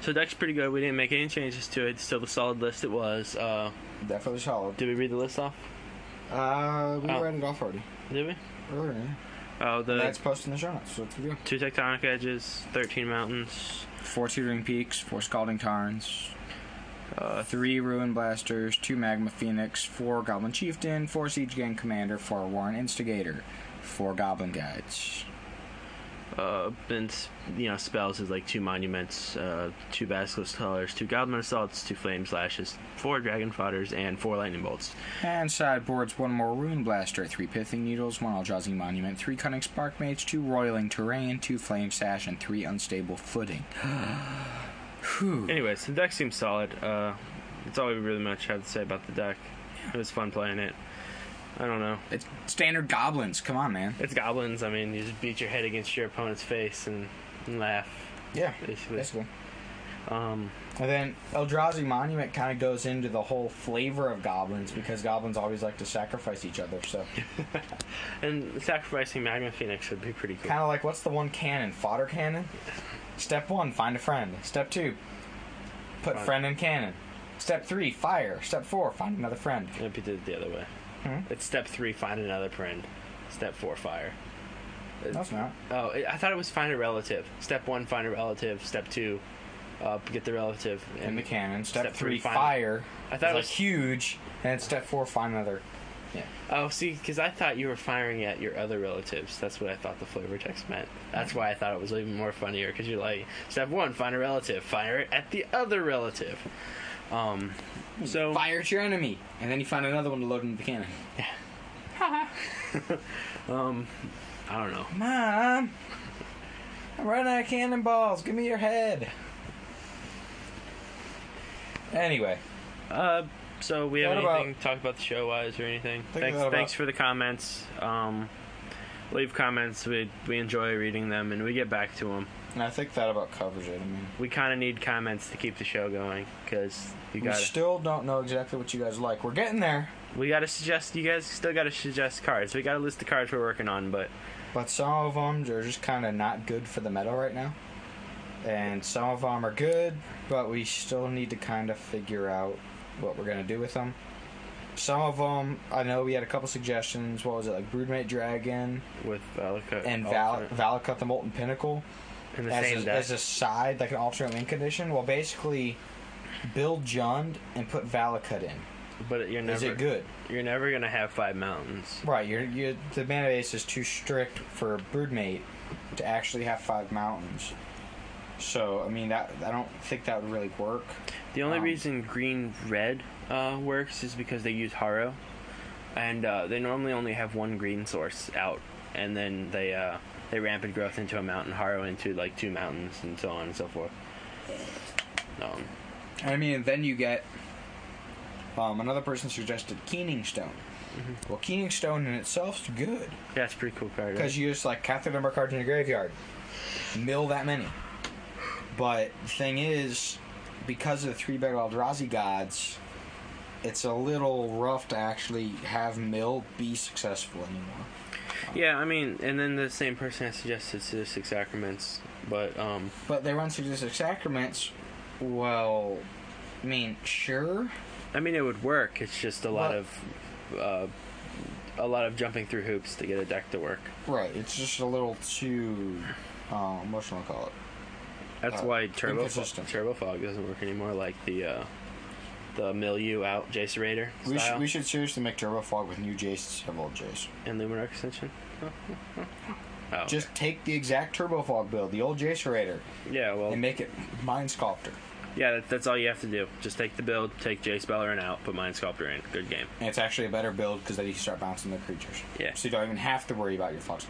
[SPEAKER 2] so deck's pretty good. We didn't make any changes to it. Still the solid list it was. Uh,
[SPEAKER 1] Definitely solid.
[SPEAKER 2] did we read the list off?
[SPEAKER 1] Uh, we
[SPEAKER 2] Oh.
[SPEAKER 1] read it off already
[SPEAKER 2] Did we?
[SPEAKER 1] earlier. yeah.
[SPEAKER 2] Oh, the
[SPEAKER 1] That's posted in the show notes. So it's good.
[SPEAKER 2] two tectonic edges, thirteen mountains.
[SPEAKER 1] Four tutoring peaks, four scalding tarns, uh, three ruin blasters, two magma phoenix, four goblin chieftain, four siege gang commander, four warren instigator, four goblin guides.
[SPEAKER 2] Uh, and s- you know spells is like two monuments, uh, two basilisk colors, two goblin assaults, two flame slashes, four dragon fodders, and four lightning bolts.
[SPEAKER 1] And sideboards one more ruin blaster, three pithing needles, one Eldrazi monument, three cunning spark mage, two roiling terrain, two flame sash, and three unstable footing. <gasps> Whew.
[SPEAKER 2] Anyways, the deck seems solid. Uh, that's all we really much have to say about the deck. It was fun playing it. I don't know.
[SPEAKER 1] It's standard goblins. Come on, man.
[SPEAKER 2] It's goblins. I mean, you just beat your head against your opponent's face and, and laugh.
[SPEAKER 1] Yeah,
[SPEAKER 2] Basically.
[SPEAKER 1] basically.
[SPEAKER 2] Um,
[SPEAKER 1] And then Eldrazi Monument kind of goes into the whole flavor of goblins because goblins always like to sacrifice each other. So
[SPEAKER 2] and sacrificing Magma Phoenix would be pretty cool.
[SPEAKER 1] kind of like what's the one cannon? Fodder cannon. Step one, find a friend. Step two, put
[SPEAKER 2] Fine.
[SPEAKER 1] friend in cannon. Step three, fire. Step four, find another friend.
[SPEAKER 2] If you did it the other way.
[SPEAKER 1] Hmm?
[SPEAKER 2] It's step three, find another friend. Step four, fire.
[SPEAKER 1] No, it's not.
[SPEAKER 2] Oh, it, I thought it was find a relative. Step one, find a relative. Step two, uh, get the relative.
[SPEAKER 1] In the cannon. Step,
[SPEAKER 2] Step
[SPEAKER 1] three,
[SPEAKER 2] three, find-
[SPEAKER 1] fire.
[SPEAKER 2] I thought it
[SPEAKER 1] It's,
[SPEAKER 2] was-
[SPEAKER 1] like huge. And then step four, find another.
[SPEAKER 2] Oh, see, because I thought you were firing at your other relatives. That's what I thought the flavor text meant. That's why I thought it was even more funnier, because you're like, step one, find a relative. Fire it at the other relative. Um, so,
[SPEAKER 1] Fire at your enemy, and then you find another one to load into the cannon.
[SPEAKER 2] I don't know.
[SPEAKER 1] Mom, I'm running out of cannonballs. Give me your head. Anyway,
[SPEAKER 2] Uh, so we have
[SPEAKER 1] What about-
[SPEAKER 2] anything to talk about the show wise or anything? Thanks,
[SPEAKER 1] about-
[SPEAKER 2] thanks for the comments. Um, leave comments. We we enjoy reading them, and we get back to them.
[SPEAKER 1] and I think that about covers it. I mean,
[SPEAKER 2] We kind of need comments to keep the show going because you
[SPEAKER 1] we
[SPEAKER 2] got to
[SPEAKER 1] still don't know exactly what you guys like. We're getting there,
[SPEAKER 2] we got to suggest. You guys still got to suggest cards. We got to list the cards we're working on, but
[SPEAKER 1] but some of them are just kind of not good for the meta right now, and some of them are good, but we still need to kind of figure out what we're gonna do with them. Some of them, I know we had a couple suggestions. What was it like, Broodmate Dragon
[SPEAKER 2] with uh, Valakut
[SPEAKER 1] and Val- Valakut the Molten Pinnacle?
[SPEAKER 2] in the same
[SPEAKER 1] as a,
[SPEAKER 2] deck.
[SPEAKER 1] as a side, like an alternate win condition. Well, basically, build Jund and put Valakut in.
[SPEAKER 2] but you're never
[SPEAKER 1] Is it good?
[SPEAKER 2] you're never gonna have five mountains.
[SPEAKER 1] Right, you're, you the mana base is too strict for Broodmate to actually have five mountains. So, I mean, that I don't think that would really work.
[SPEAKER 2] The only
[SPEAKER 1] Um,
[SPEAKER 2] reason green red uh, works is because they use Haro. and uh, they normally only have one green source out, and then they uh, they rampant growth into a mountain, harrow into like two mountains, and so on and so forth. Um,
[SPEAKER 1] I mean, then you get. Um, another person suggested Keening Stone.
[SPEAKER 2] Mm-hmm.
[SPEAKER 1] Well, Keening Stone in itself's good
[SPEAKER 2] yeah, it's a pretty cool card.
[SPEAKER 1] because you just like cast the number of cards in your graveyard, mill that many. But the thing is, because of the three big Eldrazi gods, it's a little rough to actually have mill be successful anymore.
[SPEAKER 2] Yeah, I mean, and then the same person has suggested sadistic sacraments, but um,
[SPEAKER 1] But they run sadistic sacraments. Well, I mean, sure.
[SPEAKER 2] I mean, it would work. It's just a lot
[SPEAKER 1] But-
[SPEAKER 2] of uh, a lot of jumping through hoops to get a deck to work.
[SPEAKER 1] Right, it's just a little too. Um, what shall I call it?
[SPEAKER 2] That's
[SPEAKER 1] Uh,
[SPEAKER 2] why turbo
[SPEAKER 1] inconsistent.
[SPEAKER 2] turbo fog doesn't work anymore. Like the uh, the milieu out Jacerator
[SPEAKER 1] We,
[SPEAKER 2] style
[SPEAKER 1] should we should seriously make Turbo Fog with new Jace instead of old Jace.
[SPEAKER 2] and Luminar
[SPEAKER 1] <laughs>
[SPEAKER 2] extension. Oh,
[SPEAKER 1] Just take the exact Turbo Fog build, the old Jace Raider,
[SPEAKER 2] yeah, well,
[SPEAKER 1] and make it Mind Sculptor.
[SPEAKER 2] yeah, that, that's all you have to do. Just take the build, take Jace Bellerin out, put Mind Sculptor in. Good game.
[SPEAKER 1] And it's actually a better build because then you can start bouncing the creatures.
[SPEAKER 2] Yeah.
[SPEAKER 1] So you don't even have to worry about your flux.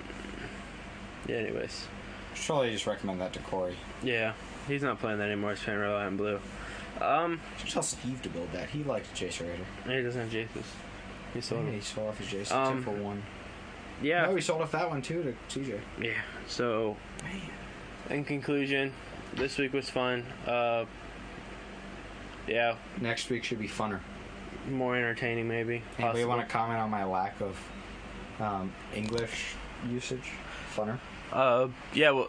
[SPEAKER 2] Yeah, anyways,
[SPEAKER 1] Surely just recommend that to Corey. It's
[SPEAKER 2] yeah, he's not playing that anymore. He's playing Red Light and Blue.
[SPEAKER 1] Tell Steve to build that. He likes Jace Raider.
[SPEAKER 2] He doesn't have Jace's. He sold
[SPEAKER 1] Yeah,
[SPEAKER 2] him.
[SPEAKER 1] he sold off his Jace
[SPEAKER 2] Um,
[SPEAKER 1] except for one.
[SPEAKER 2] Yeah,
[SPEAKER 1] No, he sold off that one too to TJ.
[SPEAKER 2] yeah. So, in conclusion, this week was fun. Uh, yeah,
[SPEAKER 1] Next week should be funner.
[SPEAKER 2] more entertaining maybe.
[SPEAKER 1] Anybody
[SPEAKER 2] possible.
[SPEAKER 1] want to comment on my lack of um, English usage? Funner.
[SPEAKER 2] Uh, yeah. Well,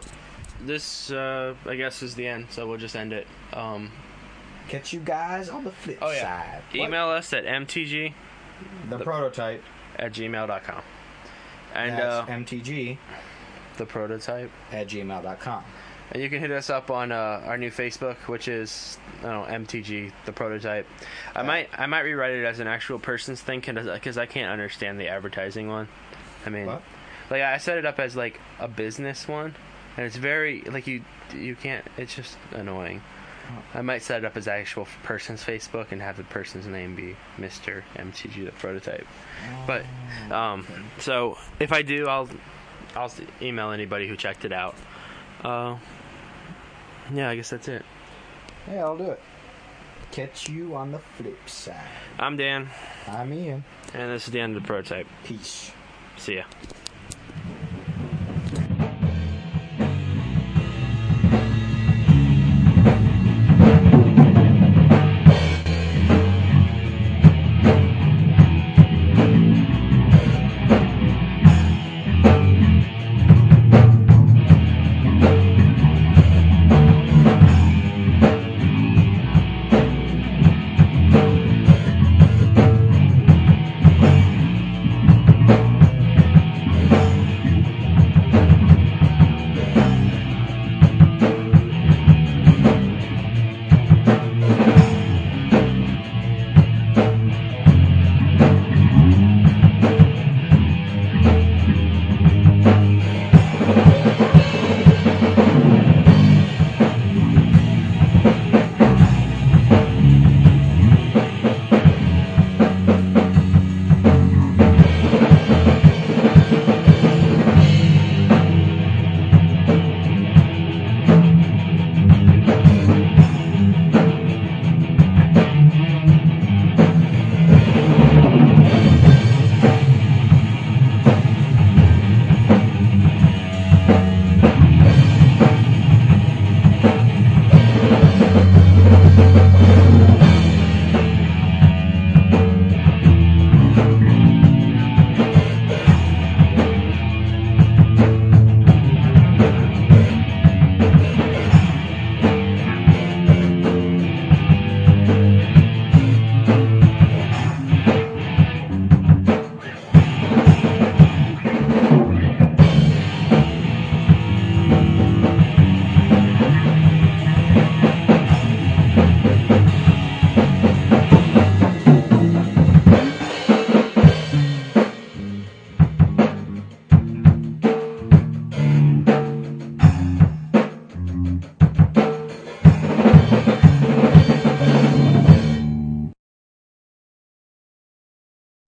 [SPEAKER 2] this uh, I guess is the end, so we'll just end it. Um,
[SPEAKER 1] Catch you guys on the flip
[SPEAKER 2] Oh, yeah.
[SPEAKER 1] side. What?
[SPEAKER 2] email us at mtg
[SPEAKER 1] the, prototype
[SPEAKER 2] at gmail.com. and uh,
[SPEAKER 1] that's mtg
[SPEAKER 2] the prototype.
[SPEAKER 1] at gmail.com.
[SPEAKER 2] And you can hit us up on uh, our new Facebook, which is I don't know, MTG the prototype. I might I might rewrite it as an actual person's thing because I can't understand the advertising one. I mean,
[SPEAKER 1] What?
[SPEAKER 2] like I set it up as like a business one, and it's very like you you can't. It's just annoying. I might set it up as actual person's Facebook and have the person's name be Mr. MTG the prototype. But um, so if I do, I'll I'll s- email anybody who checked it out. Uh, yeah, I guess that's it.
[SPEAKER 1] Hey, I'll do it. Catch you on the flip side.
[SPEAKER 2] I'm Dan,
[SPEAKER 1] I'm Ian.
[SPEAKER 2] and this is the end of the prototype.
[SPEAKER 1] Peace.
[SPEAKER 2] See ya.